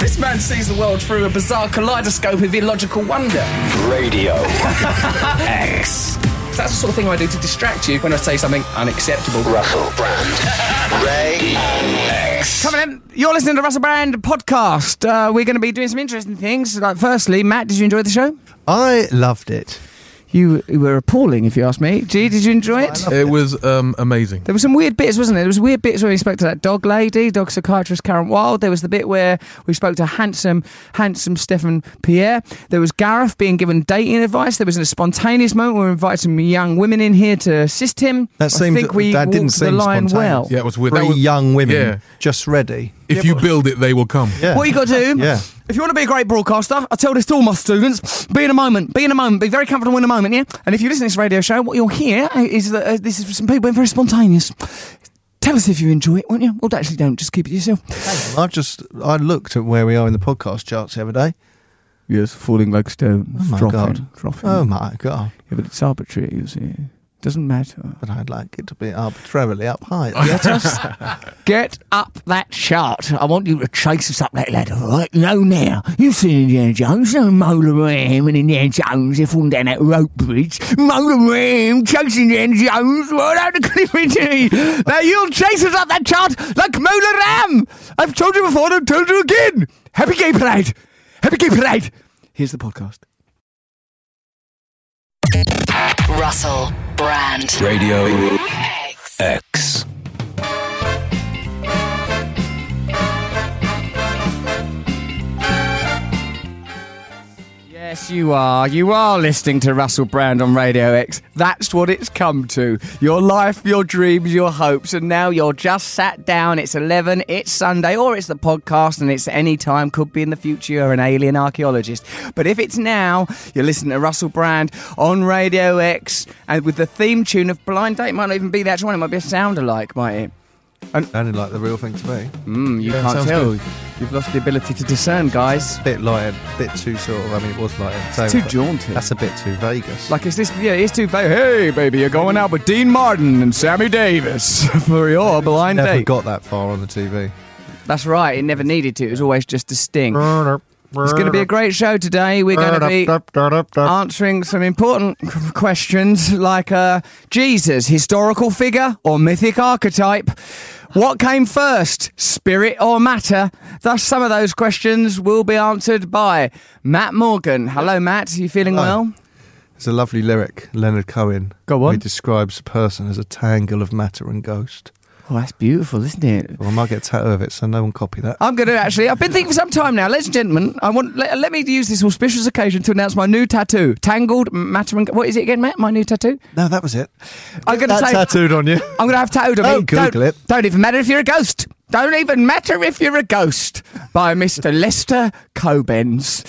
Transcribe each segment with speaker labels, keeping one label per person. Speaker 1: This man sees the world through a bizarre kaleidoscope of illogical wonder.
Speaker 2: Radio X.
Speaker 1: That's the sort of thing I do to distract you when I say something unacceptable.
Speaker 2: Russell Brand. Ray X.
Speaker 1: Come on, then. You're listening to the Russell Brand podcast. Uh, we're going to be doing some interesting things. Like, firstly, Matt, did you enjoy the show?
Speaker 3: I loved it.
Speaker 1: You were appalling, if you ask me. G, did you enjoy it?
Speaker 4: It was um, amazing.
Speaker 1: There were some weird bits, wasn't there? There was weird bits where we spoke to that dog lady, dog psychiatrist Karen Wild. There was the bit where we spoke to handsome, handsome Stefan Pierre. There was Gareth being given dating advice. There was a spontaneous moment where we invited some young women in here to assist him.
Speaker 3: That seemed
Speaker 1: I think we
Speaker 3: that didn't
Speaker 1: walked
Speaker 3: seem
Speaker 1: the line
Speaker 3: spontaneous.
Speaker 1: well.
Speaker 4: Yeah, it was weird.
Speaker 3: Three
Speaker 4: That was-
Speaker 3: young women
Speaker 4: Yeah.
Speaker 3: just ready.
Speaker 4: If you build it, they will come.
Speaker 3: Yeah.
Speaker 1: What you got to do?
Speaker 3: Yeah.
Speaker 1: If you want to be a great broadcaster, I tell this to all my students: be in a moment, be in a moment, be very comfortable in a moment. Yeah. And if you listen to this radio show, what you'll hear is that uh, this is for some people being very spontaneous. Tell us if you enjoy it, won't you? Well, actually, don't. Just keep it to yourself.
Speaker 3: I've just I looked at where we are in the podcast charts the other day.
Speaker 1: Yes, falling like stones.
Speaker 3: Oh my
Speaker 1: dropping,
Speaker 3: God.
Speaker 1: Dropping.
Speaker 3: Oh my god!
Speaker 1: Yeah, but it's arbitrary, you see. Doesn't matter.
Speaker 3: But I'd like it to be arbitrarily up high.
Speaker 1: Let us get up that chart. I want you to chase us up that ladder, all right? No, now. You've seen Indiana Jones. No Mola Ram and Indiana Jones. They're falling down that rope bridge. Mola Ram chasing Indiana Jones right out the cliff into me. Now, you'll chase us up that chart like Mola Ram. I've told you before and I've told you again. Happy Gay Parade. Happy Gay Parade. Here's the podcast.
Speaker 5: Russell Brand.
Speaker 2: Radio
Speaker 5: X.
Speaker 2: X.
Speaker 1: Yes, you are. You are listening to Russell Brand on Radio X. That's what it's come to. Your life, your dreams, your hopes, and now you're just sat down. It's 11, it's Sunday, or it's the podcast, and it's any time, could be in the future, you're an alien archaeologist. But if it's now, you're listening to Russell Brand on Radio X, and with the theme tune of Blind Date, might not even be that one, it might be a sound alike, might it?
Speaker 3: Sounded like the real thing to me.
Speaker 1: Mm, you
Speaker 4: Yeah,
Speaker 1: can't
Speaker 4: sounds
Speaker 1: tell.
Speaker 4: good.
Speaker 1: You've lost the ability to discern, guys.
Speaker 3: Bit light, bit too sort of. I mean, it was light.
Speaker 1: Too jaunty.
Speaker 3: That's a bit too Vegas.
Speaker 1: Like, is this, yeah, it's too vague. Hey, baby, you're going out with Dean Martin and Sammy Davis for your blind
Speaker 3: never
Speaker 1: date.
Speaker 3: got that far on the TV.
Speaker 1: That's right, it never needed to. It was always just a sting. It's going to be a great show today. We're going to be answering some important questions like uh, Jesus, historical figure or mythic archetype? What came first, spirit or matter? Thus, some of those questions will be answered by Matt Morgan. Hello, Matt. You feeling
Speaker 3: Hello.
Speaker 1: well?
Speaker 3: It's a lovely lyric, Leonard Cohen.
Speaker 1: Go on.
Speaker 3: He describes a person as a tangle of matter and ghost.
Speaker 1: Oh, that's beautiful, isn't it?
Speaker 3: Well, I might get a tattoo of it, so no one copy that.
Speaker 1: I'm going to actually. I've been thinking for some time now, ladies and gentlemen. I want let, let me use this auspicious occasion to announce my new tattoo, Tangled Matter and What is it again, Matt? My new tattoo.
Speaker 3: No, that was it.
Speaker 1: I'm going to
Speaker 3: That
Speaker 1: say
Speaker 3: tattooed on you.
Speaker 1: I'm going to have tattooed on me.
Speaker 3: Oh, Google
Speaker 1: don't,
Speaker 3: it.
Speaker 1: Don't even matter if you're a ghost. Don't even matter if you're a ghost. By Mr. Lester Cobens.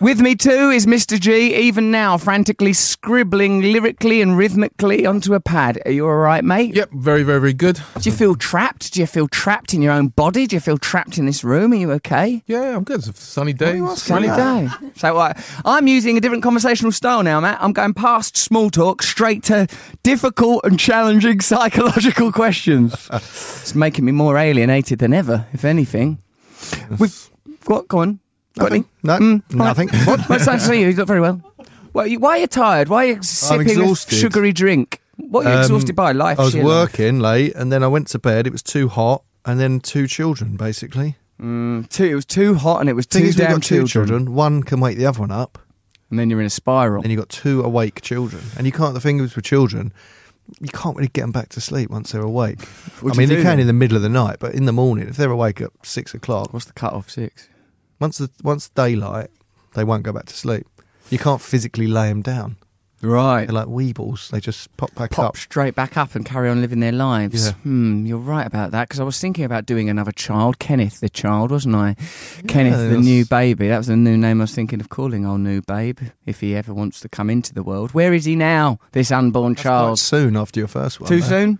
Speaker 1: With me too is Mr. G. Even now, frantically scribbling lyrically and rhythmically onto a pad. Are you all right, mate?
Speaker 4: Yep, very, very, very good.
Speaker 1: Do you feel trapped? Do you feel trapped in your own body? Do you feel trapped in this room? Are you okay?
Speaker 4: Yeah, I'm good. It's a sunny day.
Speaker 1: Sunny day. So uh, I'm using a different conversational style now, Matt. I'm going past small talk straight to difficult and challenging psychological questions. it's making me more alienated than ever, if anything. We've what? Go on. Got any? Mm,
Speaker 3: No,
Speaker 1: all right.
Speaker 3: nothing.
Speaker 1: What? What's that to you? You look very well. Well, you, why are you tired? Why are you sipping a
Speaker 3: exhausted.
Speaker 1: sugary drink? What are you
Speaker 3: Um,
Speaker 1: exhausted by? Life.
Speaker 3: I was
Speaker 1: sheer life.
Speaker 3: working late, and then I went to bed. It was too hot, and then two children basically.
Speaker 1: Too, it was too hot and it was
Speaker 3: Thing
Speaker 1: too
Speaker 3: is, we've
Speaker 1: damn
Speaker 3: got two
Speaker 1: children.
Speaker 3: children. One can wake the other one up,
Speaker 1: And then you're in a spiral.
Speaker 3: and you got two awake children. And you can't. The thing is with children, you can't really get them back to sleep once they're awake.
Speaker 1: What
Speaker 3: I
Speaker 1: do
Speaker 3: mean,
Speaker 1: you
Speaker 3: you,
Speaker 1: do
Speaker 3: can
Speaker 1: then?
Speaker 3: in the middle of the night, but in the morning, if they're awake at six o'clock,
Speaker 1: What's the cut off? Six.
Speaker 3: once the once daylight, they won't go back to sleep. You can't physically lay them down.
Speaker 1: Right.
Speaker 3: They're like weebles. They just pop back
Speaker 1: pop
Speaker 3: up.
Speaker 1: straight back up and carry on living their lives.
Speaker 3: Yeah.
Speaker 1: Hmm, you're right about that because I was thinking about doing another child, Kenneth the child, wasn't I? Kenneth the
Speaker 3: that's-
Speaker 1: new baby. That was the new name I was thinking of calling our new babe if he ever wants to come into the world. Where is he now? This unborn
Speaker 3: That's quite
Speaker 1: child.
Speaker 3: soon Oh, after your first one.
Speaker 1: Too
Speaker 3: though.
Speaker 1: soon.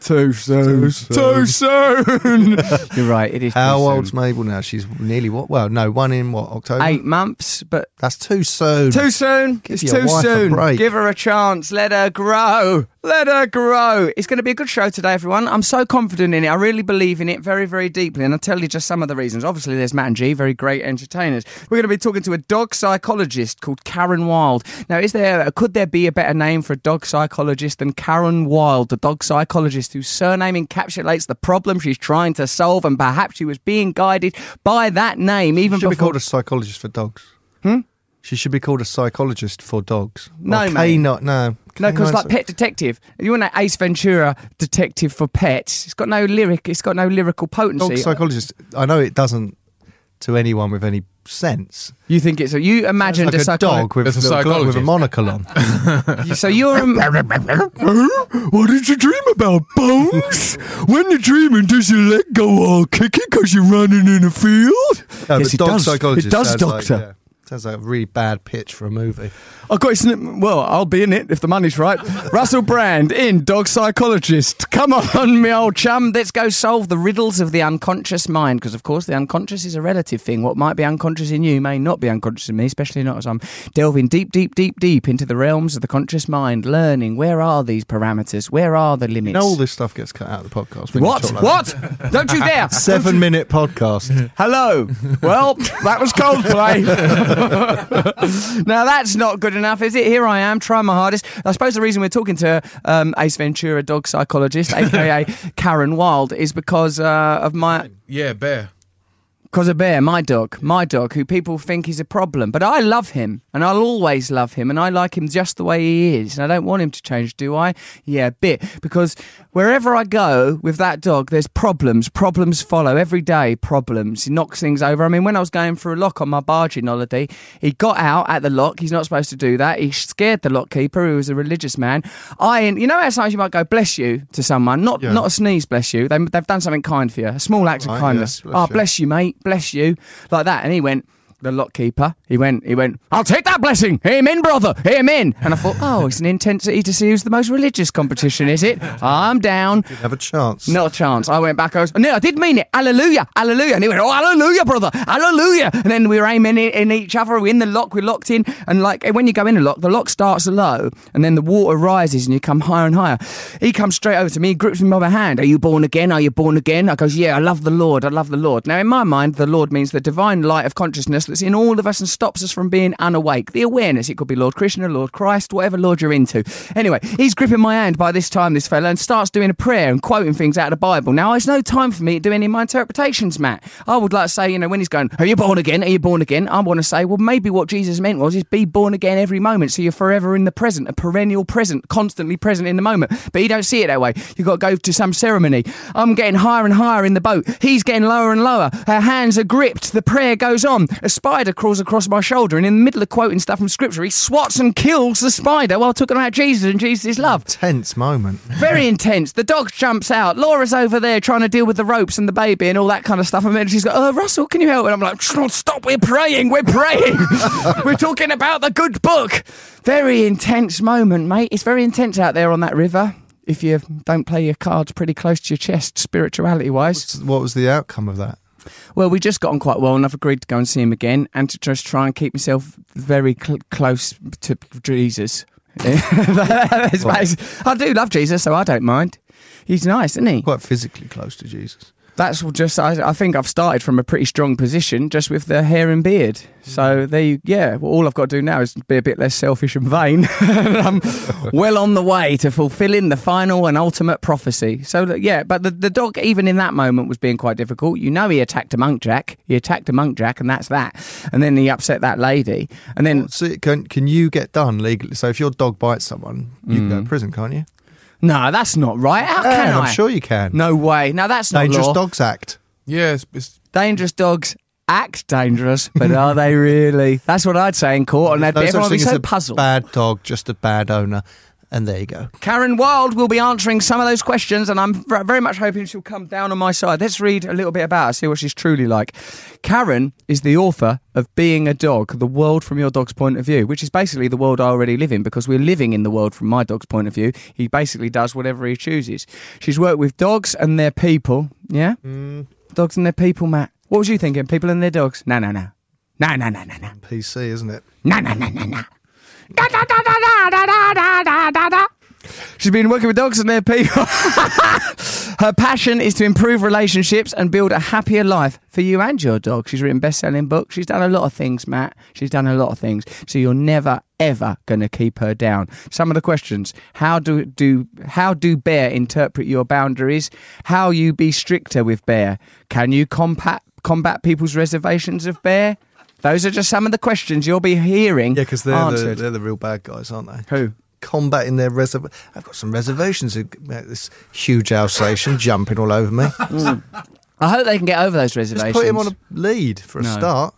Speaker 1: Too soon.
Speaker 3: Too soon.
Speaker 1: soon.
Speaker 6: You're right. It is. too
Speaker 3: How
Speaker 6: soon.
Speaker 3: old's Mabel now? She's nearly what? Well, no, one in what October.
Speaker 6: Eight months, but
Speaker 3: That's too soon.
Speaker 6: Too soon. it's
Speaker 3: your
Speaker 6: too
Speaker 3: wife a
Speaker 6: soon.
Speaker 3: break.
Speaker 6: Give her a chance. Let her grow. Let her grow. It's going to be a good show today, everyone. I'm so confident in it. I really believe in it very, very deeply. And I'll tell you just some of the reasons. Obviously, there's Matt and G, very great entertainers. We're going to be talking to a dog psychologist called Karen Wild. Now, is there could there be a better name for a dog psychologist than Karen Wild, the dog psychologist whose surname encapsulates the problem she's trying to solve? And perhaps she was being guided by that name even
Speaker 3: She should be
Speaker 6: before.
Speaker 3: called a psychologist for dogs. Hmm? She should be called a psychologist for dogs.
Speaker 6: No,
Speaker 3: or
Speaker 6: mate.
Speaker 3: Canine, no.
Speaker 6: No, because
Speaker 3: Canine
Speaker 6: like
Speaker 3: psy-
Speaker 6: Pet Detective, you want that Ace Ventura detective for pets. It's got no lyric. It's got no lyrical
Speaker 3: dog
Speaker 6: potency.
Speaker 3: psychologist. I know it doesn't to anyone with any sense.
Speaker 6: you think it's a you imagined a,
Speaker 3: Like a
Speaker 6: psycholo-
Speaker 3: dog with
Speaker 4: It's a
Speaker 3: little glo- with a
Speaker 4: psychologist.
Speaker 3: monocle on.
Speaker 6: So you're a,
Speaker 1: what did you dream about, Bones? when you're dreaming, does your leg go all kicky because you're running in a field?
Speaker 3: No,
Speaker 1: yes,
Speaker 3: but
Speaker 1: it
Speaker 3: dog
Speaker 1: does.
Speaker 3: psychologist.
Speaker 1: It does,
Speaker 3: sounds like-
Speaker 1: Doctor.
Speaker 3: yeah, sounds like a really bad pitch for a movie.
Speaker 1: I've got his n- Well, I'll be in it if the money's right.
Speaker 6: Russell Brand in Dog Psychologist. Come on, me old chum. Let's go solve the riddles of the unconscious mind. Because of course, the unconscious is a relative thing. What might be unconscious in you may not be unconscious in me, especially not as I'm delving deep, deep, deep, deep into the realms of the conscious mind, learning where are these parameters, where are the limits.
Speaker 3: You know, all this stuff gets cut out of the podcast. when you
Speaker 6: What?
Speaker 3: talk like
Speaker 6: What? Don't you dare!
Speaker 3: that. Seven minute podcast.
Speaker 6: Hello. Well, that was Coldplay. now that's not good enough, is it? Here I am, trying my hardest. I suppose the reason we're talking to um, Ace Ventura, dog psychologist, aka Karen Wild, is because uh, of my
Speaker 4: Yeah, bear.
Speaker 6: because of Bear, my dog, my dog, who people think is a problem, but I love him, and I'll always love him, and I like him just the way he is, and I don't want him to change, do I? Yeah, a bit, because wherever I go with that dog, there's problems. Problems follow every day. Problems. He knocks things over. I mean, when I was going for a lock on my barging holiday, he got out at the lock. He's not supposed to do that. He scared the lock keeper, who was a religious man. I, you know, how sometimes you might go bless you to someone, not
Speaker 3: Yeah.
Speaker 6: not a sneeze, bless you. They, they've done something kind for you, a small act act of
Speaker 3: Right,
Speaker 6: kindness.
Speaker 3: yeah,
Speaker 6: oh,
Speaker 3: bless you.
Speaker 6: bless you, mate. Bless you. Like that. And he went, the lock keeper, he went, he went, I'll take that blessing. Him in, brother. Him in. And I thought, oh, it's an intensity to see who's the most religious competition, is it? I'm down.
Speaker 3: Have a chance.
Speaker 6: Not a chance. I went back. I was, no, I did mean it. Hallelujah. Hallelujah. And he went, oh, hallelujah, brother. Hallelujah. And then we were aiming in, in each other. We're in the lock. We're locked in. And like when you go in a lock, the lock starts low and then the water rises and you come higher and higher. He comes straight over to me, grips me by the hand. Are you born again? Are you born again? I goes, yeah, I love the Lord. I love the Lord. Now, in my mind, the Lord means the divine light of consciousness that's in all of us and stops us from being unawake. The awareness. It could be Lord Krishna, Lord Christ, whatever Lord you're into. Anyway, he's gripping my hand by this time, this fella, and starts doing a prayer and quoting things out of the Bible. Now, it's no time for me to do any of my interpretations, Matt. I would like to say, you know, when he's going, Are you born again? Are you born again? I want to say, Well, maybe what Jesus meant was is be born again every moment so you're forever in the present, a perennial present, constantly present in the moment. But you don't see it that way. You've got to go to some ceremony. I'm getting higher and higher in the boat. He's getting lower and lower. Our hands are gripped. The prayer goes on. A spider crawls across my shoulder, and in the middle of quoting stuff from scripture, he swats and kills the spider while talking about Jesus and Jesus' love.
Speaker 3: Tense moment.
Speaker 6: Very intense. The dog jumps out. Laura's over there trying to deal with the ropes and the baby and all that kind of stuff. And then she's like, "Oh, Russell, can you help?" And I'm like, "Shh, "Stop! We're praying. We're praying. we're talking about the good book." Very intense moment, mate. It's very intense out there on that river. If you don't play your cards pretty close to your chest, spirituality wise.
Speaker 3: So What was the outcome of that?
Speaker 6: Well, we just got on quite well, and I've agreed to go and see him again, and to just try and keep myself very cl- close to Jesus. That's about it. I do love Jesus, so I don't mind. He's nice, isn't he?
Speaker 3: Quite physically close to Jesus.
Speaker 6: That's all just. I, I think I've started from a pretty strong position, just with the hair and beard. So there, you, yeah. Well, all I've got to do now is be a bit less selfish and vain. And I'm well on the way to fulfilling the final and ultimate prophecy. So that- yeah, but the, the dog, even in that moment, was being quite difficult. You know, he attacked a monk jack. He attacked a monk jack, and that's that. And then he upset that lady. And then
Speaker 3: So can can you get done legally? So if your dog bites someone, you can go to prison, can't you?
Speaker 6: no, that's not right. How
Speaker 3: Yeah,
Speaker 6: Mm. can
Speaker 3: I'm
Speaker 6: I?
Speaker 3: sure you can.
Speaker 6: No way. Now that's not
Speaker 3: Dangerous
Speaker 6: law.
Speaker 3: Dogs Act.
Speaker 4: Yeah, it's, it's
Speaker 6: dangerous dogs act dangerous, but are they really? That's what I'd say in court, and they'd
Speaker 3: No
Speaker 6: be,
Speaker 3: such
Speaker 6: everyone would be
Speaker 3: thing as
Speaker 6: so
Speaker 3: a
Speaker 6: puzzled.
Speaker 3: Bad dog, just a bad owner. And there you go.
Speaker 6: Karen Wild will be answering some of those questions, and I'm ver- very much hoping she'll come down on my side. Let's read a little bit about her, see what she's truly like. Karen is the author of Being a Dog, The World from Your Dog's Point of View, which is basically the world I already live in because we're living in the world from my dog's point of view. He basically does whatever he chooses. She's worked with dogs and their people. Yeah? Dogs and their people, Matt. What was you thinking? People and their dogs? No, no, no. No, no, no, no, no.
Speaker 3: PC, isn't it?
Speaker 6: Na na na na na. Da da da da da da da da da da. She's been working with dogs and their people. Her passion is to improve relationships and build a happier life for you and your dog. She's written best-selling books. She's done a lot of things, Matt. She's done a lot of things. So you're never ever going to keep her down. Some of the questions: How do do how do Bear interpret your boundaries? How you be stricter with Bear? Can you combat combat people's reservations of Bear? Those are just some of the questions you'll be hearing.
Speaker 3: Yeah, because they're the,
Speaker 6: answered.
Speaker 3: they're the real bad guys, aren't they?
Speaker 6: Who?
Speaker 3: Combating their reserv. I've got some reservations about this huge Alsatian jumping all over me.
Speaker 6: I hope they can get over those reservations.
Speaker 3: Just put him on a lead for a
Speaker 6: No.
Speaker 3: start.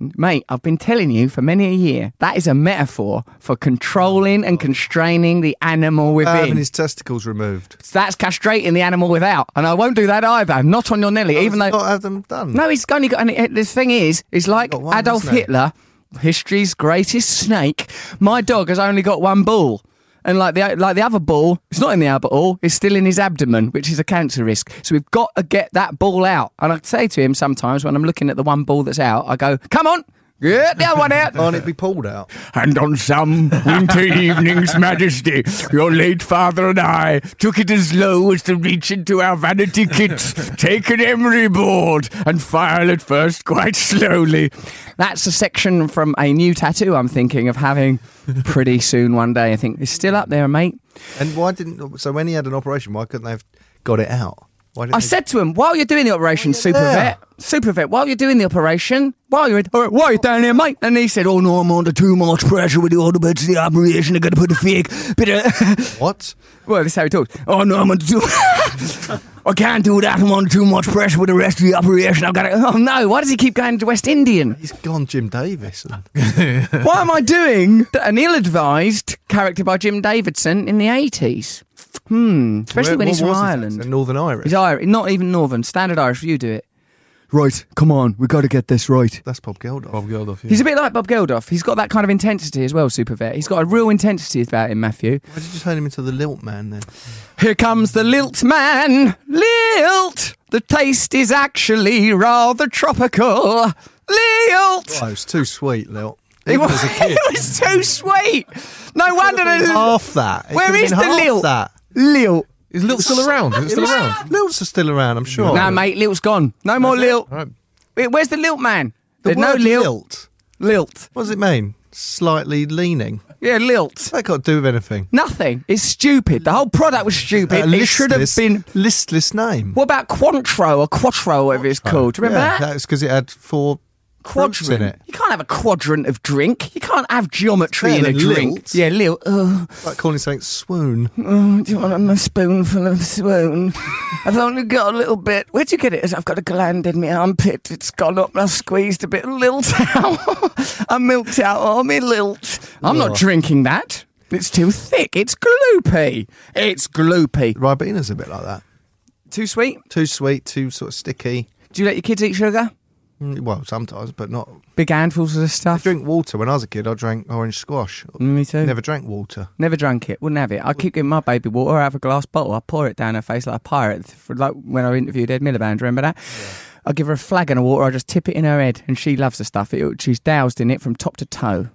Speaker 6: Mate, I've been telling you for many a year that is a metaphor for controlling and constraining the animal
Speaker 3: Having
Speaker 6: within.
Speaker 3: his testicles removed.
Speaker 6: That's castrating the animal without, and I won't do that either. Not on your Nelly, even though.
Speaker 3: Not have them done.
Speaker 6: No, he's only got. Any, the thing is, is like
Speaker 3: got one,
Speaker 6: Adolf
Speaker 3: hasn't he?
Speaker 6: Hitler, history's greatest snake. My dog has only got one ball, and like the like the other ball, it's not in the other ball. It's still in his abdomen, which is a cancer risk. So we've got to get that ball out. And I say to him sometimes when I'm looking at the one ball that's out, I go, "Come on." Get the other one out.
Speaker 3: Can't it be pulled out?
Speaker 1: And on some winter evening's majesty, your late father and I took it as low as to reach into our vanity kits, take an emery board, and file at first quite slowly.
Speaker 6: That's a section from a new tattoo I'm thinking of having pretty soon one day. I think it's still up there, mate.
Speaker 3: And why didn't? So when he had an operation, why couldn't they have got it out? Why didn't
Speaker 6: I
Speaker 3: they-
Speaker 6: said to him, while you're doing the operation,
Speaker 3: While you're
Speaker 6: super vet,
Speaker 3: there.
Speaker 6: super vet, while you're doing the operation, while you're, all right, while you're down there, mate. And he said, oh,
Speaker 1: Oh no, I'm under too much pressure with the order bits of the operation. I gotta put a fake bit of.
Speaker 3: what?
Speaker 6: well, this is how he talks.
Speaker 1: oh no, I'm under too. I can't do that. I'm under too much pressure with the rest of the operation. I've got to.
Speaker 6: Oh no, why does he keep going to West Indian?
Speaker 3: He's gone, Jim Davis. And
Speaker 6: Why am I doing an ill advised character by Jim Davidson in the 80s? Hmm, especially when
Speaker 3: Where- what
Speaker 6: he's from
Speaker 3: was his
Speaker 6: Ireland.
Speaker 3: accent? Northern Irish.
Speaker 6: He's Irish, not even Northern, standard Irish, you do it.
Speaker 1: Right, come on, we gotta get this right.
Speaker 3: That's Bob Geldof.
Speaker 4: Bob Geldof. Yeah.
Speaker 6: He's a bit like Bob Geldof. He's got that kind of intensity as well, super vet. He's got a real intensity about him, Matthew.
Speaker 3: Why did you turn him into the lilt man then?
Speaker 6: Here comes the lilt man. Lilt! The taste is actually rather tropical. Lilt!
Speaker 3: Oh, it's too sweet, lilt. Even as a kid.
Speaker 6: it was too sweet. No wonder the
Speaker 3: half that. It
Speaker 6: Where
Speaker 3: could've
Speaker 6: is
Speaker 3: been
Speaker 6: the
Speaker 3: half
Speaker 6: lilt?
Speaker 3: That.
Speaker 6: lilt.
Speaker 4: Is Lil still around? Is it still around?
Speaker 3: Lilt's are still around, I'm sure.
Speaker 6: Nah, mate, lilt's gone. No more lilt.
Speaker 4: All right.
Speaker 6: Wait, Where's the lilt man?
Speaker 3: The
Speaker 6: There's no
Speaker 3: word
Speaker 6: lilt.
Speaker 3: lilt.
Speaker 6: Lilt.
Speaker 3: What does it mean? Slightly leaning.
Speaker 6: Yeah, lilt.
Speaker 3: That got to do with anything.
Speaker 6: Nothing. It's stupid. The whole product was
Speaker 3: A
Speaker 6: stupid. it
Speaker 3: listless-
Speaker 6: should have been.
Speaker 3: listless name.
Speaker 6: What about Quantro or Quattro, whatever it's called? Do you remember
Speaker 3: Yeah,
Speaker 6: that?
Speaker 3: that was because it had four fruits
Speaker 6: quadrant.
Speaker 3: in it.
Speaker 6: You can't have a quadrant of drink. You can't have geometry in
Speaker 3: Better
Speaker 6: a
Speaker 3: than
Speaker 6: drink.
Speaker 3: lilt.
Speaker 6: Yeah, Lil. Oh,
Speaker 3: Like calling something swoon.
Speaker 6: oh, do you want a spoonful of swoon? I've only got a little bit. Where'd you get it? I've got a gland in my armpit. It's gone up. I've squeezed a bit of lilt out. I milked out all my lilt. I'm not
Speaker 3: Ugh.
Speaker 6: drinking that. It's too thick. It's gloopy. It's gloopy.
Speaker 3: Ribina's a bit like that.
Speaker 6: Too sweet?
Speaker 3: Too sweet, too sort of sticky.
Speaker 6: Do you let your kids eat sugar?
Speaker 3: Mm, Well, sometimes, but not.
Speaker 6: Big handfuls of stuff. Mm,
Speaker 3: Drink water. When I was a kid, I drank orange squash.
Speaker 6: Me too.
Speaker 3: Never drank water.
Speaker 6: Never drank it. Wouldn't have it. I keep getting my baby water. I have a glass bottle. I pour it down her face like a pirate. For like when I interviewed Ed Miliband. Remember that? I give her a flagon of water. I just tip it in her head, and she loves the stuff. It, she's doused in it from top to toe.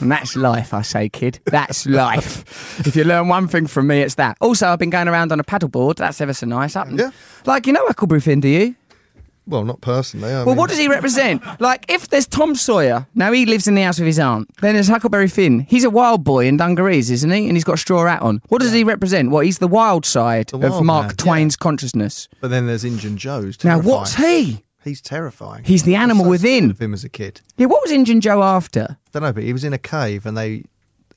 Speaker 6: And that's life, I say, kid. That's life. if you learn one thing from me, it's that. Also, I've been going around on a paddleboard. That's ever so nice. Up,
Speaker 3: Yeah.
Speaker 6: like you know, Huckleberry Finn, do you?
Speaker 3: Well, not personally. I
Speaker 6: Well,
Speaker 3: mean,
Speaker 6: what does he represent? Like, if there's Tom Sawyer, now he lives in the house with his aunt. Then there's Huckleberry Finn. He's a wild boy in dungarees, isn't he? And he's got a straw hat on. What does he represent? Well, he's the wild side
Speaker 3: The
Speaker 6: of
Speaker 3: wild
Speaker 6: Mark
Speaker 3: man,
Speaker 6: Twain's consciousness.
Speaker 3: But then there's Injun Joe's.
Speaker 6: Now,
Speaker 3: terrifying.
Speaker 6: what's he?
Speaker 3: He's terrifying.
Speaker 6: He's the
Speaker 3: I was
Speaker 6: animal
Speaker 3: so
Speaker 6: within.
Speaker 3: scared Of him as a kid.
Speaker 6: Yeah, what was Injun Joe after?
Speaker 3: don't know, but he was in a cave and they.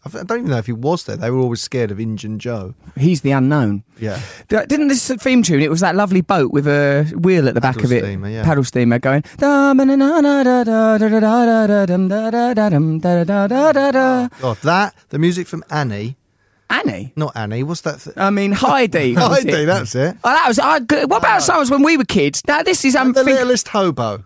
Speaker 3: I don't even know if he was there. They were always scared of Injun Joe.
Speaker 6: He's the unknown.
Speaker 3: Yeah.
Speaker 6: Th- Didn't this theme tune? It was that lovely boat with a wheel at the back
Speaker 3: Paddle
Speaker 6: of it,
Speaker 3: steamer, yeah.
Speaker 6: paddle steamer, going. "Da ba na na na da da da da da da dum da da da dum da da da da da."
Speaker 3: God, that the music from Annie
Speaker 6: Annie.
Speaker 3: Not Annie. What's that? Th-
Speaker 6: I mean Heidi. that was
Speaker 3: Heidi,
Speaker 6: it.
Speaker 3: that's it.
Speaker 6: Oh, that was. I, what about times when we were kids? Now this is. Um,
Speaker 3: Ah. the
Speaker 6: think-
Speaker 3: littlest hobo.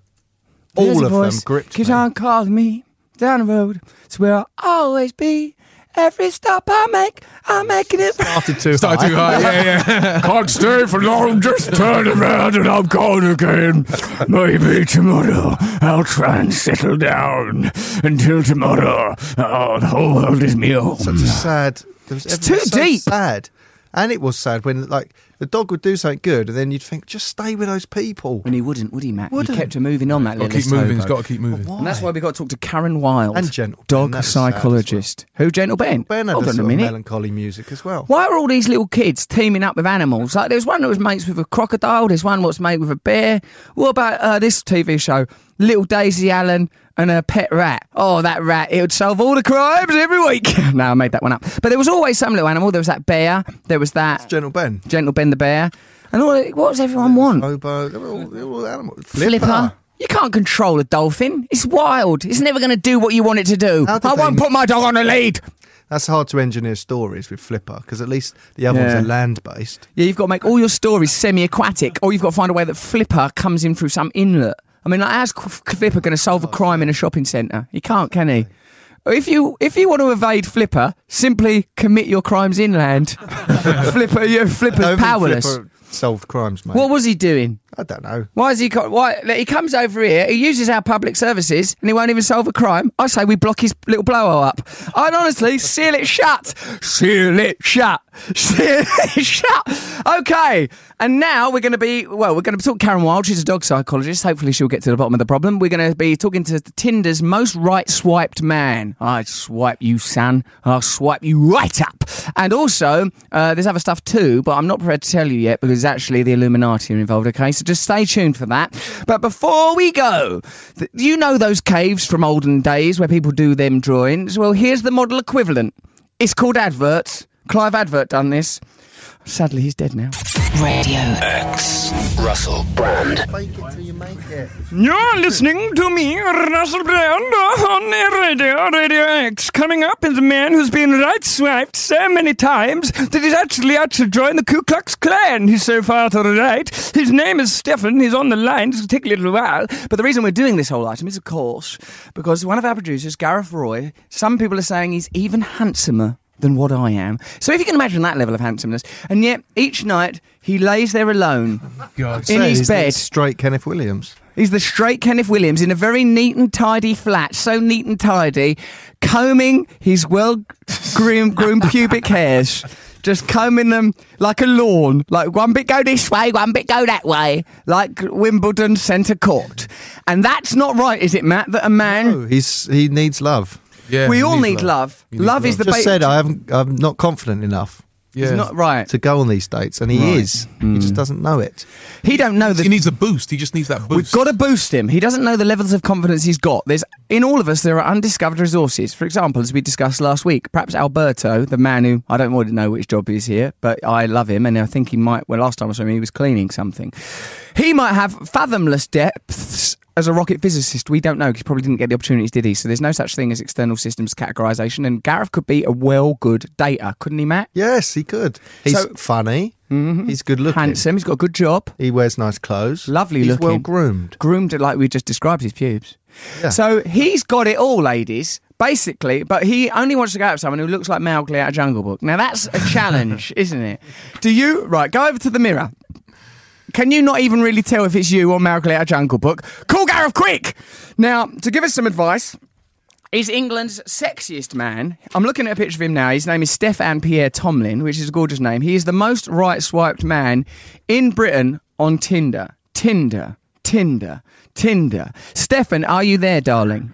Speaker 6: There's
Speaker 3: All
Speaker 6: a
Speaker 3: of
Speaker 6: voice,
Speaker 3: them gripped
Speaker 6: Keeps
Speaker 3: me.
Speaker 6: on calling me down the road. It's where I'll always be. Every stop I make, I'm making it.
Speaker 3: Started too
Speaker 4: Started
Speaker 3: high.
Speaker 4: too high. Yeah, yeah.
Speaker 1: Can't stay for long, just turn around and I'm gone again. Maybe tomorrow I'll try and settle down. Until tomorrow, oh, the whole world is me own.
Speaker 3: Such a sad. There was it's
Speaker 6: too deep.
Speaker 3: Sad, and it was sad when like the dog would do something good, and then you'd think, just stay with those people.
Speaker 6: And he wouldn't, would he, Matt?
Speaker 3: Wouldn't.
Speaker 6: He kept her moving on that
Speaker 4: Gotta
Speaker 6: little
Speaker 4: keep moving. He's got to keep moving.
Speaker 3: Why?
Speaker 6: And that's why we got to talk to Karen Wild
Speaker 3: And Gentle Ben,
Speaker 6: dog
Speaker 3: that was sad as well.
Speaker 6: psychologist. Who Gentle Ben?
Speaker 3: Ben had
Speaker 6: Hold
Speaker 3: a
Speaker 6: on a
Speaker 3: sort of
Speaker 6: minute.
Speaker 3: melancholy music as well.
Speaker 6: Why are all these little kids teaming up with animals? Like, there's one that was mates with a crocodile. There's one what's mate with a bear. What about uh, this TV show, Little Daisy Allen and her pet rat? Oh, that rat! It would solve all the crimes every week. no, I made that one up. But there was always some little animal. There was that bear. There was that
Speaker 3: Gentle Ben.
Speaker 6: gentle Ben the bear. And all what does everyone want?
Speaker 3: Hobo. They were all, they were all animals.
Speaker 6: Flipper. You can't control a dolphin. It's wild. It's never going to do what you want it to do.
Speaker 3: How did
Speaker 6: I
Speaker 3: they
Speaker 6: won't
Speaker 3: m-
Speaker 6: put my dog on a lead.
Speaker 3: That's hard to engineer stories with Flipper because at least the other
Speaker 6: Yeah.
Speaker 3: ones are land based.
Speaker 6: Yeah, you've got to make all your stories semi-aquatic, or you've got to find a way that Flipper comes in through some inlet. I mean, like, how's Qu- Flipper going to solve a crime in a shopping centre? He can't, can he? If you if you want to evade Flipper, simply commit your crimes inland. Flipper, you Flipper's powerless.
Speaker 3: Flipper solved crimes, mate.
Speaker 6: What was he doing?
Speaker 3: I don't know.
Speaker 6: Why is he? Co- why like, he comes over here? He uses our public services, and he won't even solve a crime. I say we block his little blower up. I'd honestly seal it shut, seal it shut, seal it shut. Okay, and now we're going to be well. We're going to talk Karen Wild. She's a dog psychologist. Hopefully, she'll get to the bottom of the problem. We're going to be talking to Tinder's most right swiped man. I swipe you, son. I'll swipe you right up. And also, uh, there's other stuff too, but I'm not prepared to tell you yet because actually the Illuminati are involved, okay? So just stay tuned for that. But before we go, th- you know those caves from olden days where people do them drawings? Well, here's the model equivalent. It's called Adverts. Clive Advert done this. Sadly, he's dead now.
Speaker 5: Radio
Speaker 2: X. Russell Brand.
Speaker 6: You're listening to me, Russell Brand, on Radio, Radio X. Coming up is a man who's been right swiped so many times that he's actually out to join the Ku Klux Klan. He's so far to the right. His name is Stefan. He's on the line. It's going to take a little while. But the reason we're doing this whole item is, of course, because one of our producers, Gareth Roy, some people are saying he's even handsomer than what I am. So if you can imagine that level of handsomeness, and yet each night he lays there alone
Speaker 4: God.
Speaker 6: in his
Speaker 3: He's the
Speaker 6: bed.
Speaker 3: Straight Kenneth Williams.
Speaker 6: He's the straight Kenneth Williams in a very neat and tidy flat, so neat and tidy, combing his well groomed, groomed pubic hairs, just combing them like a lawn, like one bit go this way, one bit go that way, like Wimbledon centre court. And that's not right, is it, Matt? That a man.
Speaker 3: Oh, he's he needs love.
Speaker 4: Yeah,
Speaker 6: we
Speaker 4: he
Speaker 6: all
Speaker 4: needs
Speaker 6: need love.
Speaker 4: He
Speaker 6: Love,
Speaker 4: needs
Speaker 6: is the
Speaker 3: Just
Speaker 6: ba-
Speaker 3: said I haven't. I'm not confident enough
Speaker 4: Yeah.
Speaker 6: is not right.
Speaker 3: to go on these dates, and he
Speaker 6: Right. Mm.
Speaker 3: is. He just doesn't know it.
Speaker 6: He don't know the
Speaker 4: He needs a boost. He just needs that boost.
Speaker 6: We've got to boost him. He doesn't know the levels of confidence he's got. There's in all of us there are undiscovered resources. For example, as we discussed last week, perhaps Alberto, the man who I don't want to know which job he's here, but I love him, and I think he might. Well, last time I saw him, he was cleaning something. He might have fathomless depths. As a rocket physicist, we don't know. 'cause He probably didn't get the opportunities, did he? So there's no such thing as external systems categorization. And Gareth could be a well good dater, couldn't he, Matt?
Speaker 3: Yes, he could. He's
Speaker 6: So- Mm-hmm.
Speaker 3: funny. He's good looking.
Speaker 6: Handsome. He's got a good job.
Speaker 3: He wears nice clothes.
Speaker 6: Lovely
Speaker 3: He's
Speaker 6: looking.
Speaker 3: well groomed.
Speaker 6: groomed it like we just described his pubes.
Speaker 3: Yeah.
Speaker 6: So he's got it all, ladies, basically, but he only wants to go out with someone who looks like Mowgli out of Jungle Book. Now that's a challenge, isn't it? Do you, right, go over to the mirror. Can you not even really tell if it's you or Mowgli out of Jungle Book? Call Gareth quick! Now, to give us some advice, is England's sexiest man. I'm looking at a picture of him now. His name is Stefan Pierre Tomlin, which is a gorgeous name. He is the most right swiped man in Britain on Tinder. Tinder, Tinder, Tinder. Stefan, are you there, darling?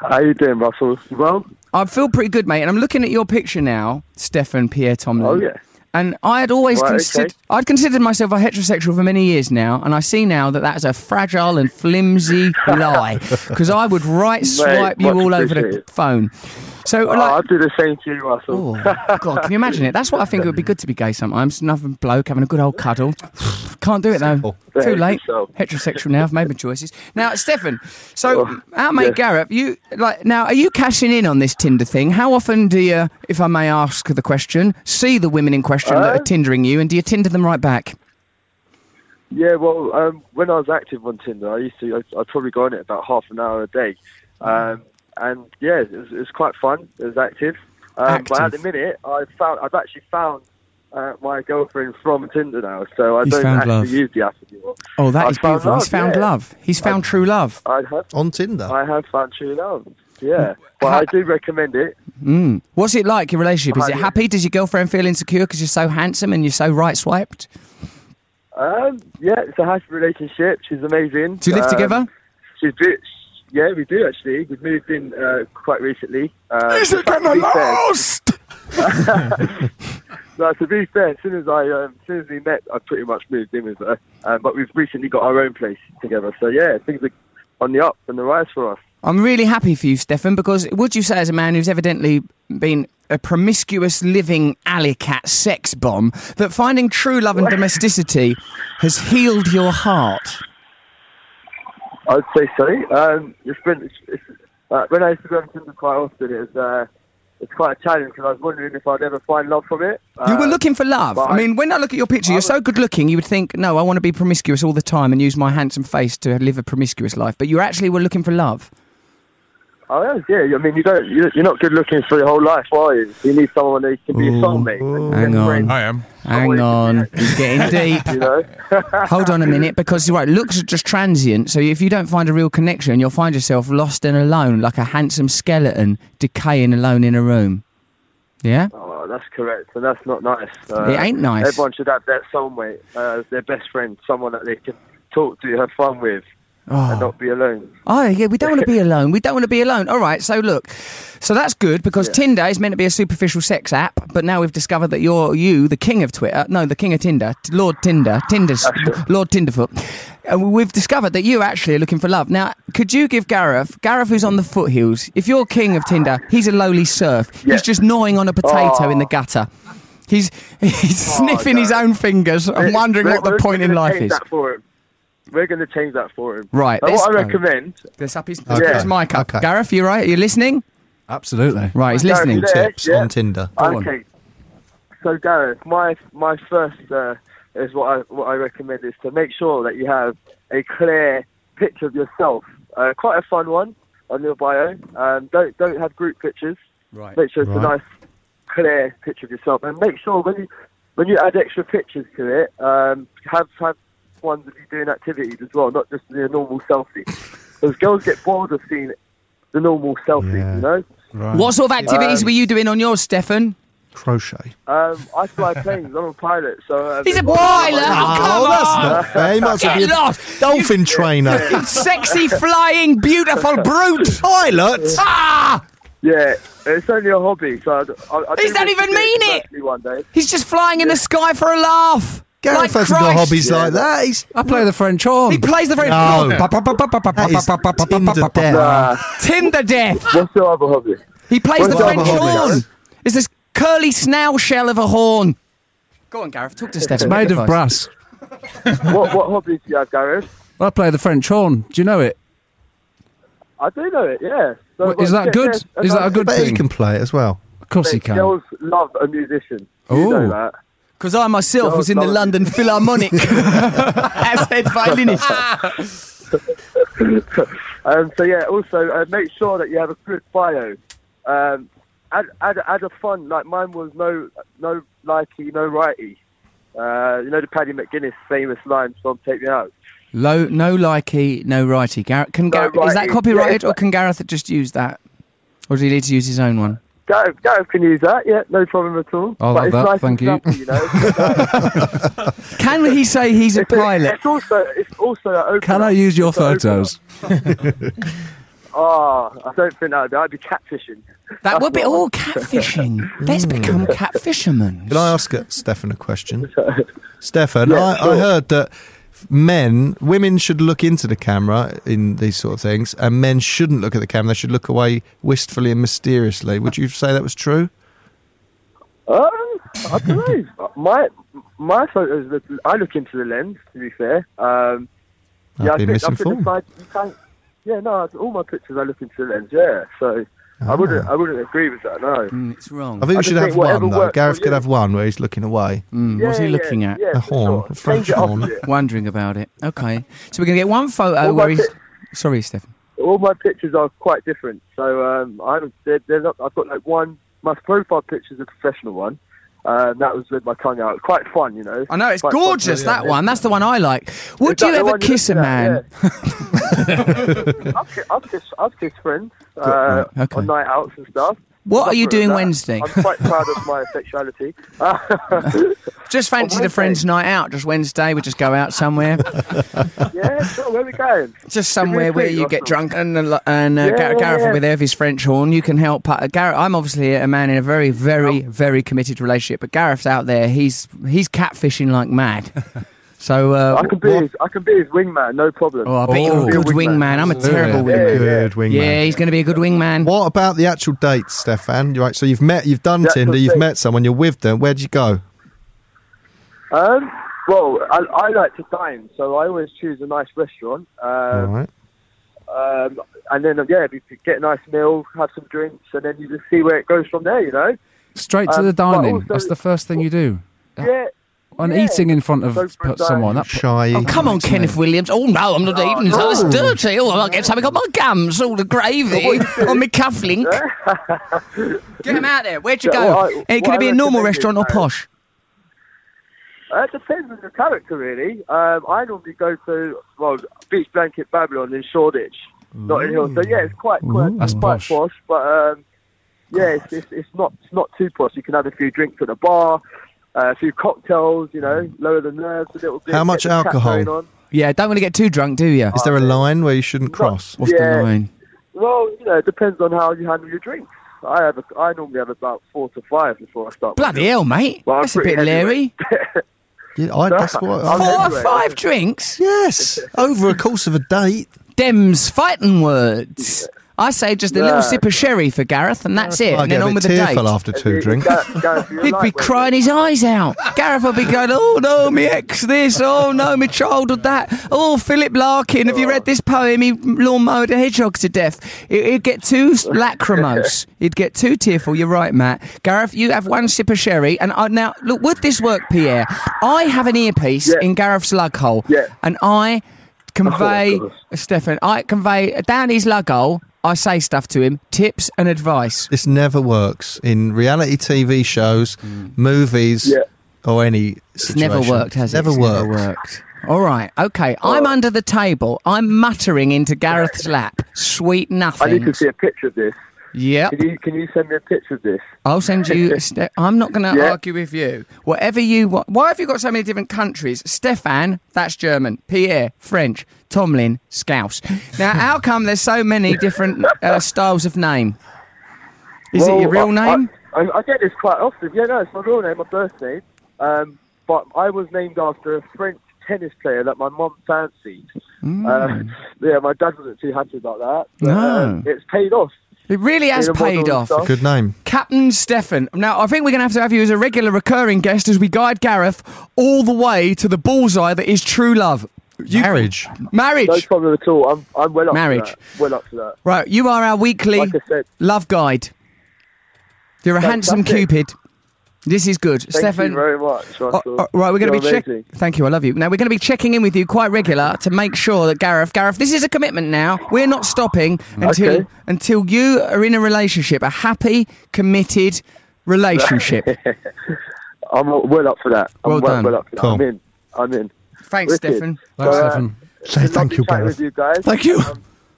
Speaker 7: How you doing, Russell? You well?
Speaker 6: I feel pretty good, mate. And I'm looking at your picture now, Stefan Pierre Tomlin.
Speaker 7: Oh, yeah.
Speaker 6: And I had always
Speaker 7: Right,
Speaker 6: considered
Speaker 7: okay.
Speaker 6: I'd considered myself a heterosexual for many years now, and I see now that that's a fragile and flimsy lie because I would right swipe you
Speaker 7: much
Speaker 6: all over the
Speaker 7: appreciated.
Speaker 6: phone. So,
Speaker 7: Oh,
Speaker 6: like,
Speaker 7: I'd do the same to you, Russell.
Speaker 6: Oh, God, can you imagine it? That's what I think it would be good to be gay sometimes. Another bloke having a good old cuddle. Can't do it though. Too
Speaker 7: Very
Speaker 6: late.
Speaker 7: good
Speaker 6: Heterosexual now. I've made my choices. Now, Stefan. So,
Speaker 7: Oh,
Speaker 6: our mate
Speaker 7: yes.
Speaker 6: Gareth, you like now? Are you cashing in on this Tinder thing? How often do you, if I may ask the question, see the women in question that are
Speaker 7: Uh,
Speaker 6: tindering you, and do you tinder them right back?
Speaker 7: Yeah, well, um, when I was active on Tinder, I used to, I, I'd probably go on it about half an hour a day. Um, and yeah, it was, it was quite fun. It was active. Um, But at the
Speaker 6: Active.
Speaker 7: minute, I found, I've actually found uh, my girlfriend from Tinder now, so I
Speaker 6: He's
Speaker 7: don't
Speaker 6: found
Speaker 7: actually
Speaker 6: love.
Speaker 7: use the app anymore.
Speaker 6: Oh, that
Speaker 7: I
Speaker 6: is
Speaker 7: found
Speaker 6: beautiful. He's
Speaker 7: love,
Speaker 6: found
Speaker 7: yeah.
Speaker 6: love. He's found true love.
Speaker 7: I have,
Speaker 3: on Tinder.
Speaker 7: I have found true love. Yeah, but I do recommend it.
Speaker 6: Mm. What's it like your relationship? Is
Speaker 7: Oh,
Speaker 6: it
Speaker 7: yeah.
Speaker 6: happy? Does your girlfriend feel insecure because you're so handsome and you're so right swiped?
Speaker 7: Um, yeah, it's a happy relationship. She's amazing.
Speaker 6: Do you live
Speaker 7: Um,
Speaker 6: together?
Speaker 7: She's bit, yeah, we do actually. We've moved in uh, quite recently. Um, but to be fair- No, to be fair, as soon as I, um, as soon as we met, I pretty much moved in with her. Um, but we've recently got our own place together. So yeah, things are on the up and the rise for us.
Speaker 6: I'm really happy for you, Stefan, because would you say, as a man who's evidently been a promiscuous living alley cat sex bomb, that finding true love and domesticity has healed your heart?
Speaker 7: I'd say so. Um, it's been it's, it's, uh, when I used to go on Tinder quite often. It was uh, it's quite a challenge because I was wondering if I'd ever find love from it.
Speaker 6: You were
Speaker 7: Um,
Speaker 6: looking for love.
Speaker 7: but
Speaker 6: I mean, when I look at your picture, you're so good looking, you would think, no, I want to be promiscuous all the time and use my handsome face to live a promiscuous life. But you actually were looking for love.
Speaker 7: Oh yeah, yeah. I mean, you don't. you- You're not good looking for your whole life, are you? You need someone that can be your soulmate. and
Speaker 6: hang
Speaker 7: best
Speaker 6: on.
Speaker 7: friend,
Speaker 4: I am.
Speaker 6: Hang
Speaker 7: wanted to
Speaker 6: on, you're getting deep.
Speaker 7: You know.
Speaker 6: Hold on a minute, because right, looks are just transient. So if you don't find a real connection, you'll find yourself lost and alone, like a handsome skeleton decaying alone in a room. Yeah,
Speaker 7: oh, that's correct, and that's not nice. Uh,
Speaker 6: It ain't nice.
Speaker 7: Everyone should have their soulmate, uh, their best friend, someone that they can talk to, have fun with, and not be alone.
Speaker 6: Oh, yeah, we don't want to be alone. We don't want to be alone. All right, so look, so that's good because Tinder is meant to be a superficial sex app, but now we've discovered that you're you, the king of Twitter, no, the king of Tinder, t- Lord Tinder, Tinder's Lord Tinderfoot. And we've discovered that you actually are looking for love. Now, could you give Gareth, Gareth who's on the foothills, if you're king of Tinder, he's a lowly serf.
Speaker 7: Yeah.
Speaker 6: He's just gnawing on a potato
Speaker 7: Oh.
Speaker 6: in the gutter. He's he's sniffing his
Speaker 7: no.
Speaker 6: own fingers and wondering
Speaker 7: We're-
Speaker 6: what the
Speaker 7: we're
Speaker 6: point in
Speaker 7: gonna
Speaker 6: life
Speaker 7: change
Speaker 6: is.
Speaker 7: That for him. We're going to change that for him.
Speaker 6: Right,
Speaker 7: So
Speaker 6: let's
Speaker 7: what I
Speaker 6: go.
Speaker 7: recommend.
Speaker 6: Let's up his,
Speaker 3: Okay.
Speaker 6: his mic up.
Speaker 3: Okay.
Speaker 6: Gareth, you right? Are you listening?
Speaker 8: Absolutely.
Speaker 6: Right, he's
Speaker 7: Gareth,
Speaker 6: listening.
Speaker 7: you there?
Speaker 3: Tips
Speaker 7: Yeah.
Speaker 3: on Tinder.
Speaker 6: Go on.
Speaker 7: okay. So Gareth, my my first uh, is what I what I recommend is to make sure that you have a clear picture of yourself. Uh, quite a fun one on your bio. Um, don't don't have group pictures.
Speaker 6: Right.
Speaker 7: Make sure it's a
Speaker 8: Right.
Speaker 7: nice clear picture of yourself, and make sure when you when you add extra pictures to it, um, have have ones of you doing activities as well, not just your normal selfie. Because girls get bored of seeing the normal selfie,
Speaker 8: Yeah.
Speaker 7: you know.
Speaker 6: What sort of activities
Speaker 7: Um,
Speaker 6: were you doing on yours, Stefan?
Speaker 3: Crochet.
Speaker 7: Um, I fly planes. I'm a pilot, so um,
Speaker 6: He's a pilot.
Speaker 3: oh, that's not fair. He might as well be
Speaker 6: Get
Speaker 3: a
Speaker 6: lost.
Speaker 3: dolphin trainer.
Speaker 6: Sexy, flying, beautiful brute.
Speaker 3: Pilot?
Speaker 6: Ah!
Speaker 7: Yeah, it's only a hobby, so I, I, I
Speaker 6: He's
Speaker 7: do
Speaker 6: not
Speaker 7: wish
Speaker 6: even
Speaker 7: to do it
Speaker 6: mean it!
Speaker 7: professionally One day.
Speaker 6: He's just flying in the sky for a laugh.
Speaker 3: Gareth
Speaker 6: Like
Speaker 3: hasn't got
Speaker 6: Christ.
Speaker 3: hobbies like that. He's
Speaker 8: I play the French horn.
Speaker 6: He plays the very
Speaker 3: No. that is Tinder
Speaker 8: Tinder
Speaker 3: death.
Speaker 7: Uh,
Speaker 6: Tinder death.
Speaker 7: what's your other hobby?
Speaker 6: He plays
Speaker 7: What's
Speaker 6: the
Speaker 7: the other
Speaker 6: French
Speaker 7: hobby,
Speaker 6: horn.
Speaker 7: Gareth?
Speaker 6: It's this curly snail shell of a horn. Go on, Gareth. Talk to Stefan.
Speaker 8: It's made of
Speaker 6: Advice.
Speaker 8: brass.
Speaker 7: what what hobbies do you have, Gareth?
Speaker 8: I play the French horn. Do you know it?
Speaker 7: I do know it. Yeah. So, um,
Speaker 8: Wait, is that
Speaker 7: yeah,
Speaker 8: good?
Speaker 7: yeah,
Speaker 8: Is that a
Speaker 7: that's-
Speaker 8: good
Speaker 3: But he
Speaker 8: thing?
Speaker 3: can play it as well.
Speaker 8: Of course he can.
Speaker 7: Girls love a musician. You
Speaker 8: Ooh.
Speaker 7: know that.
Speaker 6: Because I myself
Speaker 7: Oh,
Speaker 6: was in the
Speaker 7: no.
Speaker 6: London Philharmonic as head violinist.
Speaker 7: Um, so yeah, also uh, make sure that you have a good bio. Um, add, add, add a fun like mine was no no likey no righty. Uh, you know the Paddy McGuinness famous line from Take Me Out.
Speaker 6: Low, no likey, no righty. Gareth, can Gareth, is that
Speaker 7: righty.
Speaker 6: copyrighted
Speaker 7: Yeah,
Speaker 6: or can Gareth just use that? Or does he need to use his own one?
Speaker 7: Gareth, Gareth can use that. Yeah, no problem at all.
Speaker 8: I
Speaker 7: but
Speaker 8: love
Speaker 7: it's
Speaker 8: that,
Speaker 7: Nice
Speaker 8: thank
Speaker 7: and
Speaker 8: you.
Speaker 7: snappy, you know?
Speaker 6: Can he say he's a
Speaker 7: It's a-
Speaker 6: pilot?
Speaker 7: It's also it's also an open.
Speaker 8: Can I use your
Speaker 7: It's an open-
Speaker 8: photos?
Speaker 7: Ah, I don't think that'd be. I'd be catfishing.
Speaker 6: That would be all catfishing. Let's
Speaker 7: Mm.
Speaker 6: become catfishermen.
Speaker 3: Can I ask uh, Stefan a question? Stefan, I, I heard that men, women should look into the camera in these sort of things, and men shouldn't look at the camera. They should look away wistfully and mysteriously. Would you say that was true?
Speaker 7: Uh, I don't know. my my photos look. I look into the lens. To be fair, um, yeah,
Speaker 3: I've been
Speaker 7: I think, I think
Speaker 3: misinformed.
Speaker 7: if I, you can't, yeah, no, all my pictures I look into the lens. Yeah, so I wouldn't. I wouldn't agree with that. No.
Speaker 6: Mm, it's wrong.
Speaker 3: I think we
Speaker 7: I
Speaker 3: should
Speaker 7: just
Speaker 3: have
Speaker 7: think whatever
Speaker 3: one though.
Speaker 7: works for
Speaker 3: Gareth could
Speaker 7: you.
Speaker 3: have one where he's looking away.
Speaker 7: yeah,
Speaker 6: Mm, what's he
Speaker 7: yeah,
Speaker 6: looking at?
Speaker 7: Yeah,
Speaker 3: A
Speaker 7: for
Speaker 3: horn,
Speaker 7: sure.
Speaker 3: a French
Speaker 7: Change it up a
Speaker 3: horn.
Speaker 7: bit.
Speaker 6: Wondering about it. Okay, so we're gonna get one photo
Speaker 7: What
Speaker 6: where
Speaker 7: about
Speaker 6: he's. Sorry, Stefan.
Speaker 7: all my pictures are quite different. So um, I haven't. They're, they're not. I've got like one. My profile picture's a professional one. Uh, that was with my tongue out. Quite fun, you know.
Speaker 6: I know it's
Speaker 7: Quite fun.
Speaker 6: gorgeous.
Speaker 7: Yeah.
Speaker 6: that one. That's the one I like. Would
Speaker 7: Is that
Speaker 6: you
Speaker 7: the
Speaker 6: ever
Speaker 7: one you're
Speaker 6: kiss a
Speaker 7: looking
Speaker 6: man?
Speaker 7: at? Yeah. I've, ki- I've kissed, I've kissed friends uh,
Speaker 6: right, okay.
Speaker 7: on night outs and stuff.
Speaker 6: What are you
Speaker 7: Proper at
Speaker 6: doing
Speaker 7: that.
Speaker 6: Wednesday?
Speaker 7: I'm quite proud of my sexuality. Uh,
Speaker 6: Just fancy the
Speaker 7: Wednesday.
Speaker 6: friends' night out. Just Wednesday, we just go out somewhere.
Speaker 7: yeah, sure, where we going?
Speaker 6: just somewhere
Speaker 7: Give me a
Speaker 6: where
Speaker 7: treat
Speaker 6: you
Speaker 7: or
Speaker 6: get
Speaker 7: something.
Speaker 6: drunk and uh, and uh,
Speaker 7: Yeah,
Speaker 6: Garrett, Gareth will
Speaker 7: yeah.
Speaker 6: be there with his French horn. You can help. Uh, Garrett, I'm obviously a man in a very, very, very committed relationship, but Gareth's out there. He's he's catfishing like mad. So uh,
Speaker 7: I can be his, I can be his wingman, no problem.
Speaker 6: oh, I bet you're a
Speaker 7: Be
Speaker 6: good wingman. I'm a terrible
Speaker 8: Yeah.
Speaker 6: wingman.
Speaker 3: Good wingman.
Speaker 6: Yeah, he's going to be a good wingman.
Speaker 3: What about the actual date, Stefan? You're Right, so you've met, you've done
Speaker 7: The actual
Speaker 3: Tinder, you've
Speaker 7: date.
Speaker 3: met someone, you're with them. Where'd you go?
Speaker 7: Um, well, I, I like to dine, so I always choose a nice restaurant.
Speaker 3: All
Speaker 7: Um,
Speaker 3: right.
Speaker 7: um, and then, yeah, you could get a nice meal, have some drinks, and then you just see where it goes from there, you know?
Speaker 8: Straight to
Speaker 7: Um,
Speaker 8: the
Speaker 7: but
Speaker 8: dining.
Speaker 7: also-
Speaker 8: That's the first thing you do.
Speaker 7: Yeah.
Speaker 8: And
Speaker 7: yeah.
Speaker 8: eating in front of
Speaker 7: Go for a
Speaker 8: someone. That
Speaker 3: Shy.
Speaker 1: Oh, come on, Kenneth Williams. Oh, no, I'm not eating. So it's dirty. Oh, I'll get something on my gums, all the gravy, on my cufflink.
Speaker 6: Get him out there. Where'd you
Speaker 7: Yeah,
Speaker 6: go?
Speaker 7: well, I-
Speaker 6: it
Speaker 7: well,
Speaker 6: could
Speaker 7: I
Speaker 6: be a normal
Speaker 7: recommend it,
Speaker 6: restaurant or
Speaker 7: Gareth.
Speaker 6: posh.
Speaker 7: Uh, it depends on the character, really. Um, I normally go to, well, Beach Blanket Babylon in Shoreditch, Notting Hill. So, yeah, it's quite, quite,
Speaker 8: That's
Speaker 7: quite
Speaker 8: posh.
Speaker 7: posh. but um, yeah, it's, it's, it's, not, it's not too posh. You can have a few drinks at the bar. Uh, a few cocktails, you know, lower the nerves a little bit.
Speaker 3: How
Speaker 7: get
Speaker 3: much
Speaker 7: the chat
Speaker 3: alcohol?
Speaker 7: going on.
Speaker 6: Yeah, don't want to get too drunk, do you?
Speaker 3: Is there a line where you shouldn't cross?
Speaker 6: What's
Speaker 7: yeah.
Speaker 6: the line?
Speaker 7: Well, you know, it depends on how you handle your drinks. I have, a, I normally have about four to five before I start.
Speaker 6: Bloody hell, mate.
Speaker 7: Well, I'm
Speaker 6: That's a
Speaker 7: pretty
Speaker 6: bit leery.
Speaker 7: heavyweight.
Speaker 3: Yeah, I, that's what.
Speaker 7: I'm
Speaker 6: Four or
Speaker 7: heavyweight.
Speaker 6: five drinks?
Speaker 3: yes, over a course of a date.
Speaker 6: Them's fighting words. I say just a little
Speaker 7: Yeah.
Speaker 6: sip of sherry for Gareth, and that's it.
Speaker 3: I
Speaker 6: And
Speaker 3: get
Speaker 6: then
Speaker 3: a
Speaker 6: on
Speaker 3: bit
Speaker 6: with the date.
Speaker 3: tearful after two drinks.
Speaker 6: He'd be crying his eyes out. Gareth would be going, "Oh no, me ex this. Oh no, me childhood that. Oh Philip Larkin, have you read this poem? He lawn mowed a hedgehog to death. He- He'd get too lachrymose. He'd get too tearful. You're right, Matt. Gareth, you have one sip of sherry, and I, now look, would this work, Pierre? I have an earpiece
Speaker 7: Yeah.
Speaker 6: in Gareth's lug hole,
Speaker 7: Yeah.
Speaker 6: and I convey,
Speaker 7: Oh, gosh.
Speaker 6: Stefan, I convey down his lug hole. I say stuff to him, tips and advice.
Speaker 3: This never works in reality TV shows, movies,
Speaker 7: Yeah.
Speaker 3: or any.
Speaker 6: Mm. It's never worked, has it?
Speaker 3: Never
Speaker 6: It's
Speaker 3: worked.
Speaker 6: worked. All right, okay. I'm under the table. I'm muttering into Gareth's lap. Sweet
Speaker 7: I need
Speaker 6: nothing.
Speaker 7: to see a picture of this.
Speaker 6: Yep.
Speaker 7: Can you, can you send me a picture of this?
Speaker 6: I'll send you. a Ste- I'm not going to
Speaker 7: Yeah.
Speaker 6: argue with you. Whatever you want. Why have you got so many different countries? Stefan, that's German. Pierre, French. Tomlin, Scouse. Now, how come there's so many different uh, styles of name? Is it your real
Speaker 7: Well, I-
Speaker 6: name?
Speaker 7: I, I, I get this quite often. Yeah, no, it's my real name, my birth name. Um, but I was named after a French tennis player that my mum fancied.
Speaker 6: Mm.
Speaker 7: Uh, yeah, my dad wasn't too happy about that. But,
Speaker 6: No.
Speaker 7: uh, it's paid off.
Speaker 6: it really has
Speaker 7: In a modern
Speaker 6: paid off.
Speaker 7: style.
Speaker 3: Good name.
Speaker 6: Captain Stefan. Now, I think we're going to have to have you as a regular recurring guest as we guide Gareth all the way to the bullseye that is true love. You-
Speaker 3: Marriage.
Speaker 7: No
Speaker 6: Marriage.
Speaker 7: problem at all. I'm, I'm well up
Speaker 6: Marriage.
Speaker 7: to that. Well up to that.
Speaker 6: Right, you are our weekly
Speaker 7: Like I said.
Speaker 6: love guide. You're a handsome
Speaker 7: Fantastic.
Speaker 6: Cupid. This is good.
Speaker 7: Thank
Speaker 6: Stefan.
Speaker 7: you very much.
Speaker 6: Oh,
Speaker 7: Russell.
Speaker 6: oh, right, we're going to
Speaker 7: You're
Speaker 6: be checking.
Speaker 7: amazing.
Speaker 6: Thank you, I love you. Now we're going to be checking in with you quite regular to make sure that Gareth, Gareth, this is a commitment. Now we're not stopping until
Speaker 7: Okay.
Speaker 6: until you are in a relationship, a happy, committed relationship.
Speaker 7: I'm well up for that. I'm
Speaker 6: Well
Speaker 7: well,
Speaker 6: done.
Speaker 7: well up for that.
Speaker 3: Cool.
Speaker 7: I'm in. I'm in.
Speaker 6: Thanks,
Speaker 7: Wicked.
Speaker 6: Stefan.
Speaker 8: Thanks,
Speaker 7: Uh,
Speaker 8: Stefan.
Speaker 3: Say
Speaker 7: It's
Speaker 3: thank
Speaker 7: lovely
Speaker 3: you,
Speaker 7: chatting with
Speaker 3: Gareth.
Speaker 7: you guys. Um,
Speaker 8: Thank you.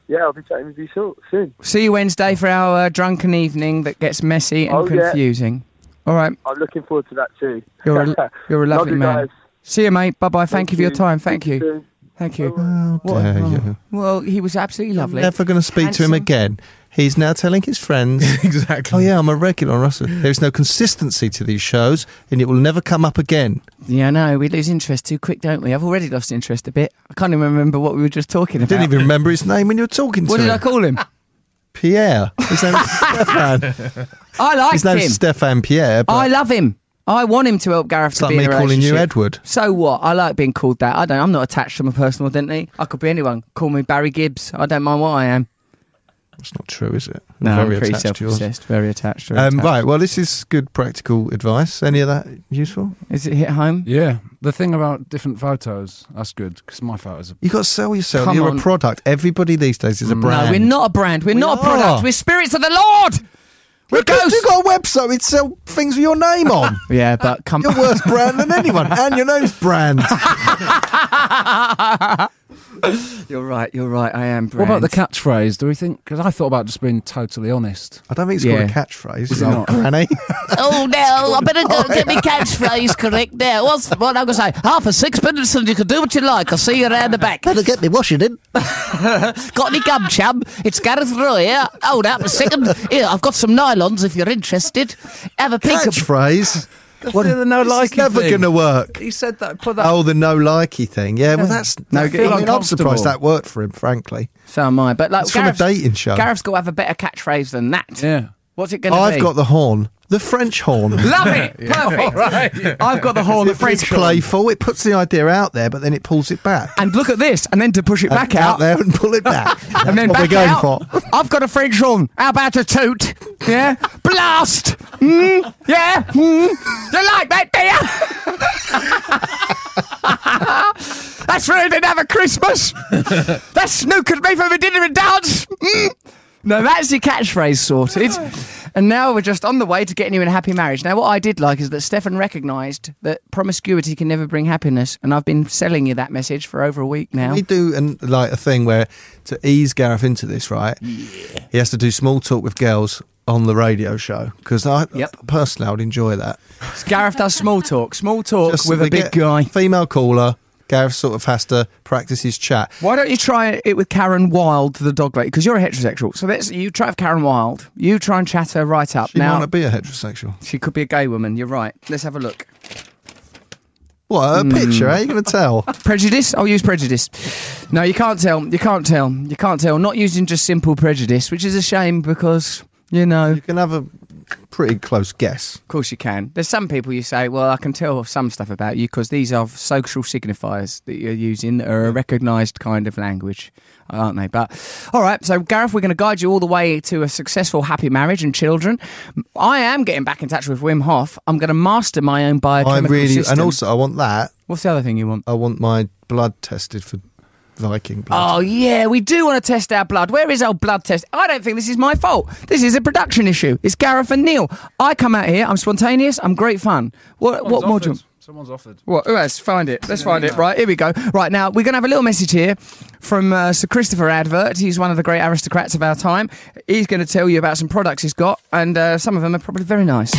Speaker 7: Yeah, I'll be chatting with you so- soon.
Speaker 6: See you Wednesday for our uh, drunken evening that gets messy and
Speaker 7: Oh, yeah.
Speaker 6: confusing. All right,
Speaker 7: I'm looking forward to that too.
Speaker 6: you're a, you're a
Speaker 7: Love
Speaker 6: lovely
Speaker 7: you
Speaker 6: man.
Speaker 7: guys.
Speaker 6: See you, mate. Bye bye. Thank, you for your time. Thank you.
Speaker 7: Speak soon.
Speaker 6: Thank you.
Speaker 3: How dare you.
Speaker 6: Well, he was absolutely lovely.
Speaker 3: Never going to speak to him
Speaker 6: Handsome.
Speaker 3: again. He's now telling his friends.
Speaker 4: exactly.
Speaker 3: Oh yeah, I'm a regular on Russell. There is no consistency to these shows, and it will never come up again.
Speaker 6: Yeah, I know. We lose interest too quick, don't we? I've already lost interest a bit. I can't even remember what we were just talking about.
Speaker 3: Didn't even remember his name when you were talking to
Speaker 6: what
Speaker 3: him.
Speaker 6: did I call him?
Speaker 3: Pierre. His name's Stefan.
Speaker 6: I liked
Speaker 3: His name's
Speaker 6: him.
Speaker 3: Stefan Pierre. But
Speaker 6: I love him. I want him to help Gareth
Speaker 3: it's
Speaker 6: to
Speaker 3: like
Speaker 6: be in
Speaker 3: me
Speaker 6: a
Speaker 3: calling you
Speaker 6: relationship.
Speaker 3: Edward.
Speaker 6: So what? I like being called that. I don't. I'm not attached to my personal identity. I could be anyone. Call me Barry Gibbs. I don't mind what I am.
Speaker 3: That's not true, is it?
Speaker 6: No,
Speaker 3: Very
Speaker 6: I'm pretty
Speaker 3: attached to yours.
Speaker 6: self-obsessed. Very attached. Very
Speaker 3: Um,
Speaker 6: attached.
Speaker 3: right. Well, this is good practical advice. Any of that useful?
Speaker 6: Is it hit home?
Speaker 8: Yeah, the thing about different photos, that's good because my photos are.
Speaker 3: You got to sell yourself.
Speaker 6: Come
Speaker 3: You're
Speaker 6: on.
Speaker 3: a product. Everybody these days is a brand.
Speaker 6: No, we're not a brand. We're not a
Speaker 3: are.
Speaker 6: product. We're spirits of the Lord.
Speaker 3: We're
Speaker 6: ghosts.
Speaker 3: You got a website. We sell things with your name on.
Speaker 6: Yeah, but come.
Speaker 3: You're worse brand than anyone, and your name's brand.
Speaker 6: You're right. You're right. I am.
Speaker 8: What
Speaker 6: Brand.
Speaker 8: about the catchphrase? Do we think? Because I thought about just being totally honest.
Speaker 3: I don't think it's
Speaker 6: Yeah.
Speaker 3: called a catchphrase.
Speaker 8: Is it
Speaker 3: Oh,
Speaker 8: not?
Speaker 3: Granny.
Speaker 1: Oh no, I better go get me catchphrase correct now. What's what I'm gonna say? Half a sixpence and you can do what you like. I'll see you around the back. Better get me washing in. got any gum, chum? It's Gareth Roy, yeah. Hold up a second. Here, I've got some nylons if you're interested. Have a peek.
Speaker 3: catchphrase.
Speaker 8: What the no
Speaker 3: It's never going to work.
Speaker 8: He said that. Put that.
Speaker 3: Oh, the no likey thing. Yeah, well, that's.
Speaker 6: No,
Speaker 3: No,
Speaker 6: get-
Speaker 3: I mean, I'm
Speaker 8: uncomfortable.
Speaker 3: surprised that worked for him, frankly.
Speaker 6: So am I. But like
Speaker 3: It's from a
Speaker 6: Gareth's-
Speaker 3: dating show.
Speaker 6: Gareth's got to have a better catchphrase than that.
Speaker 8: Yeah.
Speaker 6: What's it going to be?
Speaker 3: I've got the horn, the French horn.
Speaker 6: Love it. Perfect. I've got the whole the French
Speaker 3: it's playful. It puts the idea out there, but then it pulls it back.
Speaker 6: And look at this, and then to push it back out,
Speaker 3: Uh, out there and pull it back.
Speaker 6: and then
Speaker 3: That's
Speaker 6: back
Speaker 3: what we're going
Speaker 6: out.
Speaker 3: for.
Speaker 6: I've got a French horn. How about a toot? Yeah, blast. Mm, yeah, mm. you like that, do you? That's really didn't have a Christmas. That's snookered me for my dinner and dance. Mm. No, that's your catchphrase sorted. And now we're just on the way to getting you in a happy marriage. Now, what I did like is that Stefan recognised that promiscuity can never bring happiness, and I've been selling you that message for over a week now.
Speaker 3: We do an, like a thing where to ease Gareth into this, right? He has to do small talk with girls on the radio show because I
Speaker 6: Yep.
Speaker 3: personally I would enjoy that.
Speaker 6: Gareth does small talk. Small talk
Speaker 3: Just
Speaker 6: with
Speaker 3: we
Speaker 6: a big
Speaker 3: get
Speaker 6: guy.
Speaker 3: female caller. Gareth sort of has to practice his chat.
Speaker 6: Why don't you try it with Karen Wilde, the dog lady? Because you're a heterosexual. So let's you try with Karen Wilde. You try and chat her right up.
Speaker 3: She might
Speaker 6: now
Speaker 3: not be a heterosexual.
Speaker 6: she could be a gay woman. You're right. Let's have a look.
Speaker 3: What a
Speaker 6: Hmm.
Speaker 3: picture? How are you going to tell?
Speaker 6: Prejudice? I'll use prejudice. No, you can't tell. You can't tell. You can't tell. Not using just simple prejudice, which is a shame because you know.
Speaker 3: You can have a pretty close guess.
Speaker 6: Of course you can. There's some people you say, well, I can tell some stuff about you because these are social signifiers that you're using that are a recognised kind of language, aren't they? But all right, so Gareth, we're going to guide you all the way to a successful, happy marriage and children. I am getting back in touch with Wim Hof. I'm going to master my own
Speaker 3: I
Speaker 6: biochemical
Speaker 3: really
Speaker 6: system.
Speaker 3: and also Oh, I want that.
Speaker 6: what's the other thing you want?
Speaker 3: I want my blood tested for Viking blood.
Speaker 6: Oh yeah, we do want to test our blood. Where is our blood test? I don't think this is my fault. This is a production issue. It's Gareth and Neil. I come out here. I'm spontaneous. I'm great fun. What, what more do you? want?
Speaker 8: Someone's offered.
Speaker 6: What? Who else? Find it. Let's find it. Right, here we go. Right, now, we're going to have a little message here from uh, Sir Christopher Advert. He's one of the great aristocrats of our time. He's going to tell you about some products he's got, and uh, some of them are probably very nice.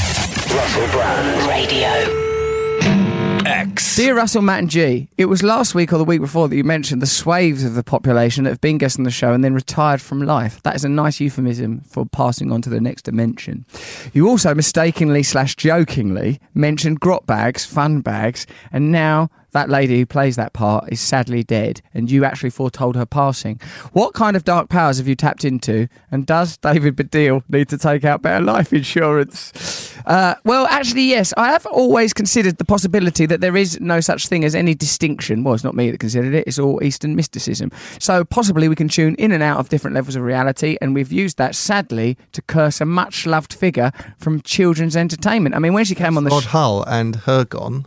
Speaker 2: Russell Brand.
Speaker 5: Radio.
Speaker 2: X.
Speaker 6: Dear Russell, Matt, and G, it was last week or the week before that you mentioned the swaves of the population that have been guests on the show and then retired from life. That is a nice euphemism for passing on to the next dimension. You also mistakenly slash jokingly mentioned grot bags, fun bags, and now that lady who plays that part is sadly dead, and you actually foretold her passing. What kind of dark powers have you tapped into, and does David Baddiel need to take out better life insurance? Uh, well, actually, yes. I have always considered the possibility that there is no such thing as any distinction. Well, it's not me that considered it, it's all Eastern mysticism. So possibly we can tune in and out of different levels of reality, and we've used that, sadly, to curse a much loved figure from children's entertainment. I mean, when she came on the
Speaker 3: Rod
Speaker 6: show,
Speaker 3: Hull and Hergon.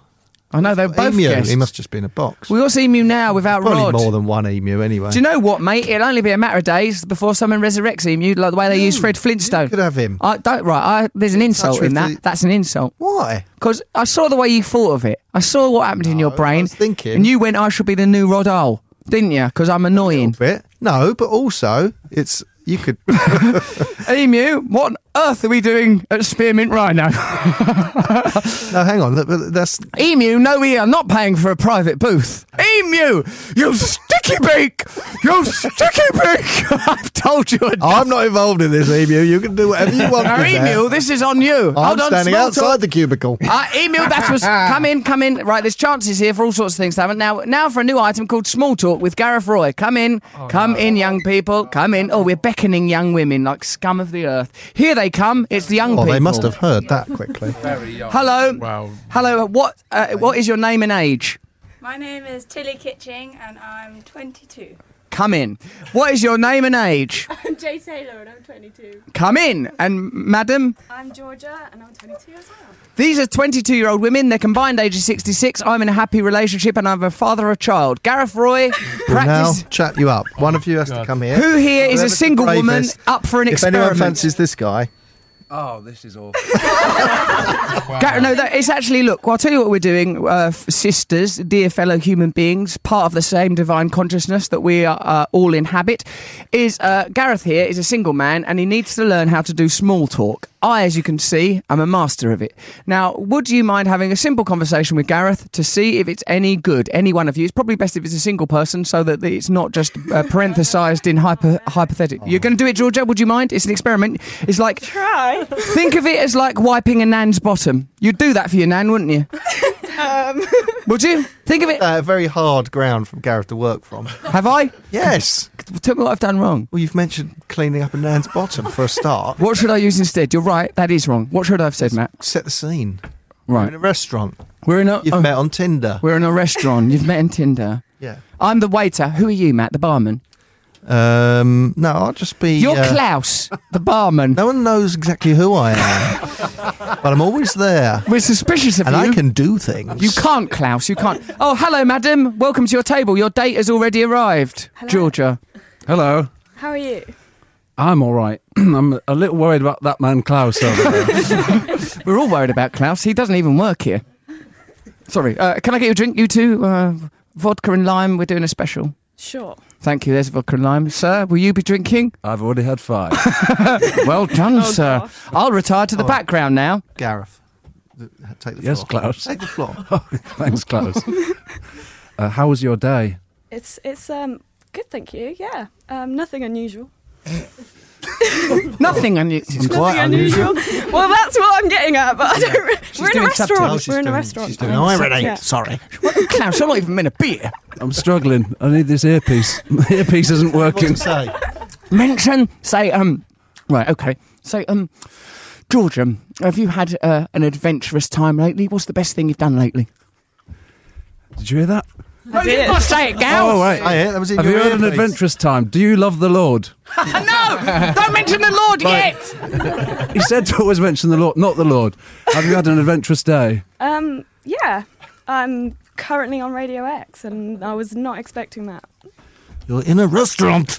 Speaker 6: I know they were both
Speaker 3: emu.
Speaker 6: guests.
Speaker 3: He must just be in a box.
Speaker 6: We all see Emu now without
Speaker 3: Probably
Speaker 6: Rod.
Speaker 3: more than one emu anyway.
Speaker 6: Do you know what, mate? It'll only be a matter of days before someone resurrects him. You like the way they use Fred Flintstone.
Speaker 3: could have him.
Speaker 6: I don't. Right. I, there's an insult
Speaker 3: with
Speaker 6: in that.
Speaker 3: the-
Speaker 6: That's an insult.
Speaker 3: Why?
Speaker 6: Because I saw the way you thought of it. I saw what happened in your
Speaker 3: I
Speaker 6: brain.
Speaker 3: was thinking-
Speaker 6: And you went, I should be the new Rod Hull, didn't you? Because I'm annoying.
Speaker 3: Bit. No, but also it's you could.
Speaker 6: Emu, what on earth are we doing at Spearmint Rhino?
Speaker 3: no, hang on. that- but That's
Speaker 6: Emu, no, we are not paying for a private booth. Emu, you sticky beak! You sticky beak! I've told
Speaker 9: George.
Speaker 3: I'm not involved in this, Emu. You can do whatever you want. with that.
Speaker 9: Emil, this is on you.
Speaker 3: I'm
Speaker 6: Hold on,
Speaker 3: standing
Speaker 6: small
Speaker 3: outside
Speaker 6: talk.
Speaker 3: the cubicle.
Speaker 6: Uh, email that was come in, come in. Right, there's chances here for all sorts of things to happen. Now, now for a new item called Small Talk with Gareth Roy. Come in, come in, young people, come in. Oh, we're beckoning young women like scum of the earth. Here they come. It's the young
Speaker 3: Well,
Speaker 6: people.
Speaker 3: Oh, they must have heard that quickly.
Speaker 6: Hello,
Speaker 4: Wow.
Speaker 6: hello. What uh, what is your name and age?
Speaker 10: My name is Tilly Kitching and I'm 22.
Speaker 6: Come in. What is your name and age?
Speaker 10: I'm Jay Taylor and I'm 22.
Speaker 6: Come in. And madam,
Speaker 10: I'm Georgia and I'm 22 as well.
Speaker 6: These are 22 year old women. Their combined age is 66. I'm in a happy relationship and I'm a father of a child. Gareth Roy,
Speaker 3: We'll now
Speaker 6: practice.
Speaker 3: chat you up. One of you has to come here.
Speaker 6: Who here is a
Speaker 3: Whoever's the
Speaker 6: single woman
Speaker 3: bravest.
Speaker 6: up for an
Speaker 3: If anyone
Speaker 6: experiment?
Speaker 3: fancies this guy,
Speaker 1: Oh, this is awful.
Speaker 6: Gar- no, that, it's actually, look, well, I'll tell you what we're doing, uh, f- sisters, dear fellow human beings, part of the same divine consciousness that we are, uh, all inhabit, is uh, Gareth here is a single man and he needs to learn how to do small talk. I, as you can see, am a master of it. Now, would you mind having a simple conversation with Gareth to see if it's any good? Any one of you. It's probably best if it's a single person so that it's not just uh, parenthesized in hyper- hypothetical. You're going to do it, Georgia? Would you mind? It's an experiment. It's like
Speaker 10: Try.
Speaker 6: Think of it as like wiping a nan's bottom. You'd do that for your nan, wouldn't you? Would you? Think of it.
Speaker 3: uh, very hard ground from Gareth to work from.
Speaker 6: Have I?
Speaker 3: Yes.
Speaker 6: Tell me what I've done wrong.
Speaker 3: Well, you've mentioned cleaning up a Nan's bottom for a start.
Speaker 6: What should I use instead? You're right. That is wrong. What should I have said, Matt?
Speaker 3: Set the scene. You're in
Speaker 6: Right.
Speaker 3: a restaurant.
Speaker 6: We're in a.
Speaker 3: You've
Speaker 6: oh,
Speaker 3: met on Tinder.
Speaker 6: We're in a restaurant. You've met in Tinder.
Speaker 3: Yeah.
Speaker 6: I'm the waiter. Who are you, Matt? The barman.
Speaker 3: Um, no, I'll just be.
Speaker 6: You're
Speaker 3: uh,
Speaker 6: Klaus, the barman.
Speaker 3: No one knows exactly who I am, but I'm always there,
Speaker 6: We're suspicious of
Speaker 3: and
Speaker 6: you.
Speaker 3: I can do things.
Speaker 6: You can't, Klaus. You can't. Oh, hello, madam. Welcome to your table. Your date has already arrived. Georgia.
Speaker 1: Hello.
Speaker 10: How are you?
Speaker 1: I'm all right. I'm a little worried about that man Klaus over there.
Speaker 6: We're all worried about Klaus. He doesn't even work here. Sorry. Uh, can I get you a drink, you two? Uh, vodka and lime. We're doing a special.
Speaker 10: Sure.
Speaker 6: Thank you. There's vodka and lime. Sir, will you be drinking?
Speaker 1: I've already had five.
Speaker 6: Well done, sir.
Speaker 10: gosh.
Speaker 6: I'll retire to the background now.
Speaker 3: Gareth. th- Take the
Speaker 1: Yes,
Speaker 3: floor.
Speaker 1: Klaus.
Speaker 3: Take the floor.
Speaker 1: Thanks, Klaus. Uh, how was your day?
Speaker 10: It's it's um good, thank you. Yeah. Um nothing unusual.
Speaker 6: Nothing unusual.
Speaker 3: It's quite unusual.
Speaker 10: well, that's what I'm getting at, but I don't re- We're in a
Speaker 6: doing
Speaker 10: restaurant.
Speaker 3: subtitles.
Speaker 10: We're in a
Speaker 3: She's doing-
Speaker 10: restaurant.
Speaker 3: she's doing irony.
Speaker 10: Yeah.
Speaker 9: Sorry.
Speaker 6: Klaus, I'm not even in a beer.
Speaker 1: I'm struggling. I need this earpiece. My earpiece isn't working.
Speaker 3: Say,
Speaker 6: Mention, say, um, right, okay. Say, um, Georgia, have you had uh, an adventurous time lately? What's the best thing you've done lately?
Speaker 1: Did you hear that?
Speaker 6: I did. Oh, say it, Gal.
Speaker 1: Oh, right.
Speaker 3: I hear that was in
Speaker 1: Have
Speaker 3: your
Speaker 1: you had an
Speaker 3: earpiece.
Speaker 1: adventurous time? Do you love the Lord?
Speaker 6: no, don't mention the Lord yet.
Speaker 1: He said to always mention the Lord, not the Lord. Have you had an adventurous day?
Speaker 10: Um yeah. I'm currently on Radio X and I was not expecting that.
Speaker 3: You're in a restaurant.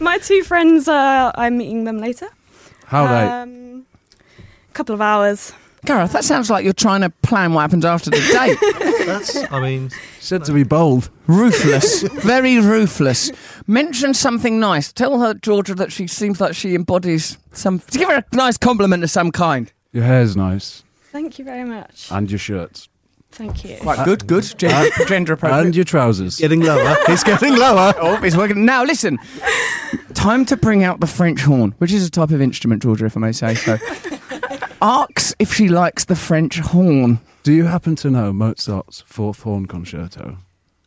Speaker 10: My two friends uh, I'm meeting them later.
Speaker 1: How late?
Speaker 10: Um couple of hours.
Speaker 6: Gareth, that sounds like you're trying to plan what happens after the date.
Speaker 3: That's. I mean,
Speaker 1: Said to be bold.
Speaker 6: ruthless, very ruthless. Mention something nice. Tell her, Georgia, that she seems like she embodies some. Give her a nice compliment of some kind.
Speaker 1: Your hair's nice,
Speaker 10: Thank you very much.
Speaker 3: Uh,
Speaker 1: and your shirt's,
Speaker 10: Thank you.
Speaker 6: Quite good, good. Uh, Gender, gender appropriate.
Speaker 1: and your trousers.
Speaker 3: getting lower. It's getting lower.
Speaker 6: Oh, it's working. Now, listen. Time to bring out the French horn, which is a type of instrument, Georgia, if I may say so. Asks if she likes the French horn.
Speaker 1: Do you happen to know Mozart's Fourth Horn Concerto?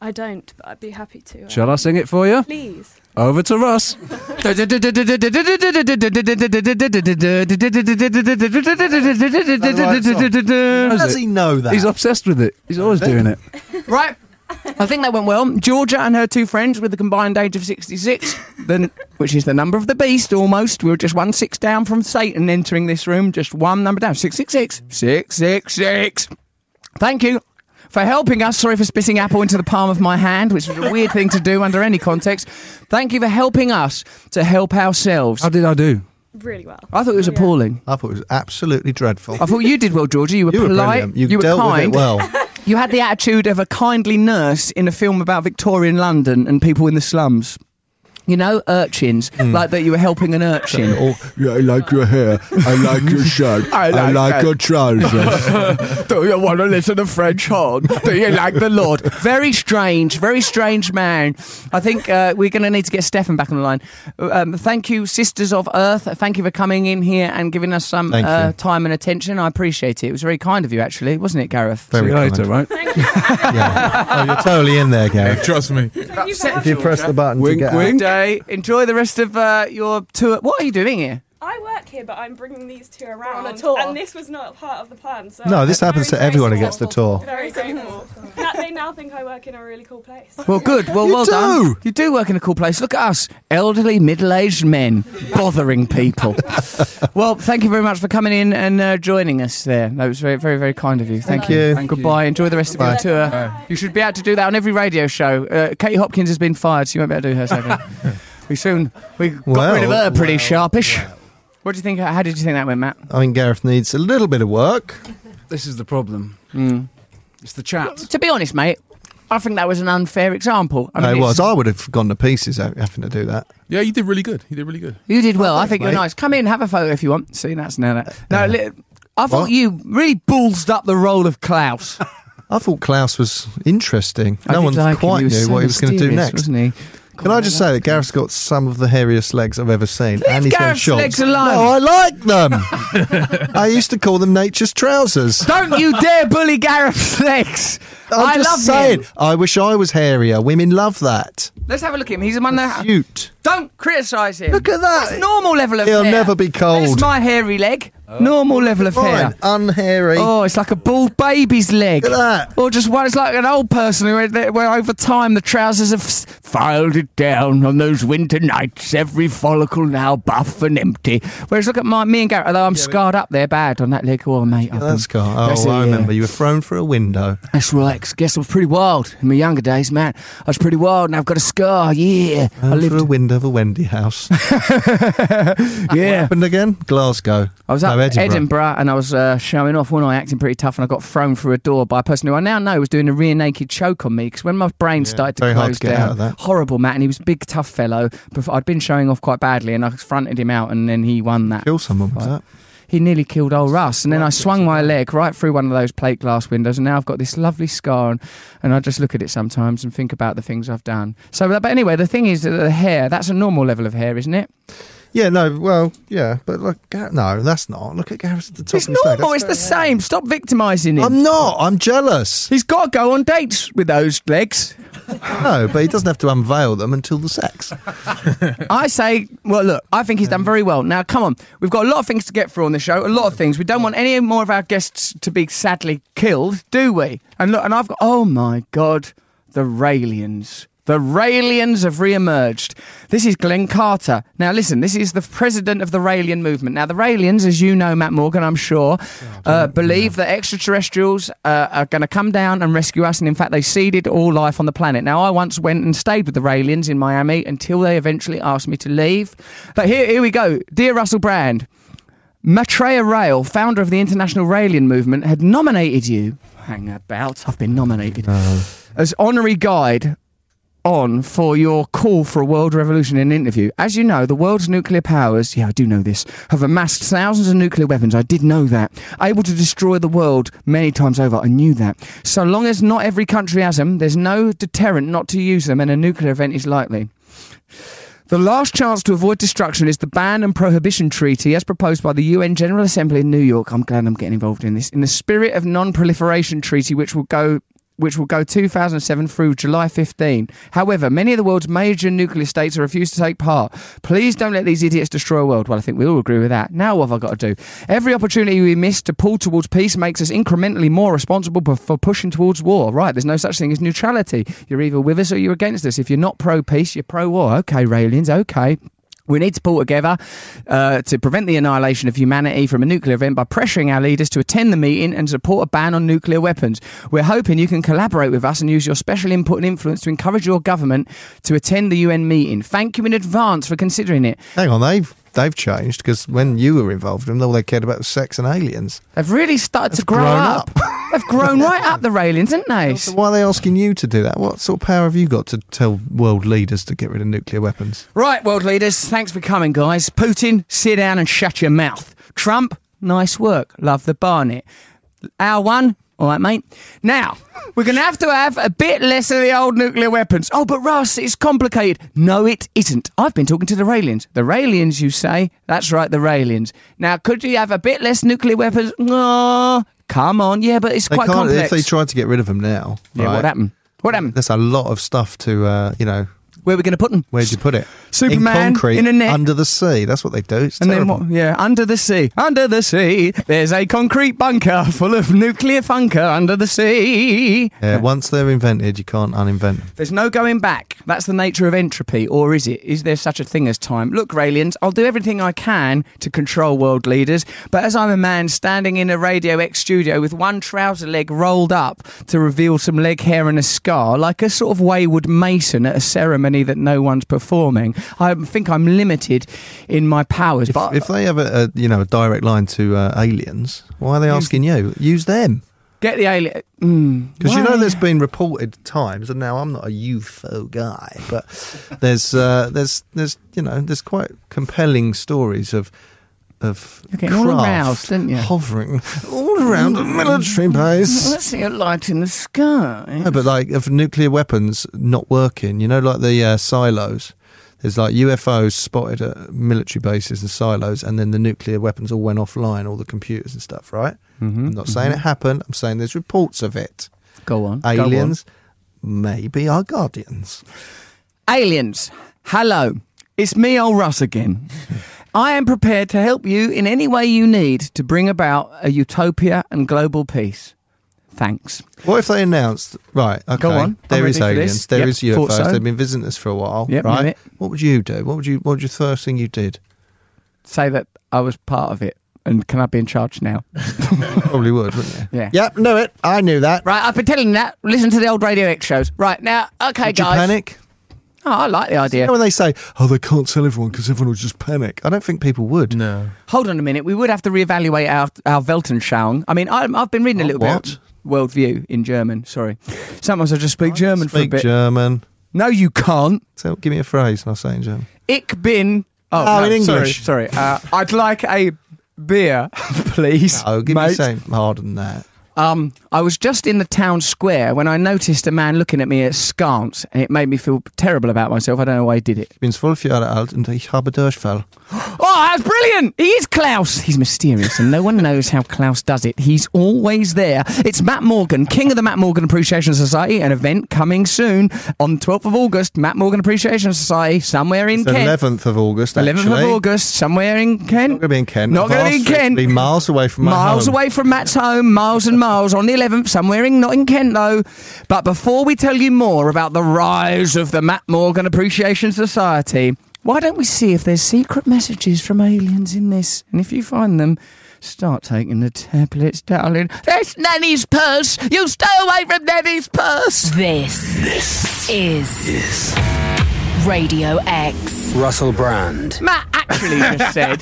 Speaker 10: I don't, but I'd be happy to. uh,
Speaker 1: Shall I sing it for you?
Speaker 10: Please.
Speaker 1: Over to Russ.
Speaker 3: How does
Speaker 1: it?
Speaker 3: he know that?
Speaker 1: He's obsessed with it. He's always doing it.
Speaker 6: Right. I think that went well. Georgia and her two friends with a combined age of 66, then, which is the number of the beast almost. We were just one six down from Satan entering this room, just one number down. 666. 666. Thank you for helping us. Sorry for spitting apple into the palm of my hand, which is a weird thing to do under any context. Thank you for helping us to help ourselves.
Speaker 1: How did I do?
Speaker 10: Really well.
Speaker 3: Uh,
Speaker 6: I thought it was appalling.
Speaker 3: I thought it was absolutely dreadful.
Speaker 6: I thought you did well, Georgia. You were
Speaker 3: You were
Speaker 6: polite.
Speaker 3: brilliant. You, dealt
Speaker 6: were kind.
Speaker 3: with it well.
Speaker 6: You had the attitude of a kindly nurse in a film about Victorian London and people in the slums. You know, urchins, like that you were helping an urchin.
Speaker 3: Oh, yeah, I like your hair. I like your shirt.
Speaker 6: I like that.
Speaker 3: your trousers.
Speaker 6: Do you want to Oh, listen to French horn? Do you like the Lord? Very strange, very strange man. I think uh, we're going to need to get Stefan back on the line. Um, thank you, Sisters of Earth. Thank you for coming in here and giving us some
Speaker 3: Thank
Speaker 6: uh,
Speaker 3: you.
Speaker 6: time and attention. I appreciate it. It was very kind of you, actually, wasn't it, Gareth?
Speaker 3: Very
Speaker 8: See you
Speaker 3: kind.
Speaker 8: later, right?
Speaker 3: Oh, you're totally in there, Gary.
Speaker 4: Trust me.
Speaker 3: If you press the button
Speaker 8: Wink,
Speaker 3: to get
Speaker 8: wink.
Speaker 3: out-
Speaker 6: Good day. Enjoy the rest of uh, your tour. What are you doing here?
Speaker 11: I work here, but I'm bringing these two around
Speaker 12: on a tour.
Speaker 11: and this was not part of the plan. So
Speaker 3: No,
Speaker 11: I'm
Speaker 3: this
Speaker 11: very
Speaker 3: happens to everyone who
Speaker 11: grateful.
Speaker 3: gets the tour.
Speaker 11: Very grateful that they now think I work in a really cool place.
Speaker 6: Well, good. Well,
Speaker 3: You
Speaker 6: well done.
Speaker 3: do.
Speaker 6: You do work in a cool place. Look at us, elderly, middle-aged men bothering people. well, thank you very much for coming in and uh, joining us. There, that was very, very, very kind of you. Thank,
Speaker 3: Thank you.
Speaker 6: Goodbye. Enjoy the rest of your tour. You should be able to do that on every radio show. Uh, Katie Hopkins has been fired, so you won't be able to do her segment. we soon we got rid of her
Speaker 3: Well,
Speaker 6: pretty sharpish. What do you think? How did you think that went, Matt?
Speaker 3: I mean, Gareth needs a little bit of work.
Speaker 8: This is the problem.
Speaker 3: Hmm.
Speaker 8: It's the chat.
Speaker 6: To be honest, mate, I think that was an unfair example. I mean,
Speaker 3: I
Speaker 6: it's-
Speaker 3: was. I would have gone to pieces ha- having to do that.
Speaker 4: Yeah, you did really good. You did really good.
Speaker 6: You did well. I think you're
Speaker 3: mate. Uh,
Speaker 6: nice. Come in, have a photo if you want. See, that's no, no. no li- I thought
Speaker 3: What?
Speaker 6: you really ballsed up the role of Klaus.
Speaker 3: I thought Klaus was interesting.
Speaker 6: I
Speaker 3: No
Speaker 6: did
Speaker 3: one
Speaker 6: like him.
Speaker 3: quite knew
Speaker 6: so
Speaker 3: what he was going to do
Speaker 6: mysterious,
Speaker 3: next.
Speaker 6: wasn't he?
Speaker 3: Can I just say that Gareth's got some of the hairiest legs I've ever seen,
Speaker 6: Leave
Speaker 3: and he's wearing
Speaker 6: Gareth's
Speaker 3: shorts.
Speaker 6: legs alone.
Speaker 3: No, I like them. I used to call them nature's trousers.
Speaker 6: Don't you dare bully Gareth's legs.
Speaker 3: I'm
Speaker 6: I
Speaker 3: just
Speaker 6: love
Speaker 3: saying.
Speaker 6: him.
Speaker 3: I wish I was hairier. Women love that.
Speaker 6: Let's have a look at him. He's a man that
Speaker 3: Cute.
Speaker 6: don't criticise him.
Speaker 3: Look at that.
Speaker 6: That's normal level of
Speaker 3: He'll
Speaker 6: hair.
Speaker 3: never be cold. Uh,
Speaker 6: That's my hairy leg. Normal level of hair.
Speaker 3: Fine, unhairy.
Speaker 6: Oh, it's like a bald baby's leg.
Speaker 3: Look at that.
Speaker 6: Or just one, it's like an old person who, where over time the trousers have s- filed it down on those winter nights, every follicle now buff and empty. Whereas look at my, me and Garrett, although I'm scarred up there bad on that leg. Oh, mate. I
Speaker 3: That's
Speaker 6: think-
Speaker 3: cool. Oh,
Speaker 6: That's it,
Speaker 3: I
Speaker 6: yeah.
Speaker 3: remember. You were thrown through a window.
Speaker 6: That's right. 'cause Guess I was pretty wild in my younger days, man. I was pretty wild and I've got a scar. Yeah. I
Speaker 3: Thrown through a
Speaker 6: lived.
Speaker 3: window of a Wendy house.
Speaker 6: Yeah.
Speaker 3: happened again? Glasgow.
Speaker 6: I was
Speaker 3: No,
Speaker 6: at Edinburgh. and I was uh, showing off, wasn't I? Acting pretty tough, and I got thrown through a door by a person who I now know was doing a rear naked choke on me because when my brain started to
Speaker 3: very
Speaker 6: close
Speaker 3: hard to get
Speaker 6: down,
Speaker 3: out of that.
Speaker 6: horrible, Matt, and he was a big, tough fellow. But I'd been showing off quite badly, and I fronted him out, and then he won that.
Speaker 3: Kill someone with that.
Speaker 6: He nearly killed old Russ, and then I swung my leg right through one of those plate glass windows, and now I've got this lovely scar, and, and I just look at it sometimes and think about the things I've done. So, but anyway, the thing is that the hair—that's a normal level of hair, isn't it?
Speaker 3: Yeah, no, well, yeah, but look, Gar- no, that's not. Look at Gareth at the top
Speaker 6: It's
Speaker 3: of his leg.
Speaker 6: normal. It's
Speaker 3: That's
Speaker 6: the same. Stop victimising him.
Speaker 3: very- I'm not. I'm jealous.
Speaker 6: He's got to go on dates with those legs.
Speaker 3: No, but he doesn't have to unveil them until the sex.
Speaker 6: I say, well, look, I think he's done very well. Now, come on, we've got a lot of things to get through on the show, a lot of things. We don't want any more of our guests to be sadly killed, do we? And look, and I've got, oh my God, the Raelians. The Raelians have re-emerged. This is Glenn Carter. Now, listen, this is the president of the Raelian movement. Now, the Raelians, as you know, Matt Morgan, I'm sure, uh, believe that extraterrestrials uh, are going to come down and rescue us. And in fact, they seeded all life on the planet. Now, I once went and stayed with the Raelians in Miami until they eventually asked me to leave. But here, here we go. Dear Russell Brand, Maitreya Rail, founder of the International Raelian Movement, had nominated you. Hang about, I've been nominated. As honorary guide on for your call for a world revolution in an interview. As you know, the world's nuclear powers, yeah, I do know this, have amassed thousands of nuclear weapons. I did know that. Able to destroy the world many times over. I knew that. So long as not every country has them, there's no deterrent not to use them, and a nuclear event is likely. The last chance to avoid destruction is the Ban and Prohibition Treaty, as proposed by the UN General Assembly in New York. I'm glad I'm getting involved in this. In the spirit of non-proliferation treaty, which will go which will go 2007 through July 15. However, many of the world's major nuclear states have refused to take part. Please don't let these idiots destroy a world. Well, I think we all agree with that. Now what have I got to do? Every opportunity we miss to pull towards peace makes us incrementally more responsible for- for pushing towards war. Right, there's no such thing as neutrality. You're either with us or you're against us. If you're not pro-peace, you're pro-war. Okay, Raelians, okay. We need to pull together uh, to prevent the annihilation of humanity from a nuclear event by pressuring our leaders to attend the meeting and support a ban on nuclear weapons. We're hoping you can collaborate with us and use your special input and influence to encourage your government to attend the UN meeting. Thank you in advance for considering it.
Speaker 3: Hang on, they've they've changed because when you were involved in them, all they cared about was sex and aliens.
Speaker 6: They've really started to grow
Speaker 3: grown
Speaker 6: up. They've grown right up the railings, haven't they?
Speaker 3: So why are they asking you to do that? What sort of power have you got to tell world leaders to get rid of nuclear weapons?
Speaker 6: Right, world leaders, thanks for coming, guys. Putin, sit down and shut your mouth. Trump, nice work. Love the barnet. Our one, all right, mate. Now, we're going to have to have a bit less of the old nuclear weapons. Oh, but Russ, it's complicated. No, it isn't. I've been talking to the Raelians. The Raelians, you say? That's right, the Raelians. Now, could you have a bit less nuclear weapons? No. Come on, yeah, but it's
Speaker 3: They
Speaker 6: quite
Speaker 3: can't
Speaker 6: complex.
Speaker 3: if they tried to get rid of them now.
Speaker 6: yeah,
Speaker 3: right,
Speaker 6: what happened? What happened?
Speaker 3: There's a lot of stuff to uh, you know.
Speaker 6: Where are we going to put them?
Speaker 3: Where'd you put it?
Speaker 6: Superman,
Speaker 3: in concrete
Speaker 6: in a net.
Speaker 3: under the sea. That's what they do. It's
Speaker 6: And then
Speaker 3: terrible.
Speaker 6: what? Yeah, under the sea, under the sea, there's a concrete bunker full of nuclear funker under the sea.
Speaker 3: Yeah, once they're invented, you can't uninvent them.
Speaker 6: There's no going back. That's the nature of entropy, or is it? Is there such a thing as time? Look, Raelians, I'll do everything I can to control world leaders, but as I'm a man standing in a Radio X studio with one trouser leg rolled up to reveal some leg hair and a scar, like a sort of wayward mason at a ceremony that no one's performing, I think I'm limited in my powers. but
Speaker 3: If they have a, a you know a direct line to uh, aliens, why are they asking you? Use them
Speaker 6: get the alien. Mm,
Speaker 3: because you
Speaker 6: why?
Speaker 3: know there's been reported times, and now I'm not a UFO guy, but there's uh, there's there's you know there's quite compelling stories of of
Speaker 6: You're getting all
Speaker 3: craft
Speaker 6: aroused, aren't you?
Speaker 3: hovering all around a military base.
Speaker 6: Let's see a light in the sky.
Speaker 3: No, but like of nuclear weapons not working, you know, like the uh, silos. There's like UFOs spotted at military bases and silos, and then the nuclear weapons all went offline, all the computers and stuff, right? I'm not saying it happened. I'm saying there's reports of it.
Speaker 6: Go on.
Speaker 3: Aliens, maybe our guardians.
Speaker 6: Aliens, hello. It's me, old Russ, again. I am prepared to help you in any way you need to bring about a utopia and global peace. Thanks.
Speaker 3: What if they announced, right, okay,
Speaker 6: Go on, I'm
Speaker 3: there is
Speaker 6: ready for this.
Speaker 3: aliens, there
Speaker 6: Yep,
Speaker 3: is
Speaker 6: thought
Speaker 3: UFOs,
Speaker 6: so.
Speaker 3: they've been visiting us for a while,
Speaker 6: Yep, knew
Speaker 3: right?
Speaker 6: it.
Speaker 3: What would you do? What would you, what would you first thing you did?
Speaker 6: Say that I was part of it and can I be in charge now?
Speaker 3: Probably would, wouldn't you?
Speaker 6: Yeah.
Speaker 3: Yep, knew it. I knew that.
Speaker 6: Right, I've been telling you that. Listen to the old Radio X shows. Right, now, okay,
Speaker 3: Would you
Speaker 6: guys.
Speaker 3: panic?
Speaker 6: Oh, I like the idea.
Speaker 3: You know when they say, "Oh, they can't tell everyone because everyone will just panic." I don't think people would.
Speaker 4: No.
Speaker 6: Hold on a minute. We would have to reevaluate our our Weltanschauung. I mean, I, I've been reading a
Speaker 3: Our
Speaker 6: little bit.
Speaker 3: Oh, what?
Speaker 6: World view in German. Sorry, sometimes I just speak German for a
Speaker 3: Speak
Speaker 6: bit.
Speaker 3: German.
Speaker 6: no, you can't.
Speaker 3: Tell, give me a phrase, and I'll say it in German.
Speaker 6: Ich bin. Oh,
Speaker 3: Oh,
Speaker 6: no,
Speaker 3: in
Speaker 6: sorry,
Speaker 3: English.
Speaker 6: Sorry. Uh, I'd like a beer, please.
Speaker 3: Oh, give me
Speaker 6: mate.
Speaker 3: something harder than that.
Speaker 6: Um, I was just in the town square when I noticed a man looking at me askance, and it made me feel terrible about myself. I don't know why I did it.
Speaker 3: Ich bin zwölf Jahre alt und ich habe Durchfall.
Speaker 6: Oh, that's brilliant! He is Klaus. He's mysterious, and no one knows how Klaus does it. He's always there. It's Matt Morgan, King of the Matt Morgan Appreciation Society, an event coming soon on 12th of August. Matt Morgan Appreciation Society, somewhere in
Speaker 3: It's the
Speaker 6: Kent.
Speaker 3: eleventh of August.
Speaker 6: 11th
Speaker 3: actually.
Speaker 6: of August, somewhere in Kent.
Speaker 3: Not going to be in Kent.
Speaker 6: Not going to be in
Speaker 3: Vastly-
Speaker 6: Kent.
Speaker 3: Be miles away from my
Speaker 6: miles
Speaker 3: home.
Speaker 6: away from Matt's home, miles and miles on the 11th, somewhere in not in Kent though. But before we tell you more about the rise of the Matt Morgan Appreciation Society, why don't we see if there's secret messages from aliens in this? And if you find them, start taking the tablets, darling. That's Nanny's purse. You stay away from Nanny's purse.
Speaker 5: This, this is, Radio X.
Speaker 2: Russell Brand.
Speaker 6: Matt actually just said.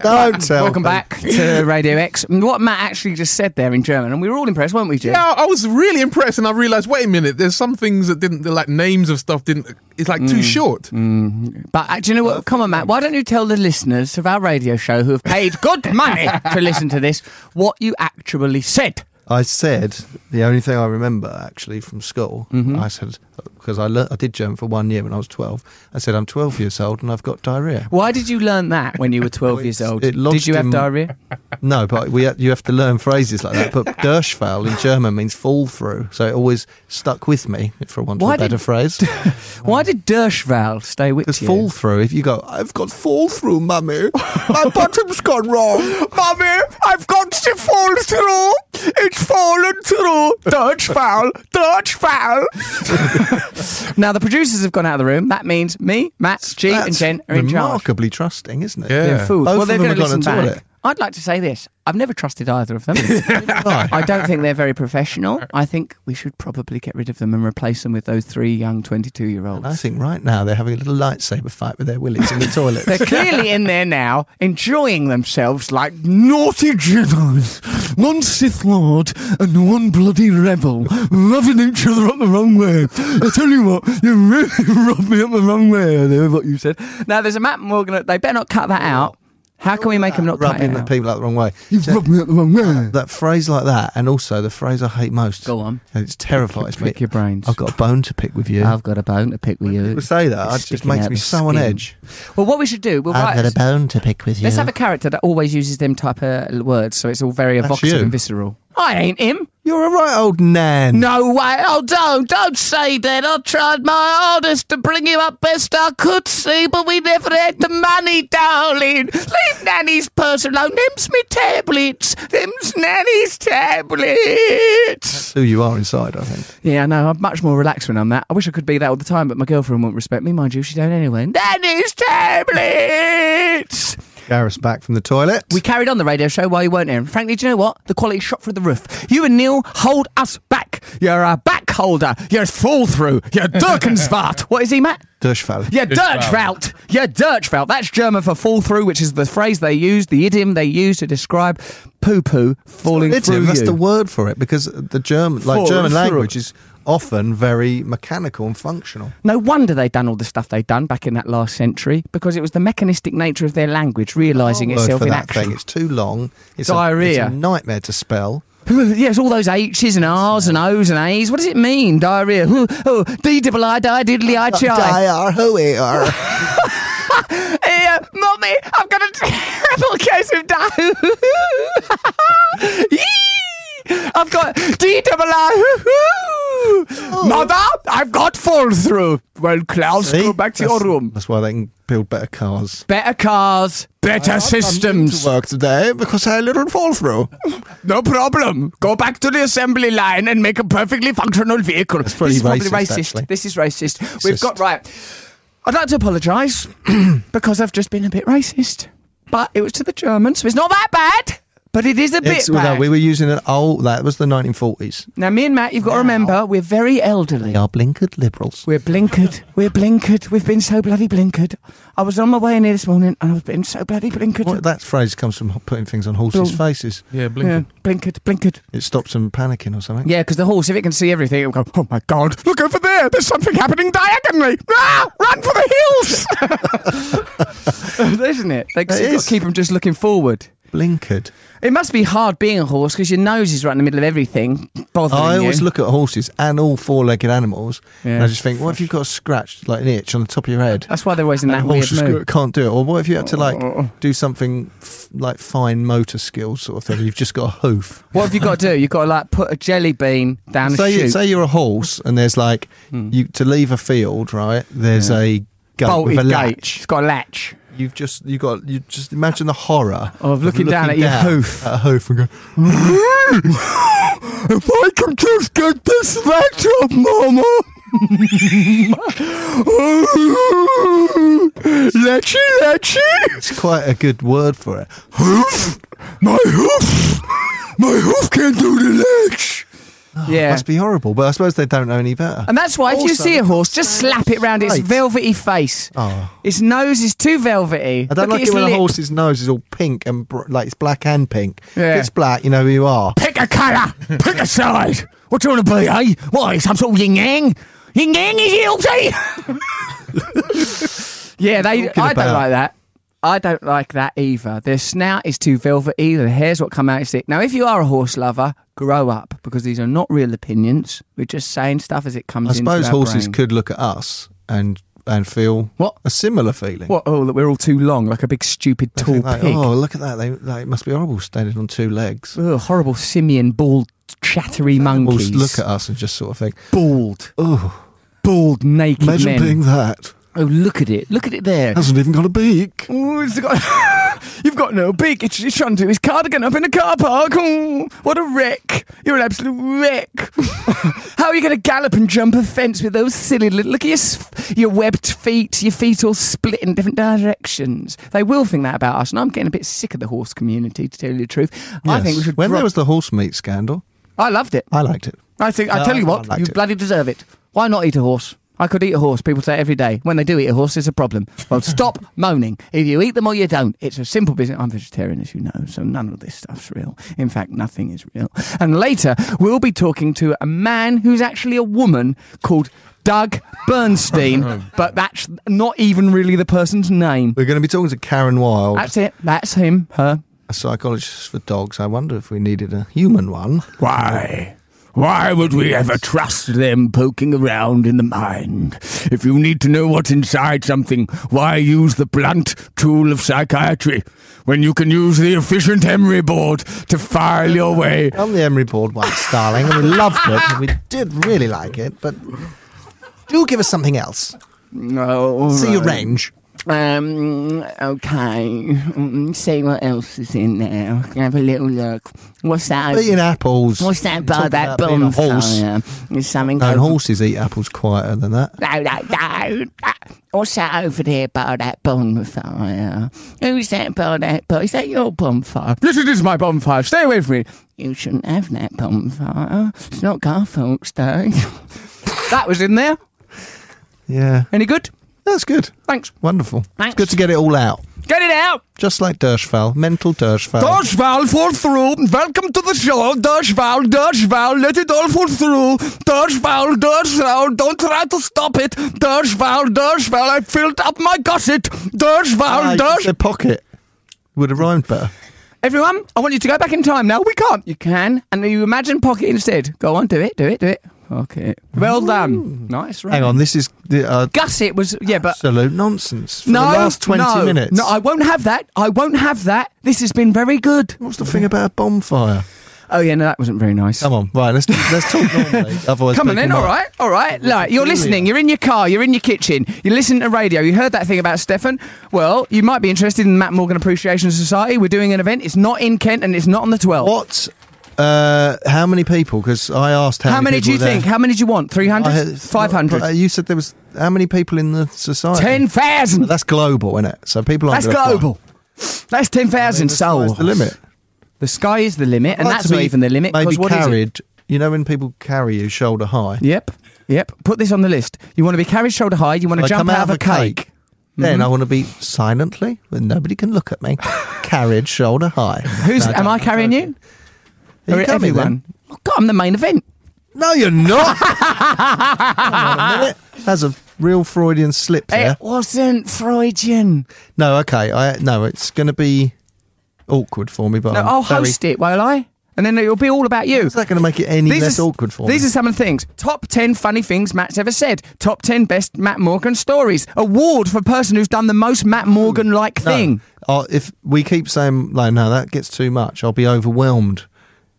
Speaker 3: Don't tell.
Speaker 6: Welcome
Speaker 3: me.
Speaker 6: back to Radio X. What Matt actually just said there in German, and we were all impressed, weren't we, Jim?
Speaker 4: Yeah, I was really impressed, and I realised, wait a minute, there's some things that didn't, like names of stuff didn't. It's like too short.
Speaker 6: But uh, do you know what? Come on, Matt. Why don't you tell the listeners of our radio show who have paid good money to listen to this what you actually said?
Speaker 3: I said the only thing I remember actually from school.
Speaker 6: Mm-hmm.
Speaker 3: I said because I learnt, I did German for one year when I was twelve. I said I'm twelve years old and I've got diarrhea.
Speaker 6: Why did you learn that when you were 12 years old?
Speaker 3: it lodged
Speaker 6: Did you have
Speaker 3: in-
Speaker 6: diarrhea?
Speaker 3: No, but we you have to learn phrases like that. But Durchfall in German means fall through, so it always stuck with me for want of
Speaker 6: Why
Speaker 3: a better
Speaker 6: did-
Speaker 3: phrase.
Speaker 6: Why did Dershval stay with
Speaker 3: Because
Speaker 6: you?
Speaker 3: fall through, if you go, I've got fall through, mummy, my bottom's gone wrong, mummy, I've got to fall through.
Speaker 6: It's fallen through. Dershval. Dershval. now, the producers have gone out of the room. That means me, Matt, G, and Jen are in charge.
Speaker 3: remarkably trusting, isn't it?
Speaker 4: Yeah.
Speaker 6: Being fooled.
Speaker 3: Both
Speaker 6: well,
Speaker 3: of
Speaker 6: they're
Speaker 3: them
Speaker 6: going
Speaker 3: have
Speaker 6: to
Speaker 3: gone
Speaker 6: listen
Speaker 3: and
Speaker 6: back.
Speaker 3: told it.
Speaker 6: I'd like to say this. I've never trusted either of them. I don't think they're very professional. I think we should probably get rid of them and replace them with those three young 22 year olds.
Speaker 3: I think right now they're having a little lightsaber fight with their willies in the toilet.
Speaker 6: They're clearly in there now, enjoying themselves like naughty
Speaker 1: Jedi's, one Sith Lord and one bloody rebel, rubbing each other up the wrong way. I tell you what, you really rubbed me up the wrong way. earlier, what you said.
Speaker 6: Now, there's a Matt Morgan. They better not cut that out. How can we make them not cut
Speaker 3: rubbing
Speaker 6: it
Speaker 3: the
Speaker 6: out?
Speaker 3: people out the wrong way.
Speaker 1: You rubbed me up the wrong way.
Speaker 3: That phrase like that, and also the phrase I hate most.
Speaker 6: Go on.
Speaker 3: And It's terrifies me.
Speaker 6: Pick your brains.
Speaker 3: I've got a bone to pick with you.
Speaker 6: I've got a bone to pick with you.
Speaker 3: People say that,
Speaker 6: It's
Speaker 3: it just
Speaker 6: sticking
Speaker 3: makes
Speaker 6: out
Speaker 3: me
Speaker 6: the
Speaker 3: so on
Speaker 6: skin.
Speaker 3: edge.
Speaker 6: Well, what we should do, we'll write,
Speaker 3: bone to pick with you.
Speaker 6: let's have a character that always uses them type of words, so it's all very
Speaker 3: That's
Speaker 6: evocative
Speaker 3: you.
Speaker 6: and visceral. I ain't him.
Speaker 3: You're a right old nan.
Speaker 6: No way. Oh, don't, don't say that. I tried my hardest to bring him up best I could see, but we never had the money, darling. Leave Nanny's purse alone. Them's me tablets. Them's Nanny's tablets.
Speaker 3: Who you are inside, I think.
Speaker 6: Yeah, no, I'm much more relaxed when I'm that. I wish I could be that all the time, but my girlfriend won't respect me. Mind you, she don't anyway. Nanny's tablets.
Speaker 3: Gareth's back from the toilet.
Speaker 6: We carried on the radio show while you weren't here. And frankly, do you know what? The quality shot through the roof. You and Neil hold us back. You're a back holder. You're fall through. You're Durkensvart. what is he, Matt?
Speaker 3: Dushfall.
Speaker 6: You're Dirchvelt. You're Dirchvelt. That's German for fall through, which is the phrase they use, the idiom they use to describe poo poo falling through.
Speaker 3: That's
Speaker 6: you.
Speaker 3: the word for it because the German, like
Speaker 6: Full
Speaker 3: German
Speaker 6: through.
Speaker 3: language, is often very mechanical and functional.
Speaker 6: No wonder they'd done all the stuff they'd done back in that last century, because it was the mechanistic nature of their language realising
Speaker 3: Word
Speaker 6: itself
Speaker 3: Oh, for
Speaker 6: in
Speaker 3: that
Speaker 6: action.
Speaker 3: thing. It's too long. It's a-
Speaker 6: Diarrhea.
Speaker 3: it's a nightmare to spell.
Speaker 6: Yes, all those H's and R's and O's and A's. What does it mean? Diarrhea. Oh, oh, D double I die diddly I chi. Eh, Mummy, I've got a terrible case of di. Yee! I've got D double I. Mother, I've got fall through. Well, Klaus,
Speaker 3: Oh. See?
Speaker 6: go back to your
Speaker 3: That's-
Speaker 6: room.
Speaker 3: That's why they can build better cars.
Speaker 6: Better cars, better systems.
Speaker 3: To work today because I had a little fall through.
Speaker 6: No problem. Go back to the assembly line and make a perfectly functional vehicle.
Speaker 3: pretty
Speaker 6: this is probably
Speaker 3: racist,
Speaker 6: racist.
Speaker 3: actually.
Speaker 6: This is racist. We've
Speaker 3: Racist.
Speaker 6: got right. I'd like to apologise because I've just been a bit racist, but it was to the Germans, so it's not that bad. But it is a bit
Speaker 3: It's-
Speaker 6: bad.
Speaker 3: no, we were using an old. That was the 1940s.
Speaker 6: now, me and Matt, you've got to remember, we're very elderly.
Speaker 3: They are blinkered liberals.
Speaker 6: We're blinkered. We're blinkered. We've been so bloody blinkered. I was on my way in here this morning, and I've been so bloody blinkered.
Speaker 3: What, that phrase comes from putting things on horses'
Speaker 6: Blink.
Speaker 3: faces.
Speaker 6: Oh.
Speaker 4: Yeah,
Speaker 6: Yeah,
Speaker 4: blinking.
Speaker 6: blinkered, blinkered.
Speaker 3: It stops them panicking or something.
Speaker 6: Yeah, because the horse, if it can see everything, it'll go, oh my God, look over there, there's something happening diagonally. Ah, run for the hills! Isn't it? Like, 'cause
Speaker 3: It
Speaker 6: you've got
Speaker 3: is.
Speaker 6: to keep them just looking forward.
Speaker 3: Blinkered.
Speaker 6: It must be hard being a horse because your nose is right in the middle of everything, bothering
Speaker 3: I
Speaker 6: you.
Speaker 3: always look at horses and all four-legged animals, and
Speaker 6: Yeah.
Speaker 3: I just think, what if you've got a scratch, like an itch on the top of your head?
Speaker 6: That's why they're always in
Speaker 3: and
Speaker 6: that
Speaker 3: a
Speaker 6: weird
Speaker 3: horse is
Speaker 6: mood.
Speaker 3: good, can't do it. Or what if you had to
Speaker 6: Oh.
Speaker 3: like do something f- like fine motor skills sort of thing? You've just got a hoof.
Speaker 6: What have you got to do? You've got to like put a jelly bean down a
Speaker 3: say, you,
Speaker 6: chute.
Speaker 3: say you're a horse, and there's like
Speaker 6: Hmm.
Speaker 3: you to leave a field, right? There's a gate
Speaker 6: bolted
Speaker 3: with a
Speaker 6: gate.
Speaker 3: latch.
Speaker 6: It's got a latch.
Speaker 3: You've just you got you just imagine the horror
Speaker 6: Of looking down at your hoof.
Speaker 3: at a hoof, and go.
Speaker 1: If I can just get this match up, Mama. lechy, lechy.
Speaker 3: It's quite a good word for it.
Speaker 1: Hoof. My hoof. My hoof can't do the ledge.
Speaker 6: yeah.
Speaker 3: Must be horrible, but I suppose they don't know any better.
Speaker 6: And that's why if you
Speaker 3: Also,
Speaker 6: see a
Speaker 3: for
Speaker 6: horse, just slap it round its
Speaker 3: sake.
Speaker 6: velvety face.
Speaker 3: Oh.
Speaker 6: Its nose is too velvety.
Speaker 3: I don't
Speaker 6: Look at
Speaker 3: like
Speaker 6: its
Speaker 3: it when
Speaker 6: lip.
Speaker 3: a horse's nose is all pink and br- like it's black and pink.
Speaker 6: Yeah.
Speaker 3: If it's black, you know who you are.
Speaker 1: Pick a colour. Pick a side. What do you want to be, eh? Why, some sort of yin yang? Yin yang is guilty.
Speaker 6: Yeah, they.
Speaker 3: talking
Speaker 6: I don't
Speaker 3: about?
Speaker 6: like that. I don't like that either. Their snout is too velvety. The hair's what come out its thick. Now, if you are a horse lover, grow up because these are not real opinions. We're just saying stuff as it comes.
Speaker 3: I suppose
Speaker 6: into our
Speaker 3: horses
Speaker 6: brain.
Speaker 3: could look at us and and feel
Speaker 6: What?
Speaker 3: a similar feeling.
Speaker 6: What? Oh, that we're all too long, like a big stupid
Speaker 3: They
Speaker 6: tall
Speaker 3: think like,
Speaker 6: pig.
Speaker 3: oh, look at that! They, they it must be horrible standing on two legs.
Speaker 6: Ugh, horrible simian, bald, chattery
Speaker 3: Animals
Speaker 6: monkeys.
Speaker 3: look at us and just sort of think,
Speaker 6: bald,
Speaker 3: oh,
Speaker 6: bald, naked
Speaker 3: imagine
Speaker 6: men.
Speaker 3: being that.
Speaker 1: Oh, look at it. Look at it there.
Speaker 8: Hasn't even got a beak.
Speaker 6: Ooh, it's got, you've got no beak. It's, it's trying to do his cardigan up in a car park. Ooh, what a wreck. You're an absolute wreck. How are you going to gallop and jump a fence with those silly little. Look at your, s- your webbed feet. Your feet all split in different directions. They will think that about us. And I'm getting a bit sick of the horse community, to tell you the truth. I think we
Speaker 3: Yes.
Speaker 6: should.
Speaker 3: When
Speaker 6: drop-
Speaker 3: there was the horse meat scandal,
Speaker 6: I loved it.
Speaker 3: I liked it.
Speaker 6: I think I
Speaker 3: No,
Speaker 6: tell you
Speaker 3: I-
Speaker 6: what,
Speaker 3: I liked
Speaker 6: you
Speaker 3: it.
Speaker 6: bloody deserve it. Why not eat a horse? I could eat a horse. People say it every day. When they do eat a horse, it's a problem. Well, stop moaning. Either you eat them or you don't. It's a simple business. I'm vegetarian, as you know, so none of this stuff's real. In fact, nothing is real. And later, we'll be talking to a man who's actually a woman called Doug Bernstein, but that's not even really the person's name.
Speaker 3: We're going to be talking to Karen Wilde,
Speaker 6: That's it. That's him, her,
Speaker 3: a psychologist for dogs. I wonder if we needed a human one.
Speaker 1: Why? Why would we ever trust them poking around in the mind? If you need to know what's inside something, why use the blunt tool of psychiatry when you can use the efficient emery board to file your way?
Speaker 3: On the Emery board once, darling, and we loved it. And we did really like it, but do give us something else.
Speaker 6: No.
Speaker 3: See your range.
Speaker 6: Um, okay. Mm, See what else is in there. Can I Have a little look. What's that?
Speaker 3: Eating apples.
Speaker 6: What's that
Speaker 3: Talk
Speaker 6: bar? That
Speaker 3: about being a
Speaker 6: bonfire?
Speaker 3: horse.
Speaker 6: There's something.
Speaker 3: No, and
Speaker 6: over-
Speaker 3: horses eat apples quieter than that.
Speaker 6: No, no, no. What's that over there by that bonfire? Who's that by that bonfire? Is that your bonfire? Yes, it is my bonfire. Stay away from me. You shouldn't have that bonfire. It's not Garfunkel's day. that was in there.
Speaker 3: Yeah.
Speaker 6: Any good?
Speaker 3: That's good.
Speaker 6: Thanks.
Speaker 3: Wonderful.
Speaker 6: Thanks.
Speaker 3: It's good to get it all out.
Speaker 6: Get it out.
Speaker 3: Just like Dershfell. Mental Dershfell.
Speaker 6: Dodge Val for through. Welcome to the show. Dodge Val, Dodge Val, let it all fall through. Dodge Val, Dodge Val, don't try to stop it. Dodge Val, Dodge Val, I filled up my gusset. Dodge
Speaker 3: Ah,
Speaker 6: Val, Oh, Dodge.
Speaker 3: Their pocket would have rhymed better.
Speaker 6: Everyone, I want you to go back in time now. We can't. You can. And you imagine pocket instead. Go on, do it, do it, do it. Okay. Well done. Nice, right?
Speaker 3: Hang on, this is the uh,
Speaker 6: Gusset was, yeah, but
Speaker 3: absolute nonsense. For the last 20
Speaker 6: no,
Speaker 3: minutes.
Speaker 6: No, I won't have that. I won't have that. This has been very good.
Speaker 3: What's the thing about a bonfire?
Speaker 6: Oh, yeah, no, that wasn't very nice.
Speaker 3: Come on, right, let's, let's talk normally. Otherwise
Speaker 6: Come on
Speaker 3: people
Speaker 6: then, all
Speaker 3: might-
Speaker 6: right, all right. Like, you're
Speaker 3: Brilliant.
Speaker 6: listening, you're in your car, you're in your kitchen, you listen to radio, you heard that thing about Stefan. Well, you might be interested in Matt Morgan Appreciation Society. We're doing an event, it's not in Kent and it's not on the 12th.
Speaker 3: What? Uh, how many people? Because I asked how,
Speaker 6: How many do
Speaker 3: people
Speaker 6: you
Speaker 3: were there.
Speaker 6: think? How many do you want?
Speaker 3: I
Speaker 6: 300?
Speaker 3: had- Uh,
Speaker 6: 500?
Speaker 3: you said there was how many people in the society?
Speaker 6: 10,000!
Speaker 3: That's global, isn't it? So people aren't
Speaker 6: That's
Speaker 3: gonna fly.
Speaker 6: global. That's
Speaker 3: I mean,
Speaker 6: 10,000
Speaker 3: the sky's
Speaker 6: souls.
Speaker 3: The limit,
Speaker 6: The sky is the limit, and
Speaker 3: I'd like
Speaker 6: that's
Speaker 3: to
Speaker 6: not
Speaker 3: be
Speaker 6: even the limit. 'cause
Speaker 3: Maybe
Speaker 6: what is it?
Speaker 3: carried. You know when people carry you shoulder high.
Speaker 6: Yep, yep. Put this on the list. You want to be carried shoulder high, you want to
Speaker 3: I
Speaker 6: jump
Speaker 3: come
Speaker 6: out of a cake. Mm-hmm.
Speaker 3: Then I want to be silently, when nobody can look at me, carried shoulder high.
Speaker 6: Who's?
Speaker 3: No,
Speaker 6: am
Speaker 3: don't.
Speaker 6: I carrying you?
Speaker 3: Are
Speaker 6: Or
Speaker 3: you coming
Speaker 6: everyone? Oh, God, I'm the main event.
Speaker 3: then? No, you're not. Hang on a minute. That's a real Freudian slip there.
Speaker 6: It wasn't Freudian.
Speaker 3: No, okay. I no, it's going to be awkward for me, but
Speaker 6: No, oh,
Speaker 3: I'm
Speaker 6: I'll
Speaker 3: Oh, very-
Speaker 6: host it, won't I? And then it'll be all about you.
Speaker 3: Is that going to make it any less awkward for
Speaker 6: these
Speaker 3: me?
Speaker 6: are some of the things. Top 10 funny things Matt's ever said. Top 10 best Matt Morgan stories. Award for person who's done the most Matt Morgan like
Speaker 3: No.
Speaker 6: thing.
Speaker 3: I'll- if we keep saying like no, that gets too much. I'll be overwhelmed.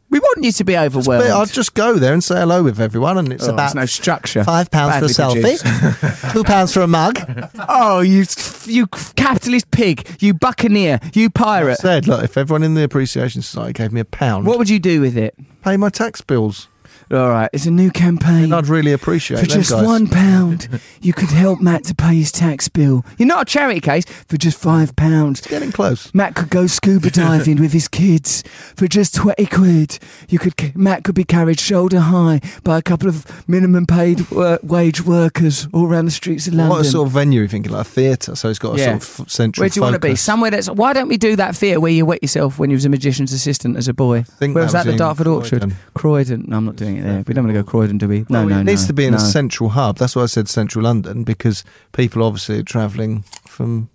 Speaker 6: We want you to be
Speaker 3: But
Speaker 6: overwhelmed.
Speaker 3: I'll just go there and say hello with everyone, and it's
Speaker 6: Oh,
Speaker 3: about
Speaker 6: there's no structure.
Speaker 3: Five pounds for a
Speaker 6: Badly
Speaker 3: selfie, two pounds for a mug.
Speaker 6: oh, you, you capitalist pig. You buccaneer. You pirate.
Speaker 3: Said look, if everyone in the appreciation society gave me a pound,
Speaker 6: What would you do with it?
Speaker 3: pay my tax bills,
Speaker 6: All right, it's a new campaign.
Speaker 3: and I'd really appreciate
Speaker 6: For
Speaker 3: them
Speaker 6: just
Speaker 3: guys.
Speaker 6: one pound, you could help Matt to pay his tax bill. You're not a charity case. For just five pounds,
Speaker 3: Getting close.
Speaker 6: Matt could go scuba diving with his kids. For just twenty quid, you could Matt could be carried shoulder high by a couple of minimum paid wor- wage workers all around the streets of London.
Speaker 3: What sort of venue are you thinking? Like a theatre, so it's got a
Speaker 6: Yeah.
Speaker 3: sort of f- central.
Speaker 6: where do you want to be?
Speaker 3: focus.
Speaker 6: Somewhere that's. Why don't we do that theatre where you wet yourself when you was a magician's assistant as a boy?
Speaker 3: think
Speaker 6: where
Speaker 3: that
Speaker 6: was that?
Speaker 3: was
Speaker 6: The
Speaker 3: in
Speaker 6: Dartford Orchard,
Speaker 3: Croydon.
Speaker 6: Croydon. No, I'm not doing it there. We don't want to go Croydon, do we? No,
Speaker 3: Well,
Speaker 6: no,
Speaker 3: it needs
Speaker 6: no,
Speaker 3: to be in
Speaker 6: no.
Speaker 3: a central hub. That's why I said central London because people obviously are travelling from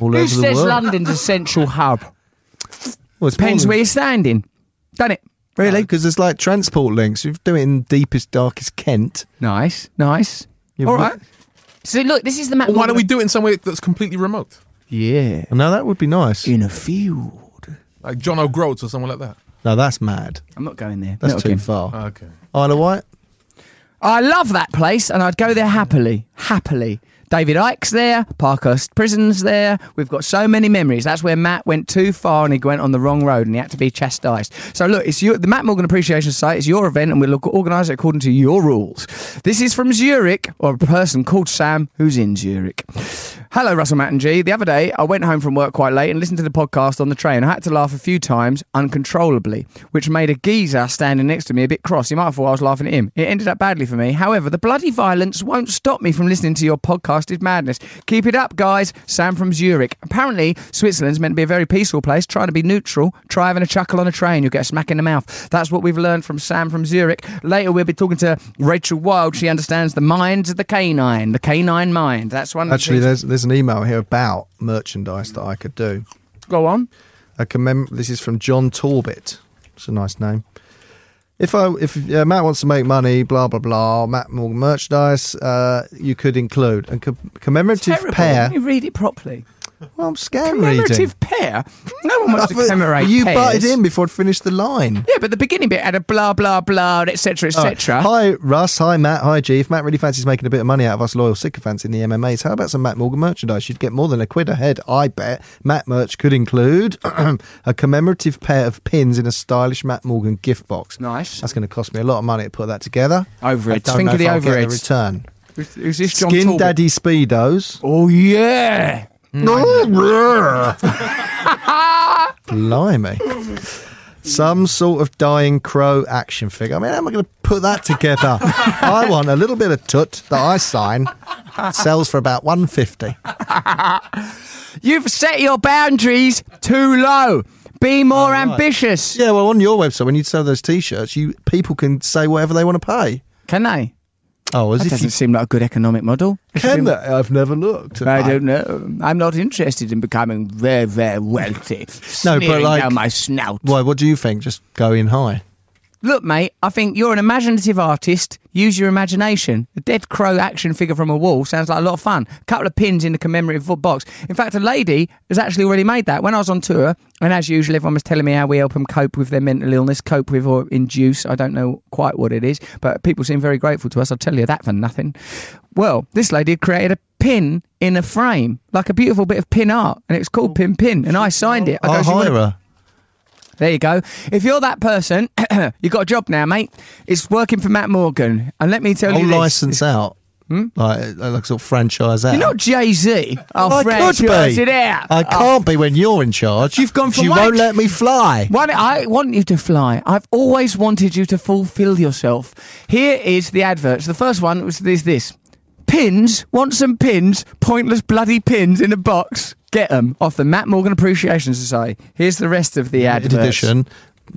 Speaker 3: all
Speaker 6: Who
Speaker 3: over the
Speaker 6: says
Speaker 3: world.
Speaker 6: London's a central hub?
Speaker 3: Well, it's
Speaker 6: Depends where you're standing. Done it. Really?
Speaker 3: because there's like transport links. If you do it in deepest, darkest Kent,
Speaker 6: Nice. Nice.
Speaker 3: you've
Speaker 6: All right. So look, this is the map.
Speaker 4: Why don't we do it in somewhere that's completely remote?
Speaker 6: Yeah.
Speaker 3: Now that would be nice.
Speaker 6: In a field.
Speaker 4: Like John O'Groats or someone like that?
Speaker 3: Now that's mad.
Speaker 6: I'm not going there.
Speaker 3: That's
Speaker 6: Not
Speaker 3: too
Speaker 6: again.
Speaker 3: far.
Speaker 4: Okay.
Speaker 6: Uh,
Speaker 3: Isle of Wight.
Speaker 6: I love that place, and I'd go there happily. Happily. David Icke's there, Parkhurst Prison's there. We've got so many memories. That's where Matt went too far and he went on the wrong road and he had to be chastised. So look, it's your, the Matt Morgan Appreciation Society. It's your event and we'll look- organise it according to your rules. This is from Zurich, or a person called Sam who's in Zurich. Hello, Russell, Matt, and G. The other day, I went home from work quite late and listened to the podcast on the train. I had to laugh a few times uncontrollably, which made a geezer standing next to me a bit cross. He might have thought I was laughing at him. It ended up badly for me. However, the bloody violence won't stop me from listening to your podcast. Is madness. Keep it up, guys. Sam from Zurich. Apparently, Switzerland's meant to be a very peaceful place. Trying to be neutral. Try having a chuckle on a train. You'll get a smack in the mouth. That's what we've learned from Sam from Zurich. Later, we'll be talking to Rachel Wild. She understands the mind of the canine, the canine mind. That's one. of the
Speaker 3: Actually,
Speaker 6: things-
Speaker 3: there's there's an email here about merchandise that I could do.
Speaker 6: Go on.
Speaker 3: A commem- this is from John Torbett. It's a nice name. If I if uh, Matt wants to make money, blah blah blah, Matt Morgan merchandise, uh, you could include and co- commemorative
Speaker 6: Terrible.
Speaker 3: pair.
Speaker 6: Let me read it properly.
Speaker 3: Well, I'm scared reading.
Speaker 6: Commemorative pair. No one wants to commemorate.
Speaker 3: You
Speaker 6: pairs.
Speaker 3: butted in before I'd finished the line.
Speaker 6: Yeah, but the beginning bit had a blah blah blah, etc.
Speaker 3: All right.
Speaker 6: etc.
Speaker 3: Uh, Hi Russ, hi Matt, hi G. If Matt really fancies making a bit of money out of us loyal sycophants in the MMAs, how about some Matt Morgan merchandise? You'd get more than a quid a head, I bet. Matt merch could include a commemorative pair of pins in a stylish Matt Morgan gift box.
Speaker 6: Nice.
Speaker 3: That's going to cost me a lot of money to put that together.
Speaker 6: Overheads.
Speaker 3: I don't
Speaker 6: Think
Speaker 3: know
Speaker 6: of
Speaker 3: if
Speaker 6: the
Speaker 3: I'll get
Speaker 6: overheads.
Speaker 3: the return.
Speaker 6: Who's, who's this John
Speaker 3: Skin
Speaker 6: Talbot?
Speaker 3: Daddy Speedos.
Speaker 6: Oh yeah.
Speaker 3: Blimey. Some sort of dying crow action figure. I mean, how am I going to put that together? I want a little bit of tut that I sign. Sells for about 150.
Speaker 6: You've set your boundaries too low. Be more
Speaker 3: right.
Speaker 6: ambitious.
Speaker 3: Yeah, well, on your website, when you sell those T-shirts, you people can say whatever they want to pay.
Speaker 6: Can they?
Speaker 3: Oh, as
Speaker 6: That
Speaker 3: if
Speaker 6: doesn't
Speaker 3: you
Speaker 6: seem like a good economic model.
Speaker 3: can that. I've never looked.
Speaker 6: I don't know. I'm not interested in becoming very, very wealthy.
Speaker 3: No, but
Speaker 6: Sneering
Speaker 3: like-
Speaker 6: down my snout.
Speaker 3: Why? What do you think? Just go in high.
Speaker 6: Look, mate, I think you're an imaginative artist. Use your imagination. A dead crow action figure from a wall sounds like a lot of fun. A couple of pins in the commemorative foot box. In fact, a lady has actually already made that. When I was on tour, and as usual, everyone was telling me how we help them cope with their mental illness, cope with or induce. I don't know quite what it is, but people seem very grateful to us. I'll tell you that for nothing. Well, this lady had created a pin in a frame, like a beautiful bit of pin art, and it was called Pin Pin, and I signed it. I
Speaker 3: I'll
Speaker 6: goes, "You wanna-
Speaker 3: hire her.
Speaker 6: there you go. If you're that person, you got a job now, mate. It's working for Matt Morgan. And let me tell
Speaker 3: I'll
Speaker 6: you this.
Speaker 3: license out. Like, like sort of franchise out.
Speaker 6: Hmm? You're not Jay Z. I'll
Speaker 3: Oh, I could
Speaker 6: franchise
Speaker 3: be.
Speaker 6: it out.
Speaker 3: I can't be when you're in charge.
Speaker 6: You've gone from
Speaker 3: You
Speaker 6: one
Speaker 3: won't
Speaker 6: ex-
Speaker 3: let me fly.
Speaker 6: Why don't- I want you to fly. I've always wanted you to fulfill yourself. Here is the adverts. The first one was is this. Pins, want some pins, pointless bloody pins in a box. Get them off the Matt Morgan Appreciation Society. Here's the rest of the adverts.
Speaker 3: Limited edition,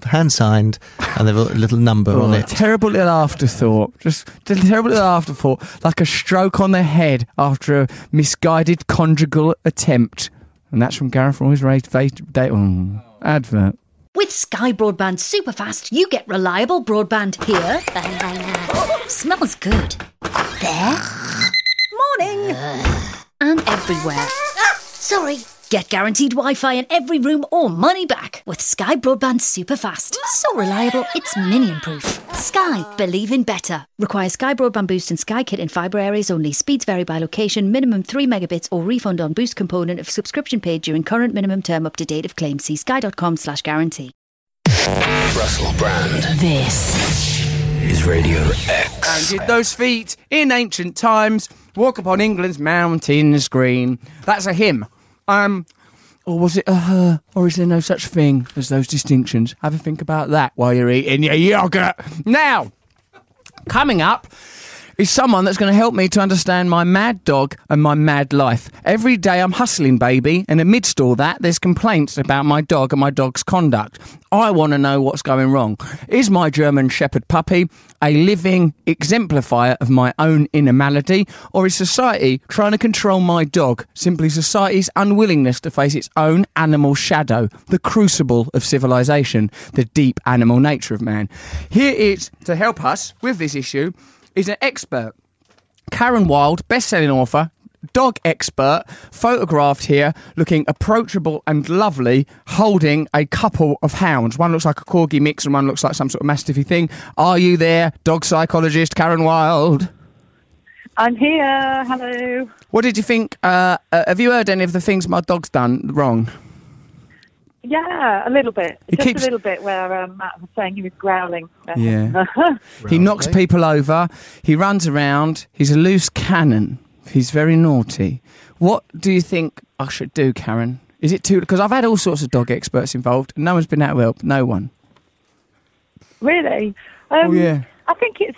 Speaker 3: hand signed, and they've got a little number on
Speaker 6: Oh,
Speaker 3: it.
Speaker 6: Terrible little afterthought. Just, just a terrible little afterthought. Like a stroke on the head after a misguided conjugal attempt. And that's from Gareth Roy's raised date oh, advert.
Speaker 12: With Sky Broadband Superfast, you get reliable broadband here. Smells good. There. Morning. And everywhere. Sorry. Get guaranteed Wi Fi in every room or money back with Sky Broadband Superfast. So reliable, it's minion proof. Sky, believe in better. Requires Sky Broadband Boost and Sky Kit in fibre areas only. Speeds vary by location. Minimum 3 megabits or refund on boost component of subscription paid during current minimum term up to date of claim. See sky.com slash guarantee.
Speaker 2: Russell Brand
Speaker 5: This
Speaker 2: is Radio X.
Speaker 6: And did those feet in ancient times walk upon England's mountains green? That's a hymn. Um, or was it a her? Or is there no such thing as those distinctions? Have a think about that while you're eating your yogurt. Now, coming up is someone that's going to help me to understand my mad dog and my mad life. Every day I'm hustling, baby, and amidst all that, there's complaints about my dog and my dog's conduct. I want to know what's going wrong. Is my German Shepherd puppy a living exemplifier of my own inner malady, or is society trying to control my dog? Simply society's unwillingness to face its own animal shadow, the crucible of civilization, the deep animal nature of man. Here is to help us with this issue is an expert. Karen Wilde, best-selling author, dog expert, photographed here looking approachable and lovely, holding a couple of hounds. One looks like a corgi mix and one looks like some sort of mastiffy thing. Are you there, dog psychologist Karen Wilde?
Speaker 10: I'm here. Hello.
Speaker 6: What did you think? Uh, uh, have you heard any of the things my dog's done wrong?
Speaker 10: Yeah, a little bit.
Speaker 6: He
Speaker 10: Just
Speaker 6: keeps-
Speaker 10: a little bit where um, Matt was saying he was growling.
Speaker 6: Yeah. he knocks people over. He runs around. He's a loose cannon. He's very naughty. What do you think I should do, Karen? Is it too? Because I've had all sorts of dog experts involved. No one's been out of help. No one.
Speaker 10: really? Um,
Speaker 6: Oh, yeah.
Speaker 10: I think it's.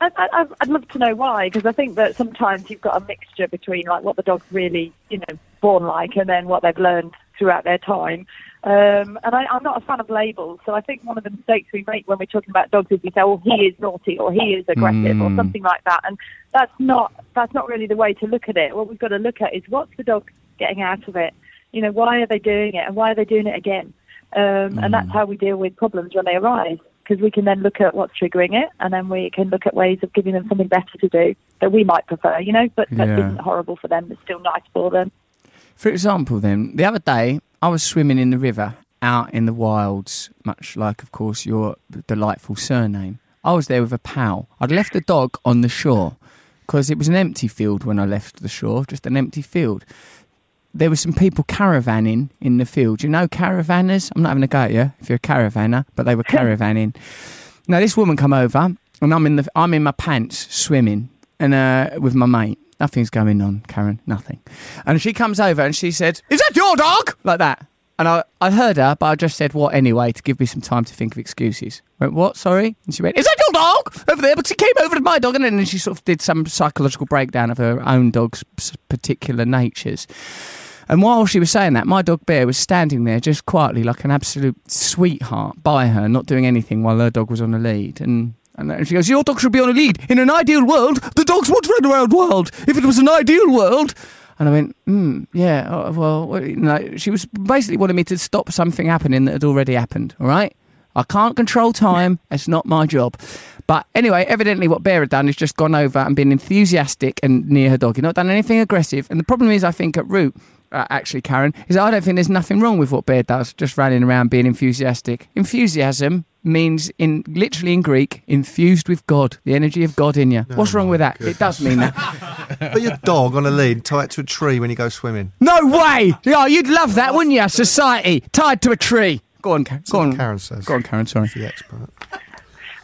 Speaker 10: I, I, I'd love to know why, because I think that sometimes you've got a mixture between like what the dog's really, you know, born like, and then what they've learned throughout their time. Um, and I, I'm not a fan of labels, so I think one of the mistakes we make when we're talking about dogs is we say, "Oh, he is naughty," or "He is aggressive," or
Speaker 13: Mm.
Speaker 10: something like that. And that's not that's not really the way to look at it. What we've got to look at is what's the dog getting out of it. You know, why are they doing it, and why are they doing it again? Um, And that's how we deal with problems when they arise, because we can then look at what's triggering it, and then we can look at ways of giving them something better to do that we might prefer, you know, but that
Speaker 6: Yeah.
Speaker 10: isn't horrible for them, that's still nice for them.
Speaker 6: For example, then, the other day I was swimming in the river out in the wilds, much like, of course, your delightful surname. I was there with a pal. I'd left the dog on the shore because it was an empty field when I left the shore, just an empty field. There were some people caravanning in the field. You know, caravanners? I'm not having a go at you if you're a caravanner, but they were caravanning. Now this woman come over, and I'm in the I'm in my pants swimming, and uh, with my mate. Nothing's going on, Karen. Nothing. And she comes over and she said, "Is that your dog?" Like that. And I, I heard her, but I just said what anyway to give me some time to think of excuses. I went, what? Sorry? And she went, Is that your dog over there? But she came over to my dog, and then she sort of did some psychological breakdown of her own dog's s- particular natures. And while she was saying that, my dog Bear was standing there just quietly, like an absolute sweetheart, by her, not doing anything while her dog was on the lead. And, and she goes, Your dog should be on a lead. In an ideal world, the dogs would run around wild. If it was an ideal world. And I went, Hmm, yeah, oh, well, well," you know, she was basically wanting me to stop something happening that had already happened, all right? I can't control time. It's not my job. But anyway, evidently, what Bear had done is just gone over and been enthusiastic and near her dog. He's not done anything aggressive. And the problem is, I think at root, uh, actually, Karen, is I don't think there's nothing wrong with what Bear does, just running around being enthusiastic. Enthusiasm means, in literally in Greek, infused with God, the energy of God in you. What's wrong with that? It does mean that.
Speaker 3: Put your dog on a lead, tie it to a tree when you go swimming.
Speaker 6: No way! Yeah, you'd love that, wouldn't you? Society tied to a tree. Go on, Karen. Go on, Karen
Speaker 3: says.
Speaker 6: Go on, Karen. Sorry.
Speaker 3: The expert.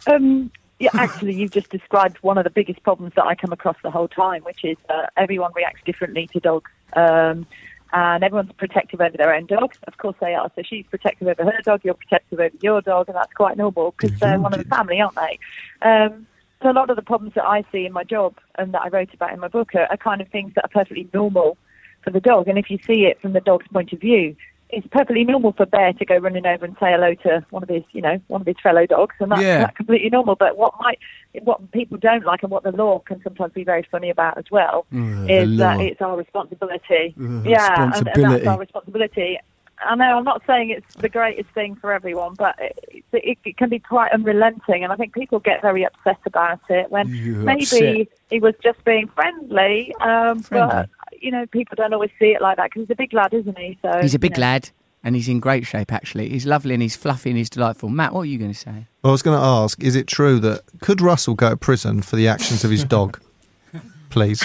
Speaker 10: Um, yeah, actually, you've just described one of the biggest problems that I come across the whole time, which is uh, everyone reacts differently to dogs. Um, and everyone's protective over their own dog. Of course they are. So she's protective over her dog, you're protective over your dog, and that's quite normal because they're one of the family, aren't they? Um, so a lot of the problems that I see in my job and that I wrote about in my book are, are kind of things that are perfectly normal for the dog. And if you see it from the dog's point of view, it's perfectly normal for Bear to go running over and say hello to one of his, you know, one of his fellow dogs, and that's,
Speaker 13: Yeah.
Speaker 10: that's completely normal. But what might, what people don't like, and what the law can sometimes be very funny about as well,
Speaker 13: Ugh, Oh, the
Speaker 10: is that
Speaker 13: law.
Speaker 10: it's our responsibility.
Speaker 13: Ugh,
Speaker 10: yeah, and- And, that's
Speaker 13: responsibility.
Speaker 10: our responsibility. I know I'm not saying it's the greatest thing for everyone, but it, it, it can be quite unrelenting, and I think people get very upset about it when
Speaker 13: Yeah,
Speaker 10: maybe
Speaker 13: upset.
Speaker 10: he was just being friendly, um,
Speaker 6: Friendly.
Speaker 10: but you know people don't always see it like that because he's a big lad, isn't he? So
Speaker 6: He's a big
Speaker 10: you know.
Speaker 6: lad and he's in great shape, actually. He's lovely and he's fluffy and he's delightful. Matt, what are you going to say?
Speaker 3: I was going to ask: Is it true that could Russell go to prison for the actions of his dog? Please,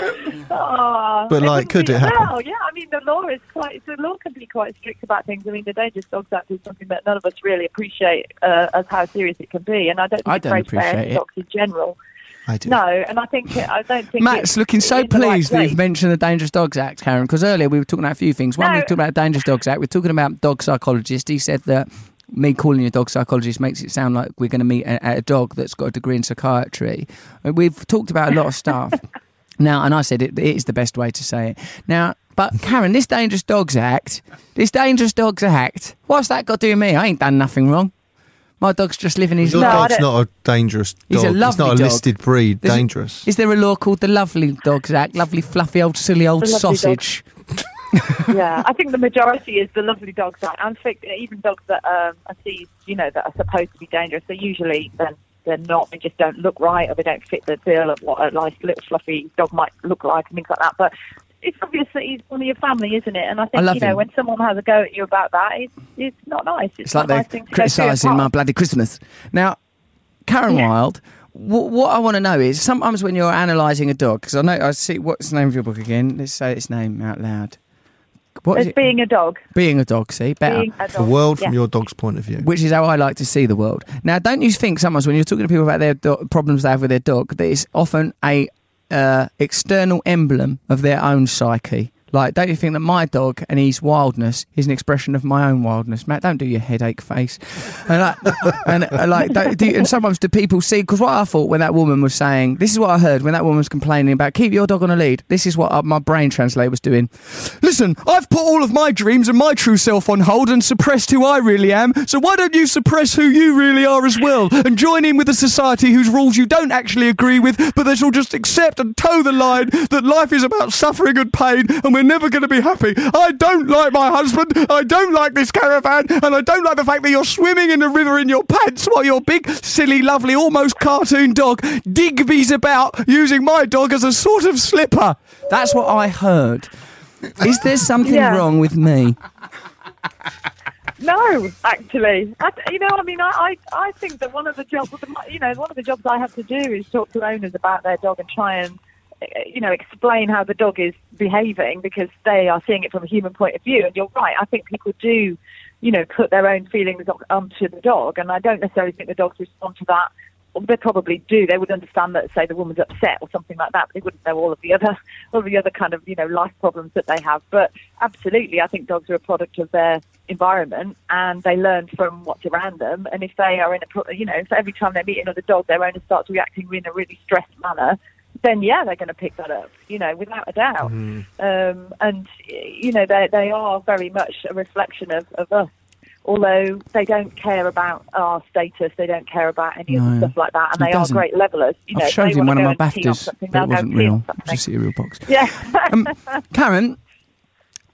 Speaker 10: Aw,
Speaker 3: But, like,
Speaker 10: wouldn't
Speaker 3: could
Speaker 10: be-
Speaker 3: it happen?
Speaker 10: Oh, Well, yeah. I mean, the law is quite. The law can be quite strict about things. I mean, the Dangerous Dogs Act is something that none of us really appreciate uh, as how serious it can be, and I don't. Think
Speaker 6: I
Speaker 10: it's
Speaker 6: don't
Speaker 10: very fair
Speaker 6: appreciate
Speaker 10: to
Speaker 6: it.
Speaker 10: Dogs in general.
Speaker 3: I
Speaker 6: do.
Speaker 10: No, and I think I don't think.
Speaker 6: Matt's
Speaker 10: it's
Speaker 6: looking so
Speaker 10: in the right
Speaker 6: pleased that
Speaker 10: place.
Speaker 6: you've mentioned the Dangerous Dogs Act, Karen, because earlier we were talking about a few things. One, we
Speaker 10: No.
Speaker 6: were talking about the Dangerous Dogs Act, we are talking about dog psychologist. He said that me calling you a dog psychologist makes it sound like we're going to meet a, a dog that's got a degree in psychiatry. And We've talked about a lot of stuff. Now, and I said it, it is the best way to say it. Now, but Karen, this Dangerous Dogs Act, this Dangerous Dogs Act, what's that got to do with me? I ain't done nothing wrong. My dog's just living his
Speaker 3: your
Speaker 6: life.
Speaker 3: dog's not a dangerous dog.
Speaker 6: He's a
Speaker 3: it's
Speaker 6: lovely
Speaker 3: not a
Speaker 6: dog.
Speaker 3: listed breed.
Speaker 6: There's-
Speaker 3: dangerous.
Speaker 6: Is there a law called the Lovely Dogs Act? Lovely, fluffy, old, silly, old
Speaker 10: The lovely dog.
Speaker 6: sausage.
Speaker 10: yeah, I think the majority is the lovely dogs that, and fic- even dogs that um, are seized, you know, that are supposed to be dangerous. They usually then they're not. They just don't look right, or they don't fit the bill of what a nice little fluffy dog might look like, and things like that. But it's obvious that he's one of your family, isn't it? And I think
Speaker 6: love
Speaker 10: you know
Speaker 6: him.
Speaker 10: when someone has a go at you about that, it's, it's not nice. It's,
Speaker 6: It's
Speaker 10: not
Speaker 6: like
Speaker 10: a nice
Speaker 6: they're
Speaker 10: thing to go through as
Speaker 6: criticising
Speaker 10: part
Speaker 6: my bloody Christmas. Now, Karen Wilde, what, what I want to know is sometimes when you're analysing a dog, because I know I see what's the name of your book again. Let's say its name out loud. What is
Speaker 10: As
Speaker 6: it?
Speaker 10: being a dog.
Speaker 6: Being a dog, see better.
Speaker 10: Being a The dog, world from yeah. your
Speaker 6: dog's point of view, which is how I like to see the world. Now, don't you think sometimes when you're talking to people about their do- problems they have with their dog, that it's often a uh, external emblem of their own psyche? Like, don't you think that my dog and his wildness is an expression of my own wildness, Matt? Don't do your headache face. And like, and uh, like, don't, do you, and sometimes do people see? Because what I thought when that woman was saying, this is what I heard when that woman was complaining about keep your dog on a lead. This is what uh, my brain translator was doing. Listen, I've put all of my dreams and my true self on hold and suppressed who I really am. So why don't you suppress who you really are as well and join in with a society whose rules you don't actually agree with, but that will just accept and toe the line that life is about suffering and pain and we're never going to be happy. I don't like my husband. I don't like this caravan. And I don't like the fact that you're swimming in the river in your pants while your big, silly, lovely, almost cartoon dog Digby's about using my dog as a sort of slipper. That's what I heard. Is there something
Speaker 10: Yeah.
Speaker 6: wrong with me?
Speaker 10: No, actually, I, you know, I mean, I, I, I think that one of the jobs, you know, one of the jobs I have to do is talk to owners about their dog and try and, eh, you know, explain how the dog is behaving because they are seeing it from a human point of view. And you're right, I think people do, you know, put their own feelings on- onto the dog, and I don't necessarily think the dogs respond to that. They probably do. They would understand that, say, the woman's upset or something like that. But they wouldn't know all of the other, all the other kind of, you know, life problems that they have. But absolutely, I think dogs are a product of their environment and they learn from what's around them. And if they are in a, pro- you know, if every time they meet another dog, their owner starts reacting in a really stressed manner, then yeah, they're going to pick that up, you know, without a doubt. Um, and y- you know, they they are very much a reflection of, of us. Although they don't care about our status, they don't care about any of
Speaker 6: No.
Speaker 10: the stuff like that, and
Speaker 6: He
Speaker 10: they
Speaker 6: doesn't.
Speaker 10: are great levelers. You know,
Speaker 6: I've
Speaker 10: if
Speaker 6: showed
Speaker 10: they
Speaker 6: him one
Speaker 10: wanna
Speaker 6: of my
Speaker 10: go and tee off
Speaker 6: BAFTAs,
Speaker 10: something,
Speaker 6: but
Speaker 10: they'll
Speaker 6: it
Speaker 10: go
Speaker 6: wasn't
Speaker 10: and tee off
Speaker 6: real.
Speaker 10: something.
Speaker 6: It's just a cereal box.
Speaker 10: Yeah.
Speaker 6: Karen,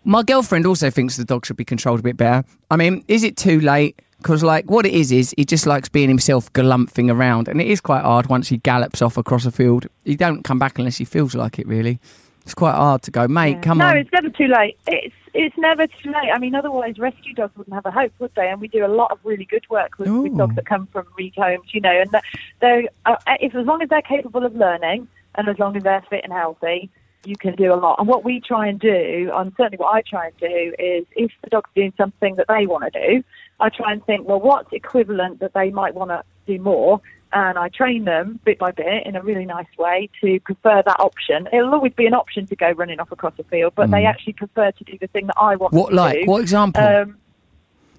Speaker 6: my girlfriend also thinks the dog should be controlled a bit better. I mean, is it too late? Because, like, what it is, is he just likes being himself galumphing around. And it is quite hard once he gallops off across a field. He don't come back unless he feels like it, really. It's quite hard to go, mate, come
Speaker 10: no,
Speaker 6: on.
Speaker 10: it's never too late. It's it's never too late. I mean, otherwise rescue dogs wouldn't have a hope, would they? And we do a lot of really good work with, with dogs that come from rec homes, you know. And that- they're uh, if as long as they're capable of learning and as long as they're fit and healthy, you can do a lot. And what we try and do, and certainly what I try and do, is if the dog's doing something that they want to do, I try and think, well, what's equivalent that they might want to do more? And I train them bit by bit in a really nice way to prefer that option. It'll always be an option to go running off across the field, but they
Speaker 6: Mm.
Speaker 10: actually prefer to do the thing that I want.
Speaker 6: What,
Speaker 10: them to
Speaker 6: like?
Speaker 10: do.
Speaker 6: What example?
Speaker 10: Um,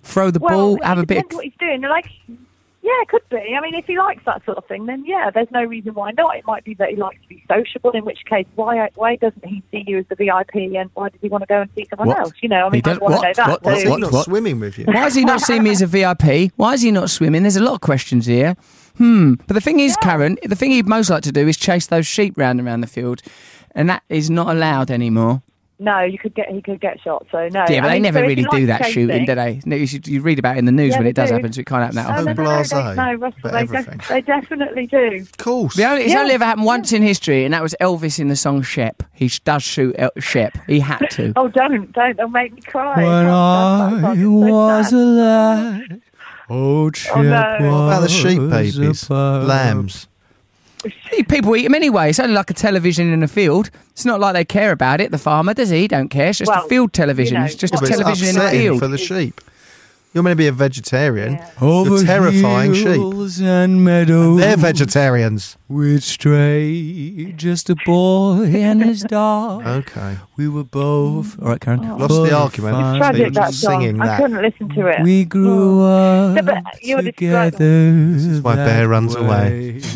Speaker 6: Throw the
Speaker 10: well,
Speaker 6: ball, have
Speaker 10: it
Speaker 6: a bit
Speaker 10: depends what he's doing. Like, yeah, it could be. I mean, if he likes that sort of thing, then yeah, there's no reason why not. It might be that he likes to be sociable, in which case, why why doesn't he see you as the VIP, and why does he want to go and see someone
Speaker 6: What?
Speaker 10: else? You know, I mean, I
Speaker 6: doesn't-
Speaker 10: want to know that.
Speaker 6: what, what,
Speaker 10: too.
Speaker 6: what, what? Why is he not seeing me as a VIP? Why is he not swimming? There's a lot of questions here. Hmm. But the thing is, Karen, the thing he'd most like to do is chase those sheep round and round the field, and that is not allowed anymore.
Speaker 10: No, you could get he could get shot. So no.
Speaker 6: yeah, but
Speaker 10: I
Speaker 6: they
Speaker 10: mean,
Speaker 6: never
Speaker 10: so if
Speaker 6: really
Speaker 10: you like
Speaker 6: do that
Speaker 10: chasing-
Speaker 6: shooting, do they? No, you, should, you read about it in the news
Speaker 10: Yeah,
Speaker 6: when
Speaker 10: they
Speaker 6: it does
Speaker 10: do. Um,
Speaker 6: happen, so it can't happen that
Speaker 10: No,
Speaker 6: often.
Speaker 10: no, no, no, they, no, Russell, they, def- they definitely do. Of
Speaker 3: course.
Speaker 6: The only, it's
Speaker 10: Yeah.
Speaker 6: only ever happened once in history, and that was Elvis in the song Shep. He sh- does shoot El- Shep. He had to.
Speaker 10: oh, don't, don't. They'll make me cry.
Speaker 6: when I was alive, old Shep
Speaker 10: Oh, no. What
Speaker 3: about the sheep
Speaker 6: was a
Speaker 3: babies?
Speaker 6: pup.
Speaker 3: Lambs.
Speaker 6: Hey, People eat them anyway. It's only like a television in a field. It's not like they care about it. The farmer does he? He don't care. It's just
Speaker 3: Well,
Speaker 6: a field television.
Speaker 3: you know,
Speaker 6: it's just
Speaker 3: Yeah,
Speaker 6: a
Speaker 3: but it's
Speaker 6: television in a
Speaker 3: upsetting
Speaker 6: field.
Speaker 3: for the sheep. You're meant to be a vegetarian.
Speaker 6: Over
Speaker 3: You're terrifying sheep.
Speaker 6: hills and meadows,
Speaker 3: They're vegetarians.
Speaker 6: We'd stray just a boy and his dog.
Speaker 3: Okay.
Speaker 6: We were both. All right, Karen.
Speaker 3: What's the argument?
Speaker 10: It's tragic that song. I couldn't listen to it.
Speaker 6: We grew up
Speaker 10: No, but you're describing-
Speaker 6: together. This is
Speaker 3: why Bear runs away.